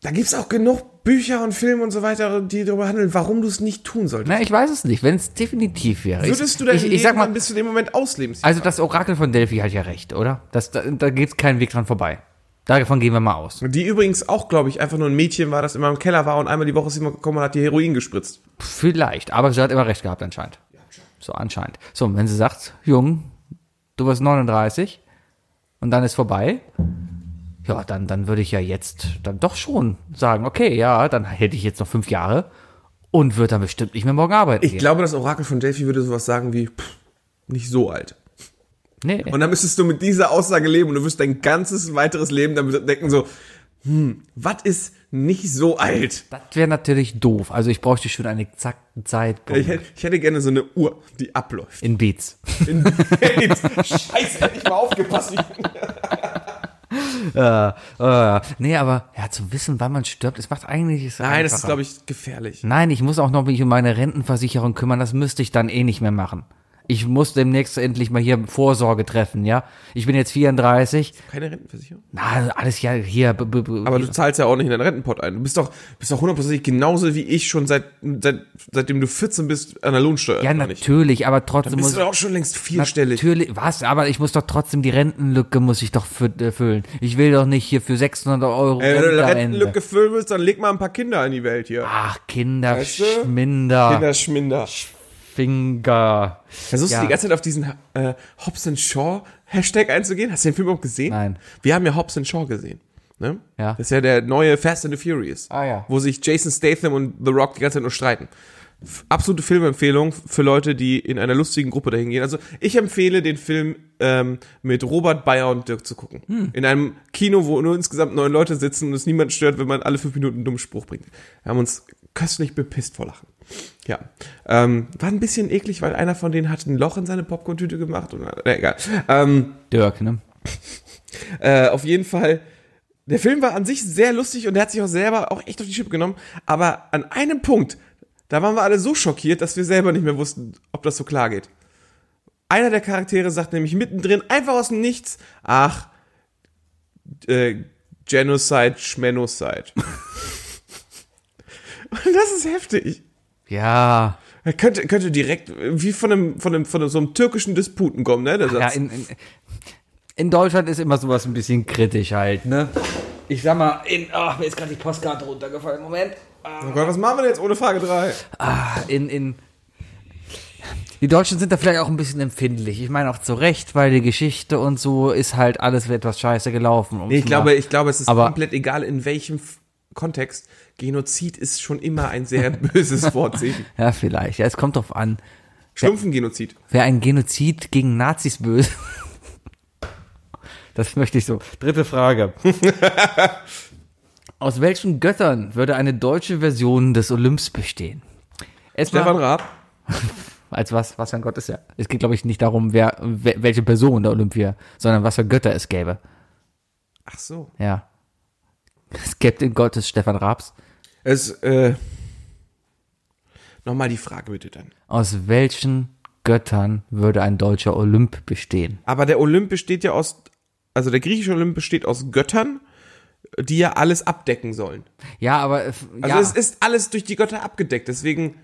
Speaker 3: Da gibt's auch genug Bücher und Filme und so weiter, die darüber handeln, warum du es nicht tun solltest.
Speaker 4: Na, ich weiß es nicht, wenn es definitiv wäre.
Speaker 3: Würdest
Speaker 4: ich,
Speaker 3: du dein
Speaker 4: ich,
Speaker 3: Leben
Speaker 4: ich sag mal,
Speaker 3: dann bis zu dem Moment ausleben?
Speaker 4: also das Orakel von Delphi hat ja recht, oder? Das, da da geht keinen Weg dran vorbei. Davon gehen wir mal aus.
Speaker 3: die übrigens auch, glaube ich, einfach nur ein Mädchen war, das immer im Keller war und einmal die Woche ist sie immer gekommen und hat die Heroin gespritzt.
Speaker 4: Vielleicht, aber sie hat immer recht gehabt anscheinend. So anscheinend. So, und wenn sie sagt, Jung, du wirst 39 und dann ist vorbei, ja, dann, dann würde ich ja jetzt dann doch schon sagen, okay, ja, dann hätte ich jetzt noch fünf Jahre und würde dann bestimmt nicht mehr morgen arbeiten.
Speaker 3: Ich
Speaker 4: gehen.
Speaker 3: glaube, das Orakel von Delphi würde sowas sagen wie, pff, nicht so alt.
Speaker 4: nee.
Speaker 3: Und dann müsstest du mit dieser Aussage leben und du wirst dein ganzes weiteres Leben damit denken so, hm, was ist nicht so alt?
Speaker 4: das wäre natürlich doof. Also ich bräuchte schon einen exakten Zeitpunkt.
Speaker 3: Ich hätte, ich hätte gerne so eine Uhr, die abläuft.
Speaker 4: In Beats.
Speaker 3: In Scheiße, hätte ich mal aufgepasst.
Speaker 4: Äh, nee, aber ja, zu wissen, wann man stirbt, es macht eigentlich es
Speaker 3: Nein, das ist, glaube ich, gefährlich.
Speaker 4: Nein, ich muss auch noch mich um meine Rentenversicherung kümmern, das müsste ich dann eh nicht mehr machen. Ich muss demnächst endlich mal hier Vorsorge treffen, ja? Ich bin jetzt 34.
Speaker 3: Keine Rentenversicherung.
Speaker 4: Na, alles ja hier. b- b- b-
Speaker 3: Aber du zahlst ja auch nicht in deinen Rentenpot ein. Du bist doch, bist doch hundertprozentig genauso wie ich schon seit, seit, seitdem du 14 bist an der Lohnsteuer.
Speaker 4: ja,
Speaker 3: oder nicht?
Speaker 4: natürlich, aber trotzdem
Speaker 3: Bist
Speaker 4: muss
Speaker 3: du doch auch schon längst vierstellig.
Speaker 4: natürlich was, aber ich muss doch trotzdem die Rentenlücke muss ich doch fü- äh, füllen. Ich will doch nicht hier für 600 Euro
Speaker 3: Ey, wenn du eine
Speaker 4: Rente am Ende. Ah.
Speaker 3: Rentenlücke Äh, füllen willst, dann leg mal ein paar Kinder in die Welt hier.
Speaker 4: Ach, Kinder,
Speaker 3: Weißt du?
Speaker 4: Schminder,
Speaker 3: Kinderschminder.
Speaker 4: Finger.
Speaker 3: Versuchst
Speaker 4: Ja.
Speaker 3: du die ganze Zeit auf diesen äh, Hobbs and Shaw Hashtag einzugehen? Hast du den Film überhaupt gesehen?
Speaker 4: Nein.
Speaker 3: Wir haben ja Hobbs and Shaw gesehen. Ne?
Speaker 4: Ja.
Speaker 3: Das ist ja der neue Fast and the Furious.
Speaker 4: Ah, ja.
Speaker 3: Wo sich Jason Statham und The Rock die ganze Zeit nur streiten. F- Absolute Filmempfehlung für Leute, die in einer lustigen Gruppe dahin gehen. Also ich empfehle den Film ähm, mit Robert Bayer und Dirk zu gucken.
Speaker 4: Hm.
Speaker 3: In einem Kino, wo nur insgesamt neun Leute sitzen und es niemand stört, wenn man alle fünf Minuten einen dummen Spruch bringt. Wir haben uns köstlich bepisst vor Lachen. Ja. Ähm, war ein bisschen eklig, weil einer von denen hat ein Loch in seine Popcorn-Tüte gemacht. Und, na, egal. Ähm,
Speaker 4: Dirk, ne?
Speaker 3: äh, auf jeden Fall. Der Film war an sich sehr lustig und der hat sich auch selber auch echt auf die Schippe genommen. Aber an einem Punkt, da waren wir alle so schockiert, dass wir selber nicht mehr wussten, ob das so klar geht. Einer der Charaktere sagt nämlich mittendrin, einfach aus dem Nichts, ach, äh, Genocide, Schmenocide. Und das ist heftig.
Speaker 4: Ja.
Speaker 3: Er könnte, könnte direkt äh, wie von einem, von einem, von einem, so einem türkischen Disputen kommen, ne? Der
Speaker 4: Ja,
Speaker 3: Satz.
Speaker 4: in, in, in Deutschland ist immer sowas ein bisschen kritisch halt, ne? Ich sag mal, in, ach, mir ist gerade die Postkarte runtergefallen. Moment.
Speaker 3: oh Gott, was machen wir denn jetzt ohne Frage drei?
Speaker 4: In, in. Die Deutschen sind da vielleicht auch ein bisschen empfindlich. Ich meine auch zu Recht, weil die Geschichte und so ist halt alles etwas scheiße gelaufen. um's
Speaker 3: Nee, ich
Speaker 4: mal-
Speaker 3: glaube, ich glaube, es ist
Speaker 4: Aber-
Speaker 3: komplett egal, in welchem F- Kontext. Genozid ist schon immer ein sehr böses Wort. Sebi.
Speaker 4: Ja, vielleicht. Ja, es kommt drauf an.
Speaker 3: Schlumpfen Genozid.
Speaker 4: Wäre ein Genozid gegen Nazis böse? Das möchte ich so. Dritte Frage. Aus welchen Göttern würde eine deutsche Version des Olymps bestehen? Erstmal-
Speaker 3: Stefan Raab.
Speaker 4: als was, was für ein Gott ist er. Es geht, glaube ich, nicht darum, wer, wel- welche Person der Olympia, sondern was für Götter es gäbe.
Speaker 3: Ach so.
Speaker 4: Ja. Es gäbe den Gott des Stefan Raabs.
Speaker 3: Es, äh, nochmal die Frage bitte dann.
Speaker 4: Aus welchen Göttern würde ein deutscher Olymp bestehen?
Speaker 3: Aber der Olymp besteht ja aus, also der griechische Olymp besteht aus Göttern, die ja alles abdecken sollen.
Speaker 4: Ja, aber äh, f-
Speaker 3: Also
Speaker 4: ja,
Speaker 3: es ist alles durch die Götter abgedeckt, deswegen,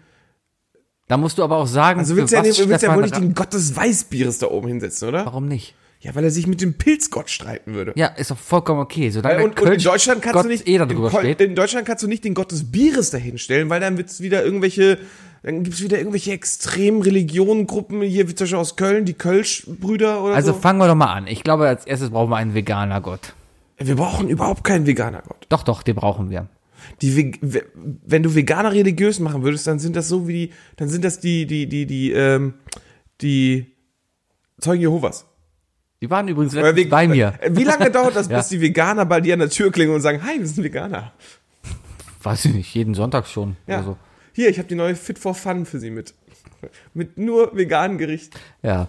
Speaker 4: da musst du aber auch sagen,
Speaker 3: also
Speaker 4: für
Speaker 3: willst du ja,
Speaker 4: was
Speaker 3: nicht- willst ja
Speaker 4: Stefan
Speaker 3: wohl nicht
Speaker 4: Raab-
Speaker 3: den Gott des Weißbieres da oben hinsetzen, oder?
Speaker 4: Warum nicht?
Speaker 3: Ja, weil er sich mit dem Pilzgott streiten würde.
Speaker 4: Ja, ist doch vollkommen okay. Solange
Speaker 3: Weil-
Speaker 4: der
Speaker 3: Äh, und, und in
Speaker 4: Kölsch-
Speaker 3: Deutschland kannst
Speaker 4: Gott
Speaker 3: du nicht
Speaker 4: eh
Speaker 3: in,
Speaker 4: darüber
Speaker 3: Kol-
Speaker 4: steht.
Speaker 3: in Deutschland kannst du nicht den Gott des Bieres dahinstellen, weil dann wird's wieder irgendwelche dann gibt's wieder irgendwelche extremen Religionengruppen hier wie zum Beispiel aus Köln, die Kölsch-Brüder oder
Speaker 4: Also
Speaker 3: so.
Speaker 4: fangen wir doch mal an. Ich glaube, als erstes brauchen wir einen veganer Gott.
Speaker 3: Wir brauchen überhaupt keinen Veganer Gott.
Speaker 4: Doch, doch, den brauchen wir.
Speaker 3: Die Ve- we- wenn du Veganer religiös machen würdest, dann sind das so wie die dann sind das die die die die ähm, die Zeugen Jehovas.
Speaker 4: Die waren übrigens
Speaker 3: Oder
Speaker 4: letztens
Speaker 3: Ve-
Speaker 4: bei mir.
Speaker 3: Äh, Wie lange dauert das,
Speaker 4: Ja.
Speaker 3: bis die Veganer bei dir an der Tür klingeln und sagen, "Hi, wir sind Veganer."
Speaker 4: Weiß ich nicht, jeden Sonntag schon.
Speaker 3: Ja.
Speaker 4: Oder so.
Speaker 3: Hier, ich habe die neue Fit for Fun für Sie mit. Mit nur veganen Gerichten.
Speaker 4: Ja.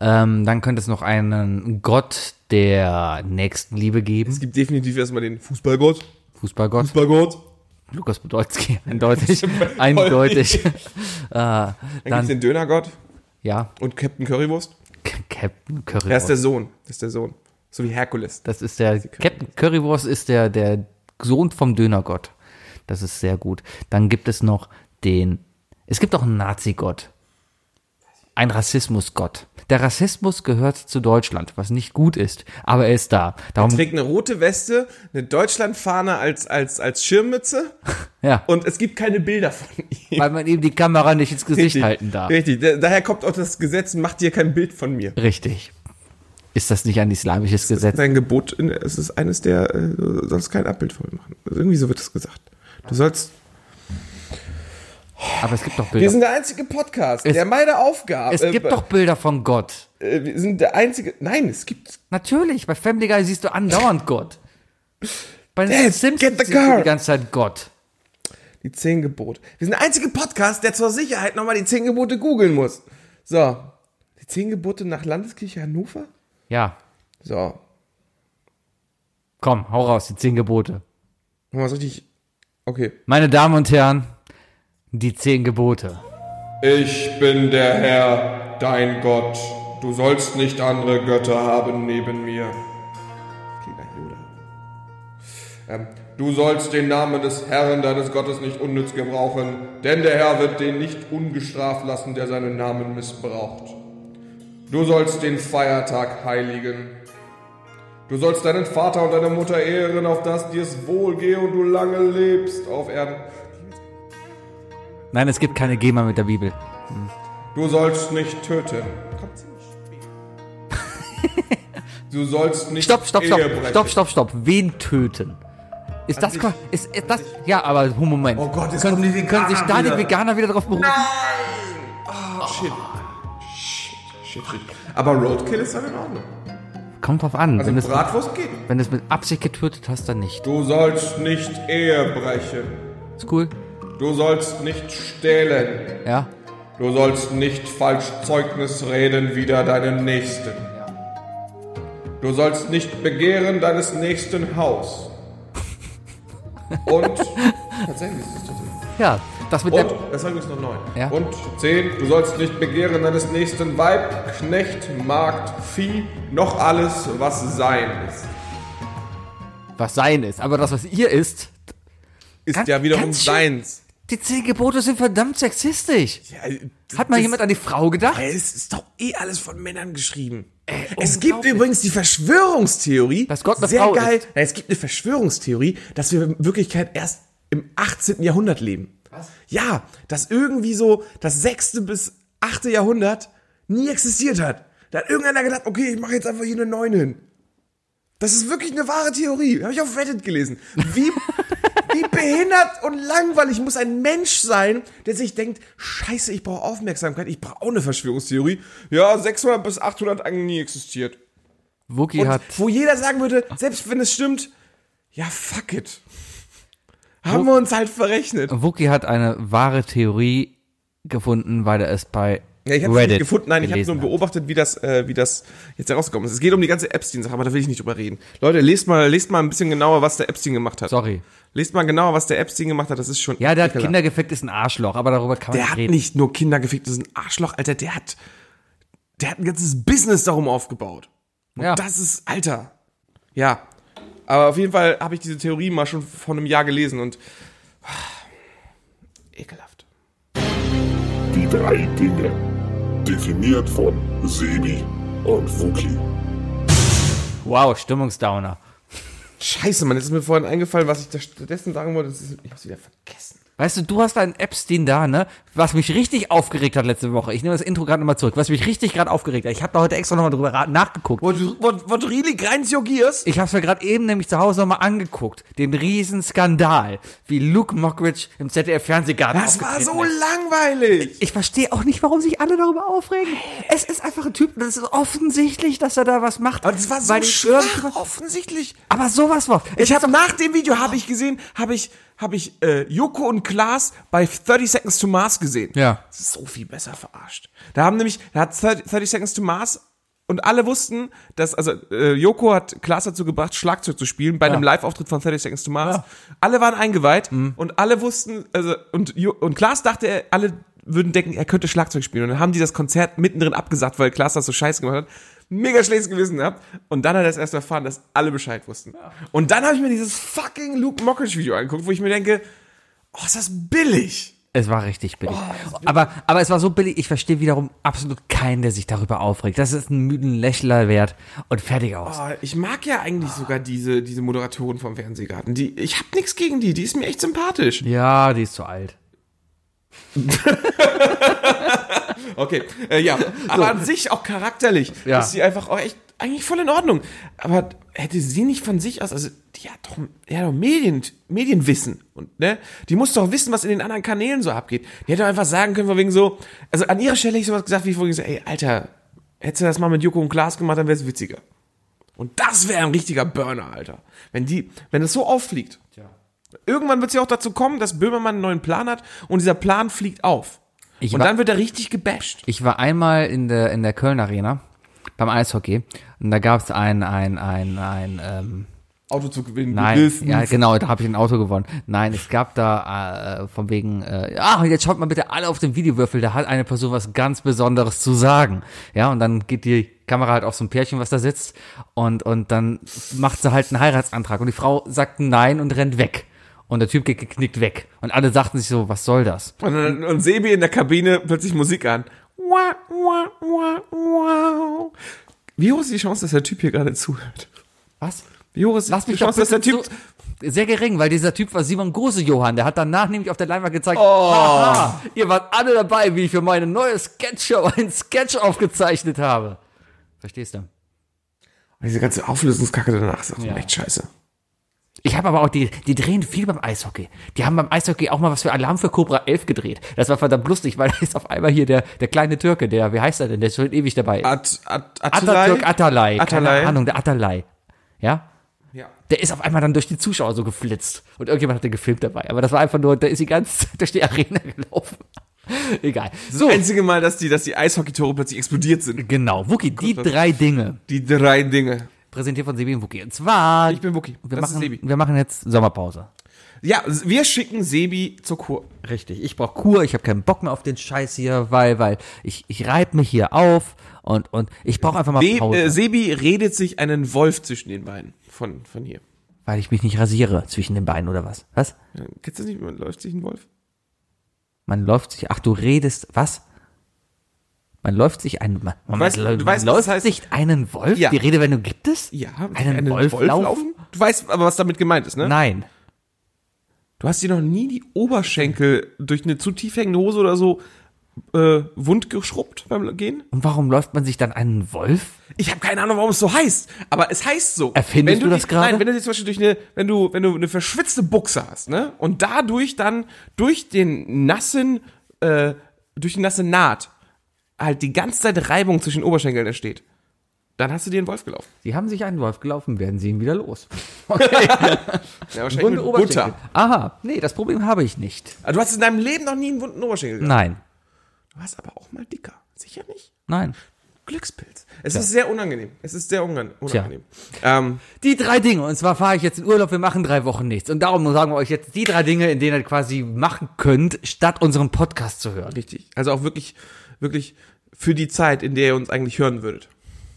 Speaker 4: Ähm, dann könnte es noch einen Gott der Nächstenliebe
Speaker 3: Es
Speaker 4: geben.
Speaker 3: gibt definitiv erstmal den Fußballgott.
Speaker 4: Fußballgott.
Speaker 3: Fußballgott.
Speaker 4: Lukas Podolski. Eindeutig. Eindeutig. äh,
Speaker 3: Dann, gibt's
Speaker 4: dann,
Speaker 3: den Dönergott
Speaker 4: ja,
Speaker 3: und Captain Currywurst.
Speaker 4: K- Captain
Speaker 3: Er ist der
Speaker 4: Currywurst.
Speaker 3: Sohn. Das ist der Sohn. So wie Herkules.
Speaker 4: Das ist der, Captain Currywurst ist der, der Sohn vom Dönergott. Das ist sehr gut. Dann gibt es noch den, es gibt auch einen Nazi-Gott. Ein Rassismusgott. Der Rassismus gehört zu Deutschland, was nicht gut ist, aber er ist da. Darum,
Speaker 3: Trägt eine rote Weste, eine Deutschlandfahne als, als, als Schirmmütze
Speaker 4: ja,
Speaker 3: und es gibt keine Bilder von ihm.
Speaker 4: weil man ihm die Kamera nicht ins Gesicht
Speaker 3: Richtig.
Speaker 4: halten darf.
Speaker 3: Richtig. Da- Daher kommt auch das Gesetz, macht dir kein Bild von mir.
Speaker 4: Richtig. Ist das nicht ein islamisches Gesetz?
Speaker 3: Sein Gebot, in- es ist eines der, äh, du sollst kein Abbild von ihm machen. Also irgendwie so wird es gesagt. Du sollst
Speaker 4: Aber es gibt doch
Speaker 3: Wir
Speaker 4: Bilder.
Speaker 3: sind der einzige Podcast,
Speaker 4: Genau. Es-
Speaker 3: der meine Aufgabe.
Speaker 4: Es gibt
Speaker 3: äh,
Speaker 4: doch Bilder von Gott.
Speaker 3: Äh, wir sind der einzige. Nein, es gibt.
Speaker 4: Natürlich, bei Family Guy siehst du andauernd Gott. Bei den
Speaker 3: Dad, get
Speaker 4: Simpsons
Speaker 3: the
Speaker 4: siehst du
Speaker 3: car.
Speaker 4: die ganze Zeit Gott.
Speaker 3: Die zehn Gebote. Wir sind der einzige Podcast, der zur Sicherheit nochmal die zehn Gebote googeln muss. So. Die zehn Gebote nach Landeskirche Hannover?
Speaker 4: Ja,
Speaker 3: So.
Speaker 4: komm, hau raus, die zehn Gebote.
Speaker 3: Nochmal so richtig. Okay.
Speaker 4: Meine Damen und Herren, die zehn Gebote.
Speaker 9: Ich bin der Herr, dein Gott. Du sollst nicht andere Götter haben neben mir.
Speaker 3: Klingt nach Yoda.
Speaker 9: Ähm, Du sollst den Namen des Herrn deines Gottes nicht unnütz gebrauchen, denn der Herr wird den nicht ungestraft lassen, der seinen Namen missbraucht. Du sollst den Feiertag heiligen. Du sollst deinen Vater und deine Mutter ehren, auf dass dir's wohl gehe und du lange lebst auf Erden.
Speaker 4: Nein, es gibt keine GEMA mit der Bibel.
Speaker 9: Du sollst nicht töten. Du sollst nicht
Speaker 4: Stopp, stopp, stopp,
Speaker 9: Ehe brechen.
Speaker 4: stopp, stopp, stopp. Wen töten? Ist das, qua- ist, ist das, ja, aber Moment. Oh
Speaker 3: Gott, jetzt
Speaker 4: können,
Speaker 3: kommen die
Speaker 4: können sich da
Speaker 3: Veganer
Speaker 4: die
Speaker 3: wieder.
Speaker 4: Veganer wieder drauf berufen?
Speaker 9: Shit, shit.
Speaker 3: Aber Roadkill ist dann in Ordnung.
Speaker 4: Kommt drauf an.
Speaker 9: Also
Speaker 4: wenn, es,
Speaker 9: Bratwurst geht.
Speaker 4: wenn du es mit Absicht getötet hast, dann nicht.
Speaker 9: Du sollst nicht Ehe brechen.
Speaker 4: Ist cool.
Speaker 9: Du sollst nicht stehlen.
Speaker 4: Ja.
Speaker 9: Du sollst nicht falsch Zeugnis reden wider deinen Nächsten. Du sollst nicht begehren deines Nächsten Haus. Und
Speaker 3: Tatsächlich ist es tatsächlich.
Speaker 4: Ja. Das mit
Speaker 9: Und,
Speaker 4: der.
Speaker 3: Das war übrigens noch neun.
Speaker 4: Ja.
Speaker 9: und 10. Du sollst nicht begehren deines nächsten Weib, Knecht, Magd, Vieh, noch alles, was sein ist.
Speaker 4: was sein ist. Aber das, was ihr ist.
Speaker 3: Ist
Speaker 4: Ganz-
Speaker 3: ja wiederum
Speaker 4: ganz schön-
Speaker 3: seins.
Speaker 4: Die zehn Gebote sind verdammt sexistisch. Hat mal jemand an die Frau gedacht?
Speaker 3: äh, Es ist doch eh alles von Männern geschrieben.
Speaker 4: Äh,
Speaker 3: es gibt übrigens die Verschwörungstheorie.
Speaker 4: Dass Gott eine
Speaker 3: sehr
Speaker 4: Frau
Speaker 3: geil.
Speaker 4: ist.
Speaker 3: Nein, es gibt eine Verschwörungstheorie, dass wir in Wirklichkeit erst im 18. Jahrhundert leben. Was? Ja, dass irgendwie so das 6. bis 8. Jahrhundert nie existiert hat. Da hat irgendeiner gedacht, okay, ich mache jetzt einfach hier eine 9 hin. Das ist wirklich eine wahre Theorie. Habe ich auf Reddit gelesen. Wie, wie behindert und langweilig muss ein Mensch sein, der sich denkt, scheiße, ich brauche Aufmerksamkeit, ich brauche auch eine Verschwörungstheorie. Ja, 600 bis 800 haben nie existiert.
Speaker 4: Wookie
Speaker 3: Und
Speaker 4: hat.
Speaker 3: wo jeder sagen würde, selbst wenn es stimmt, ja, fuck it. Haben wir uns halt verrechnet.
Speaker 4: Wookie hat eine wahre Theorie, gefunden, weil er es bei
Speaker 3: Ja, ich habe es nicht
Speaker 4: Reddit
Speaker 3: gefunden, nein, ich habe
Speaker 4: gelesen
Speaker 3: nur beobachtet, wie das, äh, wie das jetzt herausgekommen ist. Es geht um die ganze Epstein-Sache, aber da will ich nicht drüber reden. Leute, lest mal, lest mal ein bisschen genauer, was der Epstein gemacht hat.
Speaker 4: Sorry.
Speaker 3: Lest mal genauer, was der Epstein gemacht hat. Das ist schon.
Speaker 4: Ja, der hat
Speaker 3: ekelhaft.
Speaker 4: Kinder gefickt, ist ein Arschloch, aber darüber kann man
Speaker 3: Der hat
Speaker 4: reden.
Speaker 3: nicht nur Kinder gefickt, das ist ein Arschloch, Alter. Der hat, der hat ein ganzes Business darum aufgebaut. Und
Speaker 4: Ja.
Speaker 3: das ist, Alter. Ja. Aber auf jeden Fall habe ich diese Theorie mal schon vor einem Jahr gelesen und ah, ekelhaft.
Speaker 10: Die drei Dinge. Definiert von Sebi und Wookie.
Speaker 4: Wow, Stimmungsdowner.
Speaker 3: Scheiße, Mann, jetzt ist mir vorhin eingefallen, was ich da stattdessen sagen wollte. Das ist, ich hab's wieder vergessen.
Speaker 4: Weißt du, du hast einen Epstein da, ne? Was mich richtig aufgeregt hat letzte Woche. Ich nehme das Intro gerade nochmal zurück. Was mich richtig gerade aufgeregt hat. Ich habe da heute extra nochmal drüber ra- nachgeguckt.
Speaker 3: What, what, what really grinds your gears?
Speaker 4: Ich habe es mir gerade eben nämlich zu Hause nochmal angeguckt. Den riesen Skandal, wie Luke Mockridge im ZDF-Fernsehgarten
Speaker 3: Das war so
Speaker 4: ist.
Speaker 3: langweilig.
Speaker 4: Ich verstehe auch nicht, warum sich alle darüber aufregen. Es ist einfach ein Typ, das ist offensichtlich, dass er da was macht.
Speaker 3: Aber das war so
Speaker 4: Weil ich
Speaker 3: schwach,
Speaker 4: irgendwas-
Speaker 3: offensichtlich.
Speaker 4: Aber sowas war.
Speaker 3: Ich habe nach dem Video habe ich gesehen, habe ich habe ich äh, Joko und Klaas bei 30 Seconds to Mars gesehen.
Speaker 4: Ja.
Speaker 3: So viel besser verarscht. Da haben nämlich da hat 30, 30 Seconds to Mars und alle wussten, dass also äh, Joko hat Klaas dazu gebracht Schlagzeug zu spielen bei einem Live-Auftritt von 30 Seconds to Mars. Alle waren eingeweiht und alle wussten also und jo und Klaas dachte er- alle würden denken, er könnte Schlagzeug spielen und dann haben die das Konzert mittendrin abgesagt, weil Klaas das so scheiße gemacht hat. Mega schlechtes Gewissen gehabt. Und dann hat er es erst erfahren, dass alle Bescheid wussten. Und dann habe ich mir dieses fucking Luke Mockridge Video angeguckt, wo ich mir denke, oh, ist das billig.
Speaker 4: Es war richtig billig.
Speaker 3: Oh,
Speaker 4: aber, aber es war so billig, ich verstehe wiederum absolut keinen, der sich darüber aufregt. Das ist einen müden Lächler wert und fertig aus.
Speaker 3: Oh, ich mag ja eigentlich sogar diese, diese Moderatorin vom Fernsehgarten. Die, ich habe nichts gegen die, die ist mir echt sympathisch.
Speaker 4: Ja, die ist zu alt.
Speaker 3: Okay, äh, ja. Aber an sich auch charakterlich
Speaker 4: Ja.
Speaker 3: ist sie einfach auch echt eigentlich voll in Ordnung. Aber hätte sie nicht von sich aus, also die hat doch, die hat doch Medien, Medienwissen und ne, die muss doch wissen, was in den anderen Kanälen so abgeht. Die hätte doch einfach sagen können, von wegen so, also an ihrer Stelle hätte ich sowas gesagt, wie ich vorhin gesagt, ey Alter, hättest du das mal mit Joko und Klaas gemacht, dann wäre es witziger. Und das wäre ein richtiger Burner, Alter. Wenn die, wenn es so auffliegt. Irgendwann wird es ja auch dazu kommen, dass Böhmermann einen neuen Plan hat und dieser Plan fliegt auf.
Speaker 4: Ich
Speaker 3: und
Speaker 4: wa-
Speaker 3: dann wird er richtig gebasht.
Speaker 4: Ich war einmal in der, in der Köln Arena beim Eishockey und da gab es ein, ein, ein, ein, ähm,
Speaker 3: Auto zu gewinnen.
Speaker 4: Nein,
Speaker 3: du willst
Speaker 4: ja
Speaker 3: nicht.
Speaker 4: genau, da habe ich ein Auto gewonnen. Nein, es gab da äh, von wegen, äh, ah, jetzt schaut mal bitte alle auf den Videowürfel, da hat eine Person was ganz Besonderes zu sagen. Ja, und dann geht die Kamera halt auf so ein Pärchen, was da sitzt und, und dann macht sie halt einen Heiratsantrag und die Frau sagt Nein und rennt weg. Und der Typ geht geknickt weg. Und alle sagten sich so, was soll das?
Speaker 3: Und, dann, und Sebi in der Kabine plötzlich Musik an. Wah, wah, wah, wow. Wie hoch ist die Chance, dass der Typ hier gerade zuhört?
Speaker 4: Was?
Speaker 3: Wie hoch ist
Speaker 4: Lass
Speaker 3: die
Speaker 4: mich doch
Speaker 3: Chance, dass
Speaker 4: bitte
Speaker 3: der Typ...
Speaker 4: zu- sehr gering, weil dieser Typ war Simon Große Johann. Der hat danach nämlich auf der Leinwand gezeigt,
Speaker 3: Oh.
Speaker 4: haha, ihr wart alle dabei, wie ich für meine neue Sketchshow einen Sketch aufgezeichnet habe. Verstehst du?
Speaker 3: Diese ganze Auflösungskacke danach ist auch echt scheiße.
Speaker 4: Ich habe aber auch, die, die drehen viel beim Eishockey. Die haben beim Eishockey auch mal was für Alarm für Cobra 11 gedreht. Das war verdammt lustig, weil da ist auf einmal hier der, der kleine Türke, der, wie heißt er denn, der ist schon ewig dabei.
Speaker 3: At, at,
Speaker 4: Atatürk Atalay.
Speaker 3: Atalay.
Speaker 4: Keine Ahnung, der Atalay. Ja?
Speaker 3: Ja.
Speaker 4: Der ist auf einmal dann durch die Zuschauer so geflitzt. Und irgendjemand hat den gefilmt dabei. Aber das war einfach nur, da ist die ganze Zeit durch die Arena gelaufen. Egal. So,
Speaker 3: Das einzige Mal, dass die, dass die Eishockeytore plötzlich explodiert sind.
Speaker 4: genau. Wookie, die drei Dinge.
Speaker 3: Die drei Dinge.
Speaker 4: Präsentiert von Sebi und Wookie. Und zwar.
Speaker 3: Ich bin Wookie.
Speaker 4: wir
Speaker 3: Das ist
Speaker 4: machen,
Speaker 3: Sebi.
Speaker 4: wir machen jetzt Sommerpause.
Speaker 3: Ja, wir schicken Sebi zur Kur.
Speaker 4: Richtig. Ich brauche Kur, ich habe keinen Bock mehr auf den Scheiß hier, weil, weil ich, ich reib mich hier auf und, und ich brauche einfach mal
Speaker 3: Se,
Speaker 4: Pause,
Speaker 3: äh, Sebi redet sich einen Wolf zwischen den Beinen von, von hier.
Speaker 4: weil ich mich nicht rasiere zwischen den beiden oder was? Was?
Speaker 3: Kennst du das nicht? Man läuft sich ein Wolf?
Speaker 4: Man läuft sich, ach du redest, was? Man läuft sich einen, man, man,
Speaker 3: weißt-
Speaker 4: läuft-
Speaker 3: du
Speaker 4: man
Speaker 3: weißt, was
Speaker 4: läuft
Speaker 3: das heißt?
Speaker 4: sich einen Wolf?
Speaker 3: Ja.
Speaker 4: Die Redewendung gibt es?
Speaker 3: Ja,
Speaker 4: Einen, Wolf, laufen?
Speaker 3: Du weißt aber, was damit gemeint ist, ne?
Speaker 4: Nein.
Speaker 3: Du hast dir noch nie die Oberschenkel durch eine zu tief hängende Hose oder so äh, wund geschrubbt beim Gehen?
Speaker 4: Und warum läuft man sich dann einen Wolf?
Speaker 3: Ich habe keine Ahnung, warum es so heißt, aber es heißt so.
Speaker 4: Erfindest
Speaker 3: Wenn
Speaker 4: du
Speaker 3: die-
Speaker 4: das gerade?
Speaker 3: Nein, wenn du dir zum Beispiel durch eine, wenn du, wenn du eine verschwitzte Buchse hast, ne? Und dadurch dann durch den nassen, äh, durch die nasse Naht halt die ganze Zeit Reibung zwischen den Oberschenkeln entsteht. Dann hast du dir einen Wolf gelaufen.
Speaker 4: Sie haben sich einen Wolf gelaufen, werden sie ihn wieder los.
Speaker 3: Ja,
Speaker 4: Wunde
Speaker 3: wahrscheinlich mit
Speaker 4: Oberschenkel.
Speaker 3: Butter. Also
Speaker 4: Aha, nee, das Problem habe ich nicht.
Speaker 3: Du hast in deinem Leben noch nie einen wunden Oberschenkel gehabt.
Speaker 4: Nein.
Speaker 3: Du warst aber auch mal dicker. Sicher nicht?
Speaker 4: Nein.
Speaker 3: Glückspilz. Es ist sehr unangenehm. Es ist sehr unang- unangenehm. Ähm,
Speaker 4: Die drei Dinge. Und zwar fahre ich jetzt in Urlaub, wir machen drei Wochen nichts. Und darum sagen wir euch jetzt die drei Dinge, in denen ihr quasi machen könnt, statt unseren Podcast zu hören.
Speaker 3: richtig. Also auch wirklich, wirklich für die Zeit, in der ihr uns eigentlich hören würdet.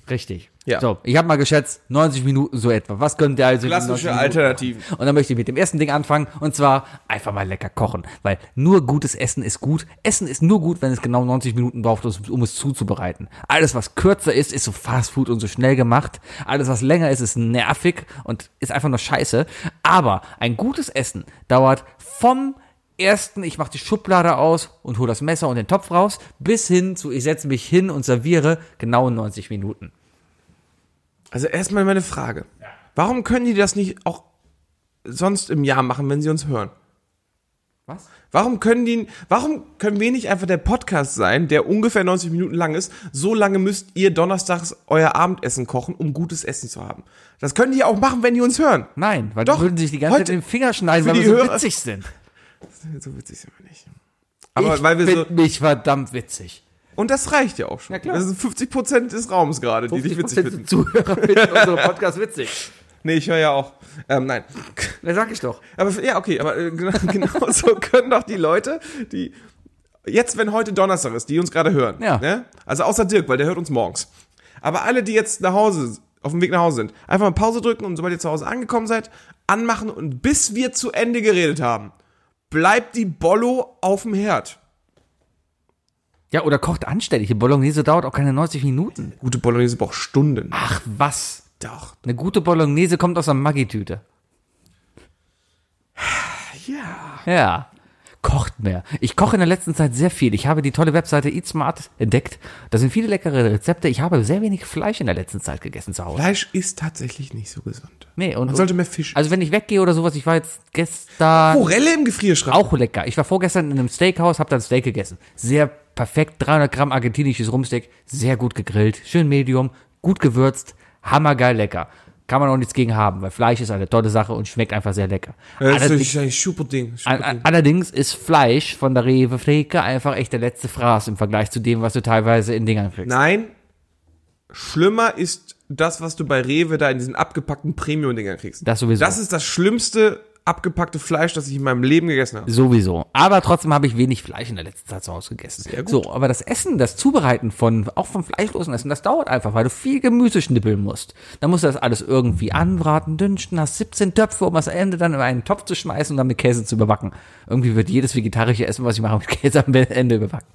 Speaker 4: Richtig.
Speaker 3: Ja.
Speaker 4: So, ich habe mal geschätzt, 90 Minuten so etwa. Was könnt ihr also in
Speaker 3: Klassische
Speaker 4: 90 Minuten
Speaker 3: Alternativen.
Speaker 4: Und dann möchte ich mit dem ersten Ding anfangen und zwar einfach mal lecker kochen, weil nur gutes Essen ist gut. Essen ist nur gut, wenn es genau 90 Minuten braucht, um es zuzubereiten. Alles, was kürzer ist, ist so Fast Food und so schnell gemacht. Alles, was länger ist, ist nervig und ist einfach nur scheiße. Aber ein gutes Essen dauert vom ersten, ich mache die Schublade aus und hole das Messer und den Topf raus, bis hin zu, ich setze mich hin und serviere genau 90 Minuten.
Speaker 3: Also erstmal meine Frage. Warum können die das nicht auch sonst im Jahr machen, wenn sie uns hören?
Speaker 4: Was?
Speaker 3: Warum können die, warum können wir nicht einfach der Podcast sein, der ungefähr 90 Minuten lang ist? So lange müsst ihr donnerstags euer Abendessen kochen, um gutes Essen zu haben. Das können die auch machen, wenn die uns hören.
Speaker 4: Nein, weil
Speaker 3: Doch,
Speaker 4: die würden sich die ganze Zeit
Speaker 3: heute
Speaker 4: den Finger schneiden,
Speaker 3: für
Speaker 4: weil wir
Speaker 3: die
Speaker 4: so
Speaker 3: Hörer-
Speaker 4: witzig sind.
Speaker 3: So witzig sind wir nicht. Aber weil wir so,
Speaker 4: find mich verdammt witzig.
Speaker 3: und das reicht ja auch schon.
Speaker 4: klar.
Speaker 3: Das sind 50 Prozent des Raums gerade, die dich witzig
Speaker 4: 50%
Speaker 3: finden.
Speaker 4: Zuhörer finden unseren Podcast witzig.
Speaker 3: Nee, ich höre ja auch. Ähm, nein.
Speaker 4: Na, sag ich doch.
Speaker 3: Aber f- ja, okay, aber äh, genau, genau so können doch die Leute, die jetzt, wenn heute Donnerstag ist, die uns gerade hören.
Speaker 4: Ja.
Speaker 3: Ne? Also außer Dirk, weil der hört uns morgens. Aber alle, die jetzt nach Hause, auf dem Weg nach Hause sind, einfach mal Pause drücken und sobald ihr zu Hause angekommen seid, anmachen und bis wir zu Ende geredet haben, bleibt die Bollo auf dem Herd.
Speaker 4: Ja, oder kocht anständig. Die Bolognese dauert auch keine 90 Minuten.
Speaker 3: Gute Bolognese braucht Stunden.
Speaker 4: Ach, was?
Speaker 3: Doch.
Speaker 4: Eine gute Bolognese kommt aus einer Maggi-Tüte.
Speaker 3: Ja.
Speaker 4: Ja. Kocht mehr. Ich koche in der letzten Zeit sehr viel. Ich habe die tolle Webseite EatSmart entdeckt. Da sind viele leckere Rezepte. Ich habe sehr wenig Fleisch in der letzten Zeit gegessen zu Hause.
Speaker 3: Fleisch ist tatsächlich nicht so gesund.
Speaker 4: Nee, und,
Speaker 3: Man sollte mehr Fisch.
Speaker 4: Also wenn ich weggehe oder sowas, ich war jetzt gestern...
Speaker 3: Forelle im Gefrierschrank.
Speaker 4: Auch lecker. Ich war vorgestern in einem Steakhouse, hab dann Steak gegessen. Sehr perfekt, 300 Gramm argentinisches Rumsteak, sehr gut gegrillt, schön medium, gut gewürzt, hammergeil lecker. Kann man auch nichts gegen haben, weil Fleisch ist eine tolle Sache und schmeckt einfach sehr lecker.
Speaker 3: Äh, Das
Speaker 4: Allerdings-
Speaker 3: ist ein super Ding. Super
Speaker 4: All- all- Allerdings ist Fleisch von der Rewe Freke einfach echt der letzte Fraß im Vergleich zu dem, was du teilweise in Dingern kriegst.
Speaker 3: Nein, schlimmer ist das, was du bei Rewe da in diesen abgepackten Premium-Dingern kriegst.
Speaker 4: Das sowieso.
Speaker 3: Das ist das schlimmste abgepackte Fleisch, das ich in meinem Leben gegessen habe.
Speaker 4: Sowieso. Aber trotzdem habe ich wenig Fleisch in der letzten Zeit zu Hause gegessen.
Speaker 3: gut.
Speaker 4: So, aber das Essen, das Zubereiten von, auch vom fleischlosen Essen, das dauert einfach, weil du viel Gemüse schnippeln musst. Dann musst du das alles irgendwie anbraten, dünsten, hast 17 Töpfe, um das Ende dann in einen Topf zu schmeißen und dann mit Käse zu überbacken. Irgendwie wird jedes vegetarische Essen, was ich mache, mit Käse am Ende überbacken.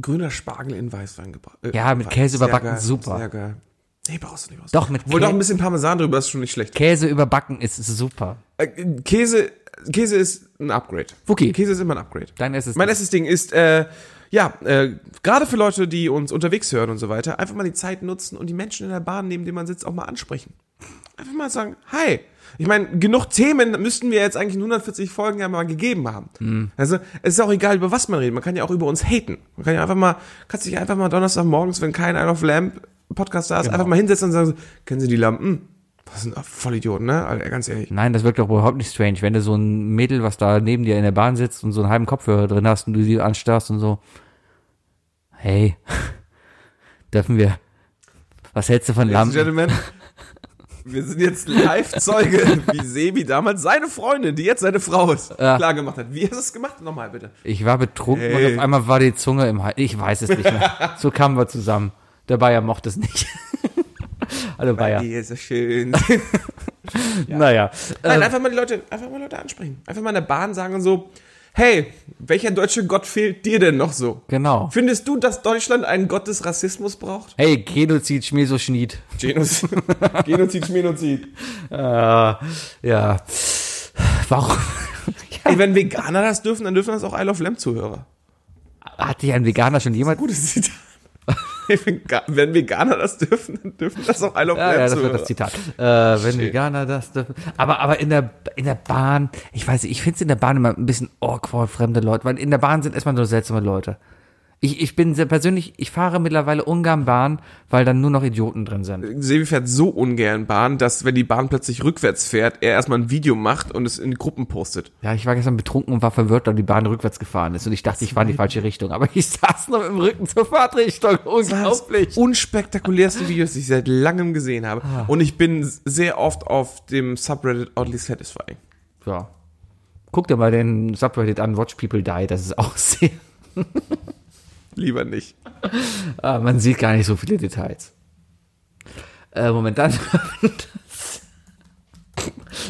Speaker 3: Grüner Spargel in Weißwein gebracht. äh,
Speaker 4: Ja, mit
Speaker 3: Wein.
Speaker 4: Käse überbacken,
Speaker 3: sehr geil,
Speaker 4: super.
Speaker 3: Sehr geil. Nee, brauchst du nicht was.
Speaker 4: Doch, mit
Speaker 3: Wohl
Speaker 4: Kä-
Speaker 3: doch ein bisschen Parmesan drüber, ist schon nicht schlecht.
Speaker 4: Käse überbacken ist super.
Speaker 3: Äh, äh, Käse, Käse ist ein Upgrade.
Speaker 4: Wookie.
Speaker 3: Käse ist immer ein Upgrade.
Speaker 4: Dein erstes
Speaker 3: mein
Speaker 4: Ding.
Speaker 3: erstes Ding ist, äh, ja, äh, gerade für Leute, die uns unterwegs hören und so weiter, einfach mal die Zeit nutzen und die Menschen in der Bahn, neben denen man sitzt, auch mal ansprechen. Einfach mal sagen, hi. Ich meine, genug Themen müssten wir jetzt eigentlich in 140 Folgen ja mal gegeben haben. Also, es ist auch egal, über was man redet. Man kann ja auch über uns haten. Man kann ja einfach mal, kannst dich einfach mal Donnerstagmorgens, wenn kein Eye of Lamp Podcast da ist, einfach mal hinsetzen und sagen, so, kennen Sie die Lampen? Was sind Vollidioten, ne? Alter, ganz ehrlich.
Speaker 4: Nein, das wirkt doch überhaupt nicht strange, wenn du so ein Mädel, was da neben dir in der Bahn sitzt und so einen halben Kopfhörer drin hast und du sie anstarrst und so. Hey, dürfen wir? Was hältst du von
Speaker 3: Ladies and
Speaker 4: Lampen?
Speaker 3: Gentlemen, wir sind jetzt Live-Zeuge, wie Sebi damals seine Freundin, die jetzt seine Frau ist, klar gemacht hat. Wie hast du es gemacht? Nochmal bitte.
Speaker 4: Ich war betrunken
Speaker 3: Hey.
Speaker 4: und auf einmal war die Zunge im Hals. Ich weiß es nicht mehr. So kamen wir zusammen. Der Bayer mochte es nicht. Hallo Bayer.
Speaker 3: Die ist so schön.
Speaker 4: Ähm. Naja.
Speaker 3: Nein,
Speaker 4: Ähm,
Speaker 3: einfach mal die Leute, einfach mal Leute ansprechen. Einfach mal in der Bahn sagen und so, hey, welcher deutsche Gott fehlt dir denn noch so?
Speaker 4: genau.
Speaker 3: Findest du, dass Deutschland einen Gott des Rassismus braucht?
Speaker 4: Hey, Genozid, Schmesoschnied.
Speaker 3: Genozid, Genozid, Schmenozid.
Speaker 4: Äh, ja. Warum?
Speaker 3: Ey, wenn Veganer das dürfen, dann dürfen das auch Isle of Lamb Zuhörer.
Speaker 4: Hat dich ein Veganer schon jemand
Speaker 3: Gutes Zitat. Ey, wenn Ga- Wenn Veganer das dürfen, dann dürfen das auch Isle of
Speaker 4: Ja,
Speaker 3: Lamb
Speaker 4: ja, das
Speaker 3: Zuhörer.
Speaker 4: wird das Zitat. Äh, wenn Veganer das dürfen. Aber, aber in, der, in der Bahn, ich weiß nicht, ich finde es in der Bahn immer ein bisschen awkward, fremde Leute, weil in der Bahn sind erstmal nur seltsame Leute. Ich, ich bin sehr persönlich, ich fahre mittlerweile ungern Bahn, weil dann nur noch Idioten drin sind.
Speaker 3: Sebi fährt so ungern Bahn, dass wenn die Bahn plötzlich rückwärts fährt, er erstmal ein Video macht und es in Gruppen postet.
Speaker 4: Ja, ich war gestern betrunken und war verwirrt, weil die Bahn rückwärts gefahren ist und ich dachte, ich war in die falsche Richtung. Aber ich saß noch im Rücken zur Fahrtrichtung.
Speaker 3: Das
Speaker 4: Unglaublich.
Speaker 3: unspektakulärste Video, das ich seit langem gesehen habe. Und ich bin sehr oft auf dem Subreddit Oddly Satisfying.
Speaker 4: Ja. Guck dir mal den Subreddit an, Watch People Die, das ist auch sehr.
Speaker 3: Lieber nicht.
Speaker 4: Ah, man sieht gar nicht so viele Details. Äh, Moment, dann.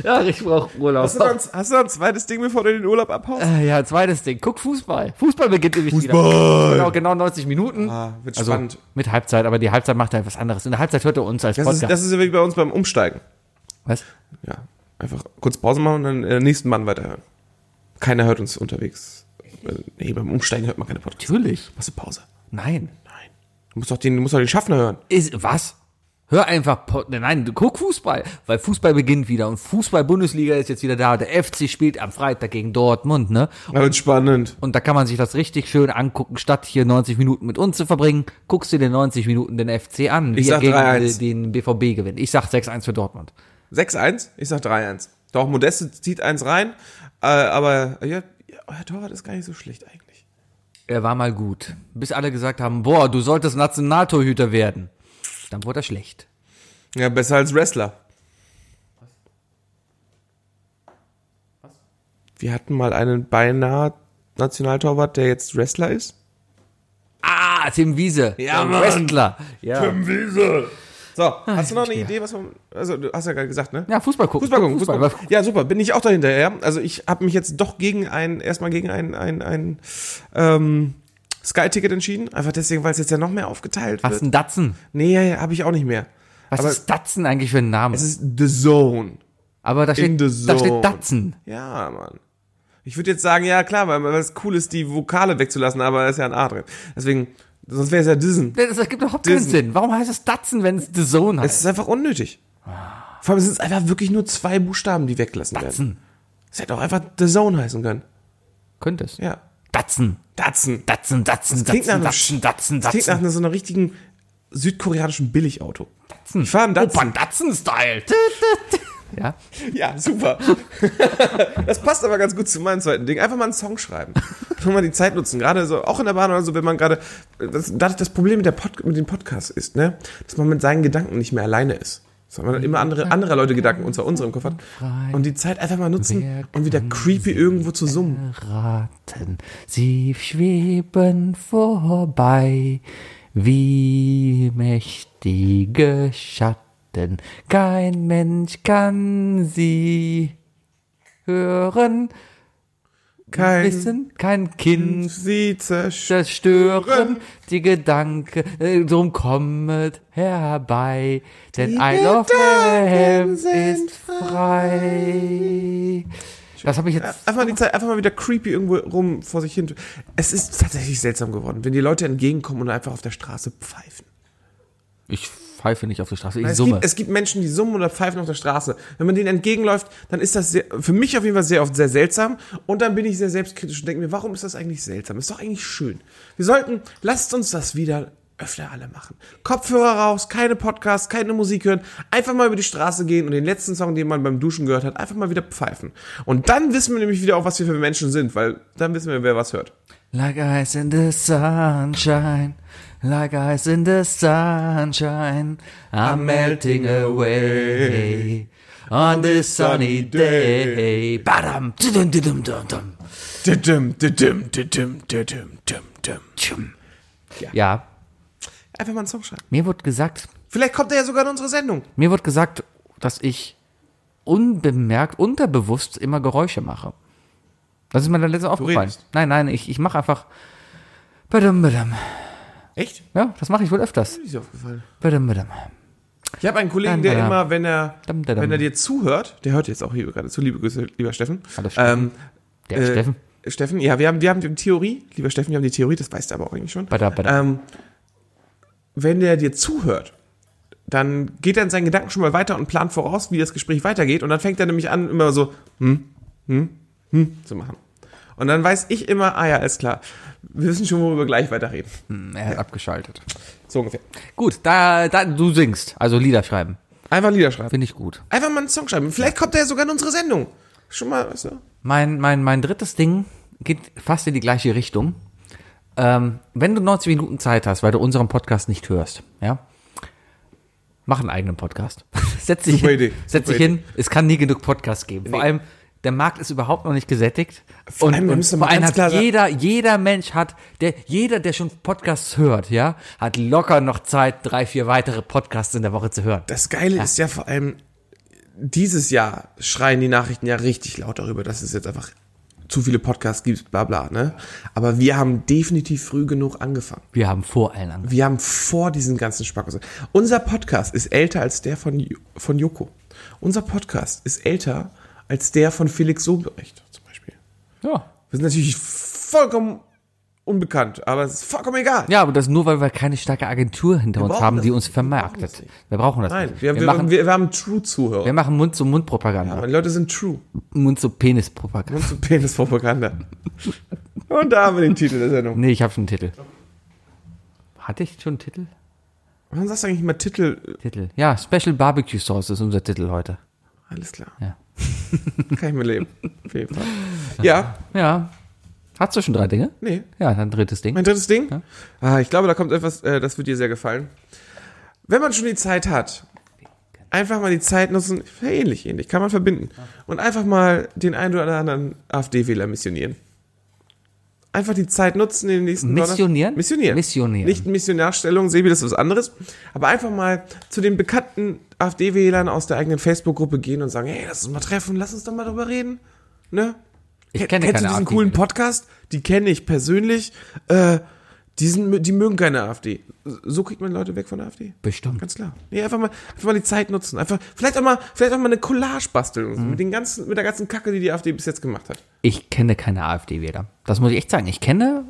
Speaker 4: ja, ich brauche Urlaub.
Speaker 3: Hast du, noch ein, hast du noch ein zweites Ding, bevor du den Urlaub abhaust?
Speaker 4: Äh, ja, zweites Ding. Guck Fußball. Fußball beginnt nämlich wieder. Genau, genau 90 Minuten.
Speaker 3: Ah, wird spannend.
Speaker 4: Mit Halbzeit, aber die Halbzeit macht halt was anderes. In der Halbzeit hört er uns als
Speaker 3: Das ist,
Speaker 4: Podcast.
Speaker 3: das ist ja wie bei uns beim Umsteigen.
Speaker 4: was?
Speaker 3: Ja, einfach kurz Pause machen und dann äh, den nächsten Mann weiterhören. Keiner hört uns unterwegs. Äh, Nee, beim Umsteigen hört man keine Podcasts.
Speaker 4: Natürlich.
Speaker 3: Machst du Pause?
Speaker 4: Nein.
Speaker 3: Nein. Du musst doch den, du musst doch den Schaffner hören.
Speaker 4: Ist, was? Hör einfach, Pod- nein, du guck Fußball, weil Fußball beginnt wieder und Fußball-Bundesliga ist jetzt wieder da. Der FC spielt am Freitag gegen Dortmund, ne?
Speaker 3: Das wird spannend.
Speaker 4: Und da kann man sich das richtig schön angucken, statt hier 90 Minuten mit uns zu verbringen, guckst du dir 90 Minuten den FC an, wie
Speaker 3: Ich
Speaker 4: er
Speaker 3: sag
Speaker 4: gegen
Speaker 3: 3-1.
Speaker 4: den BVB gewinnt. Ich sag 6-1 für Dortmund.
Speaker 3: 6-1, ich sag 3-1. Doch, Modeste zieht eins rein, äh, aber ja, ja, euer Torwart ist gar nicht so schlecht eigentlich.
Speaker 4: Er war mal gut. Bis alle gesagt haben, boah, du solltest Nationaltorhüter werden. Dann wurde er schlecht.
Speaker 3: Ja, besser als Wrestler. Wir hatten mal einen beinahe Nationaltorwart, der jetzt Wrestler ist.
Speaker 4: Ah, Tim Wiese. Ja, der Wrestler. Ja.
Speaker 3: So, hast du noch eine Idee, was man. Also, du hast ja gerade gesagt, ne?
Speaker 4: Ah, ja, Fußball gucken.
Speaker 3: Fußball gucken, Fußball.
Speaker 4: Fußball.
Speaker 3: gucken. Ja, super, bin ich auch dahinter, ja. Also ich habe mich jetzt doch gegen ein, erstmal gegen ein, ein, ein ähm, Sky-Ticket entschieden. Einfach deswegen, weil es jetzt ja noch mehr aufgeteilt
Speaker 4: Was ist
Speaker 3: wird.
Speaker 4: ein Datsen?
Speaker 3: Nee, habe ich auch nicht mehr.
Speaker 4: Was
Speaker 3: Aber-
Speaker 4: ist Datsen eigentlich für ein Name?
Speaker 3: Es ist The Zone.
Speaker 4: Aber da
Speaker 3: in
Speaker 4: steht,
Speaker 3: the
Speaker 4: da
Speaker 3: zone.
Speaker 4: steht Datsen.
Speaker 3: Ja, Mann. Ich würde jetzt sagen, ja klar, weil weil es cool ist, die Vokale wegzulassen, aber da ist ja ein A drin. Deswegen, sonst wäre es ja Dissen.
Speaker 4: Das das ergibt überhaupt keinen
Speaker 3: Dissen.
Speaker 4: Sinn. Warum heißt es Datsen, wenn es The Zone heißt?
Speaker 3: Es ist einfach unnötig. Vor allem es sind einfach wirklich nur zwei Buchstaben, die weggelassen werden.
Speaker 4: Datsen.
Speaker 3: Es hätte auch einfach The Zone heißen können.
Speaker 4: Könnte es.
Speaker 3: Ja.
Speaker 4: Datsen.
Speaker 3: Datsen.
Speaker 4: Datsen, Datsen,
Speaker 3: klingt nach
Speaker 4: Datsen,
Speaker 3: einem
Speaker 4: Datsen,
Speaker 3: Sch-
Speaker 4: Datsen,
Speaker 3: Das klingt nach
Speaker 4: Datsen.
Speaker 3: einer, so einer richtigen südkoreanischen Billigauto. Ich fahre einen Datsun.
Speaker 4: Datsen-Style. Ja.
Speaker 3: Ja, super. das passt aber ganz gut zu meinem zweiten Ding. Einfach mal einen Song schreiben. Einfach mal die Zeit nutzen. Gerade so, auch in der Bahn oder so, wenn man gerade, das, das das Problem mit, der Pod, mit dem Podcast ist, ne, dass man mit seinen Gedanken nicht mehr alleine ist. Sondern man immer andere, andere Leute Gedanken unter unserem Kopf hat. Und die Zeit einfach mal nutzen und wieder creepy irgendwo zu summen.
Speaker 4: Ratten, sie schweben vorbei, wie mächtige Schatten. Kein Mensch kann sie hören,
Speaker 3: Kein
Speaker 4: wissen, kein Kind
Speaker 3: Sie zerstören.
Speaker 4: zerstören, die Gedanken, äh, drum kommet herbei, denn I love Ham ist frei. Das habe ich jetzt
Speaker 3: Einfach mal, die Zeit, einfach mal wieder creepy irgendwo rum vor sich hin. Es ist tatsächlich seltsam geworden, wenn die Leute entgegenkommen und einfach auf der Straße pfeifen.
Speaker 4: Ich pfeife nicht auf die Straße, ich
Speaker 3: Es
Speaker 4: summe.
Speaker 3: gibt, es gibt Menschen, die summen oder pfeifen auf der Straße. Wenn man denen entgegenläuft, dann ist das sehr, für mich auf jeden Fall sehr oft sehr seltsam. Und dann bin ich sehr selbstkritisch und denke mir, warum ist das eigentlich seltsam? Ist doch eigentlich schön. Wir sollten, lasst uns das wieder öfter alle machen. Kopfhörer raus, keine Podcasts, keine Musik hören, einfach mal über die Straße gehen und den letzten Song, den man beim Duschen gehört hat, einfach mal wieder pfeifen. Und dann wissen wir nämlich wieder auch, was wir für Menschen sind, weil dann wissen wir, wer was hört.
Speaker 4: Like ice in the sunshine, like ice in the sunshine, I'm melting away on this sunny day. Badam, tudum, tudum, dum, dum.
Speaker 3: Didim, didim, didim, didim, dim, dim.
Speaker 4: Ja,
Speaker 3: Einfach mal einen Song schreiben.
Speaker 4: mir wurde gesagt,
Speaker 3: Vielleicht kommt er ja sogar in unsere Sendung.
Speaker 4: mir wurde gesagt, dass ich unbemerkt, unterbewusst immer Geräusche mache. Das ist mir dann letztens aufgefallen.
Speaker 3: redest.
Speaker 4: Nein, nein, ich, ich mache einfach. Badum, badum.
Speaker 3: Echt?
Speaker 4: Ja, das mache ich wohl öfters.
Speaker 3: Ist dir aufgefallen.
Speaker 4: Badum, badum.
Speaker 3: Ich habe einen Kollegen,
Speaker 4: Dam,
Speaker 3: der
Speaker 4: dam.
Speaker 3: immer, wenn er,
Speaker 4: Dam, dam, dam.
Speaker 3: wenn er dir zuhört, der hört jetzt auch hier gerade zu, liebe Grüße, lieber Steffen.
Speaker 4: Hallo, Steffen. Der
Speaker 3: äh,
Speaker 4: Steffen.
Speaker 3: Steffen, ja, wir haben, wir haben die Theorie, lieber Steffen, wir haben die Theorie, das weißt du aber auch eigentlich schon.
Speaker 4: Bada, bada.
Speaker 3: Ähm, wenn der dir zuhört, dann geht er in seinen Gedanken schon mal weiter und plant voraus, wie das Gespräch weitergeht. Und dann fängt er nämlich an, immer so, hm, hm, hm, zu machen. Und dann weiß ich immer, ah ja, ist klar. Wir wissen schon, worüber wir gleich weiterreden.
Speaker 4: Hm, Er hat abgeschaltet.
Speaker 3: So ungefähr.
Speaker 4: Gut, da, da du singst, also Lieder schreiben.
Speaker 3: Einfach Lieder schreiben.
Speaker 4: Finde ich gut.
Speaker 3: Einfach mal einen Song schreiben. Vielleicht kommt er ja sogar in unsere Sendung. Schon mal, weißt du?
Speaker 4: Mein, mein, mein drittes Ding geht fast in die gleiche Richtung. Ähm, wenn du 90 Minuten Zeit hast, weil du unseren Podcast nicht hörst, ja, mach einen eigenen Podcast. setz dich
Speaker 3: Super
Speaker 4: hin,
Speaker 3: Idee,
Speaker 4: setz
Speaker 3: super
Speaker 4: dich hin. Es kann nie genug Podcasts geben. Vor allem der Markt ist überhaupt noch nicht gesättigt. Vor
Speaker 3: allem, wir müssen mal
Speaker 4: vor allem
Speaker 3: ganz
Speaker 4: hat
Speaker 3: klar sagen-
Speaker 4: jeder, jeder Mensch hat, der, jeder, der schon Podcasts hört, ja, hat locker noch Zeit, drei, vier weitere Podcasts in der Woche zu hören.
Speaker 3: Das Geile ist ja vor allem, dieses Jahr schreien die Nachrichten ja richtig laut darüber, dass es jetzt einfach zu viele Podcasts gibt, bla bla, ne? Aber wir haben definitiv früh genug angefangen.
Speaker 4: Wir haben vor allen anderen.
Speaker 3: Wir haben vor diesen ganzen Spackos. Unser Podcast ist älter als der von, Jo- von Joko. Unser Podcast ist älter als der von Felix Sobrecht zum Beispiel.
Speaker 4: Ja.
Speaker 3: Wir sind natürlich vollkommen unbekannt, aber es ist vollkommen egal.
Speaker 4: Ja, aber das nur, weil wir keine starke Agentur hinter uns
Speaker 3: brauchen
Speaker 4: haben,
Speaker 3: das
Speaker 4: die
Speaker 3: nicht.
Speaker 4: uns vermarktet. Wir brauchen das
Speaker 3: Nein,
Speaker 4: nicht.
Speaker 3: wir,
Speaker 4: Wir,
Speaker 3: wir,
Speaker 4: machen,
Speaker 3: wir, wir haben True-Zuhörer.
Speaker 4: wir machen Mund-zu-Mund-Propaganda.
Speaker 3: Die Leute sind True.
Speaker 4: Mund-zu-Penis-Propaganda.
Speaker 3: Zu Penispropaganda. Und da haben wir den Titel der Sendung.
Speaker 4: Nee, ich habe schon einen Titel. Hatte ich schon einen Titel?
Speaker 3: Warum sagst du eigentlich mal Titel?
Speaker 4: Titel. Ja, Special Barbecue Sauce ist unser Titel heute.
Speaker 3: Alles klar.
Speaker 4: Ja.
Speaker 3: Kann ich mir leben. Auf jeden Fall. Ja,
Speaker 4: Ja. Hast du schon drei Dinge?
Speaker 3: nee.
Speaker 4: Ja, dann drittes Ding.
Speaker 3: Mein drittes Ding. Ah, ich glaube, da kommt etwas, äh, das wird dir sehr gefallen. Wenn man schon die Zeit hat, einfach mal die Zeit nutzen. Ja, ähnlich, ähnlich. Kann man verbinden. Und einfach mal den einen oder anderen AfD-Wähler missionieren. Einfach die Zeit nutzen, den nächsten Donner-
Speaker 4: Missionieren?
Speaker 3: Missionieren.
Speaker 4: Missionieren.
Speaker 3: Nicht Missionarstellung, Sebi, das ist was anderes. Aber einfach mal zu den bekannten AfD-Wählern aus der eigenen Facebook-Gruppe gehen und sagen, hey, lass uns mal treffen, lass uns doch mal drüber reden. Ne?
Speaker 4: Ich
Speaker 3: Ken-
Speaker 4: kenne
Speaker 3: Kennst
Speaker 4: keine
Speaker 3: du diesen
Speaker 4: AfD.
Speaker 3: coolen Podcast? Die kenne ich persönlich. Äh, die, sind, die mögen keine AfD. So kriegt man Leute weg von der AfD.
Speaker 4: Bestimmt.
Speaker 3: Ganz klar. Nee, einfach mal, einfach mal die Zeit nutzen. Einfach, vielleicht auch mal, vielleicht auch mal eine Collage basteln. und
Speaker 4: Mhm.
Speaker 3: so Mit, den ganzen, mit der ganzen Kacke, die die AfD bis jetzt gemacht hat.
Speaker 4: Ich kenne keine AfD-Wähler. Das muss ich echt sagen. Ich kenne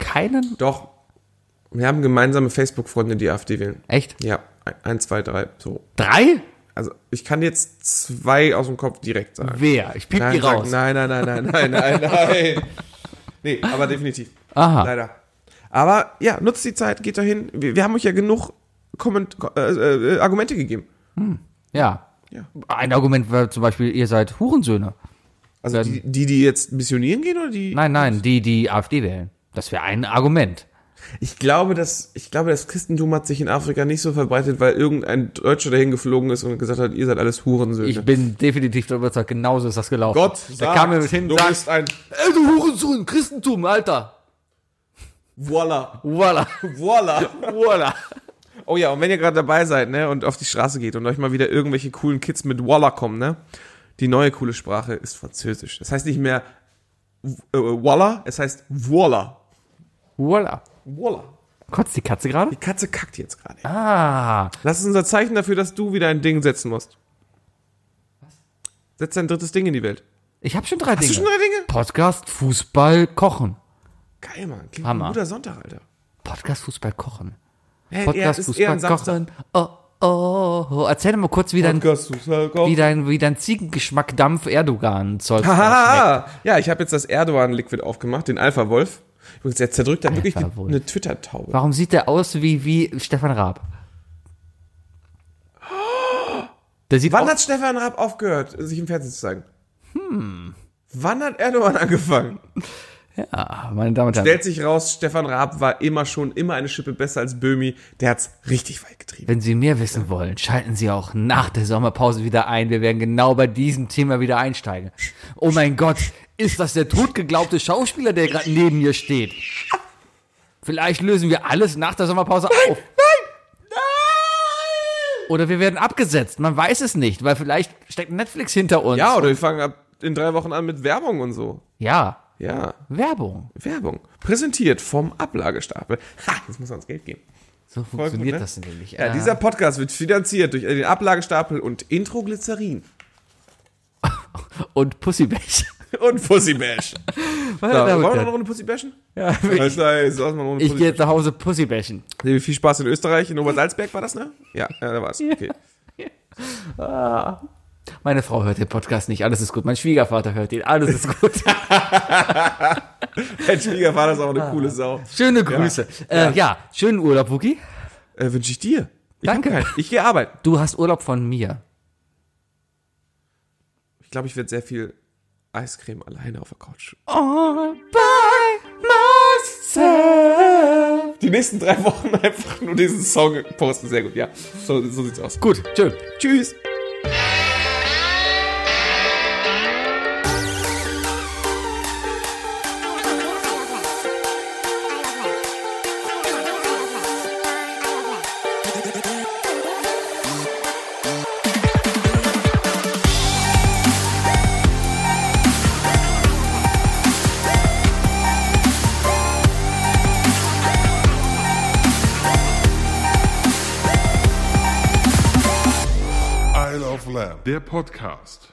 Speaker 4: keinen.
Speaker 3: Doch. Wir haben gemeinsame Facebook-Freunde, die AfD wählen.
Speaker 4: Echt?
Speaker 3: Ja. ein- Eins, zwei, drei. So.
Speaker 4: Drei?
Speaker 3: Also, ich kann jetzt zwei aus dem Kopf direkt sagen.
Speaker 4: Wer? Ich pick die
Speaker 3: Nein,
Speaker 4: raus.
Speaker 3: sag- nein, nein, nein, nein, nein, nein, nein. Nee, aber definitiv.
Speaker 4: Aha.
Speaker 3: Leider. Aber ja, nutzt die Zeit, geht dahin. Wir, wir haben euch ja genug Komment äh, äh, Argumente gegeben.
Speaker 4: Ja.
Speaker 3: Ja.
Speaker 4: Ein Argument war zum Beispiel, ihr seid Hurensöhne.
Speaker 3: Also die, die, die jetzt missionieren gehen oder die?
Speaker 4: Nein, nein, die, die AfD wählen. Das wäre ein Argument.
Speaker 3: Ich glaube, dass ich glaube, das Christentum hat sich in Afrika nicht so verbreitet, weil irgendein Deutscher dahin geflogen ist und gesagt hat, ihr seid alles Hurensöhne.
Speaker 4: Ich bin definitiv darüber überzeugt, genauso ist das gelaufen.
Speaker 3: Gott
Speaker 4: da
Speaker 3: sagt,
Speaker 4: kam er mit hin
Speaker 3: du
Speaker 4: und sagt,
Speaker 3: bist ein
Speaker 4: ey, du Hurensohn, Christentum, Alter.
Speaker 3: Voila,
Speaker 4: Voila,
Speaker 3: voila.
Speaker 4: voila.
Speaker 3: Oh ja, und wenn ihr gerade dabei seid, ne, und auf die Straße geht und euch mal wieder irgendwelche coolen Kids mit Walla kommen, ne? Die neue coole Sprache ist Französisch. Das heißt nicht mehr äh, Walla, es heißt Voila.
Speaker 4: Voila.
Speaker 3: Voila.
Speaker 4: Kotzt die Katze gerade?
Speaker 3: Die Katze kackt jetzt gerade.
Speaker 4: Ah,
Speaker 3: Das ist unser Zeichen dafür, dass du wieder ein Ding setzen musst. Setz dein drittes Ding in die Welt.
Speaker 4: ich habe schon drei Dinge.
Speaker 3: Hast du schon drei Dinge?
Speaker 4: Podcast, Fußball, Kochen.
Speaker 3: Geil, Mann. Klingt
Speaker 4: Hammer.
Speaker 3: ein guter Sonntag, Alter.
Speaker 4: Podcast, Fußball, Kochen.
Speaker 3: Hey,
Speaker 4: Podcast, Fußball, Kochen. Oh, oh, oh. Erzähl doch mal kurz, wie dein,
Speaker 3: Podcast, Fußball, Kochen.
Speaker 4: wie dein, wie dein Ziegengeschmack Dampf Erdogan-Zeug schmeckt.
Speaker 3: Haha! Ah, Ja, ich habe jetzt das Erdogan-Liquid aufgemacht, den Alpha-Wolf. Übrigens, der zerdrückt da wirklich eine,
Speaker 4: Alpha-Wolf.
Speaker 3: eine Twitter-Taube.
Speaker 4: Warum sieht der aus wie, wie Stefan Raab? Der sieht
Speaker 3: Wann
Speaker 4: aus-
Speaker 3: hat Stefan Raab aufgehört, sich im Fernsehen zu zeigen? Hm. Wann hat Erdogan angefangen?
Speaker 4: Ah, meine Damen und Herren,
Speaker 3: Stellt sich raus, Stefan Raab war immer schon, immer eine Schippe besser als Böhmi. Der hat's richtig weit getrieben.
Speaker 4: wenn Sie mehr wissen wollen, schalten Sie auch nach der Sommerpause wieder ein. Wir werden genau bei diesem Thema wieder einsteigen. Oh mein Gott, ist das der totgeglaubte Schauspieler, der gerade neben mir steht? Vielleicht lösen wir alles nach der Sommerpause auf. Oder wir werden abgesetzt. Man weiß es nicht, weil vielleicht steckt Netflix hinter uns.
Speaker 3: Ja, oder wir fangen ab in drei Wochen an mit Werbung und so.
Speaker 4: ja.
Speaker 3: Ja,
Speaker 4: Werbung.
Speaker 3: Werbung. Präsentiert vom Ablagestapel. Ha, jetzt muss man uns Geld geben.
Speaker 4: So funktioniert
Speaker 3: ne?
Speaker 4: das nämlich. Ah.
Speaker 3: Ja, dieser Podcast wird finanziert durch den Ablagestapel und Introglycerin.
Speaker 4: und Pussybash.
Speaker 3: Und Pussy Bash. So, wollen wir noch eine Runde Pussy bashen? Ja, ich, ich,
Speaker 4: Ich gehe jetzt nach Hause Pussybächen.
Speaker 3: Sehr viel Spaß in Österreich. In Obersalzberg war das, ne? Ja, ja da war es. Okay.
Speaker 4: Meine Frau hört den Podcast nicht, alles ist gut. Mein Schwiegervater hört ihn, alles ist gut.
Speaker 3: Dein Schwiegervater ist auch eine coole Sau.
Speaker 4: Schöne Grüße. Ja, äh, ja schönen Urlaub, Wookie.
Speaker 3: Äh, Wünsche ich dir. Ich hab
Speaker 4: Danke.
Speaker 3: keinen. Ich gehe arbeiten.
Speaker 4: Du hast Urlaub von mir.
Speaker 3: Ich glaube, ich werde sehr viel Eiscreme alleine auf der Couch.
Speaker 4: All by myself.
Speaker 3: Die nächsten drei Wochen einfach nur diesen Song posten. Sehr gut, ja. So, so sieht's aus.
Speaker 4: Gut, tschö.
Speaker 3: Tschüss.
Speaker 10: Der Podcast.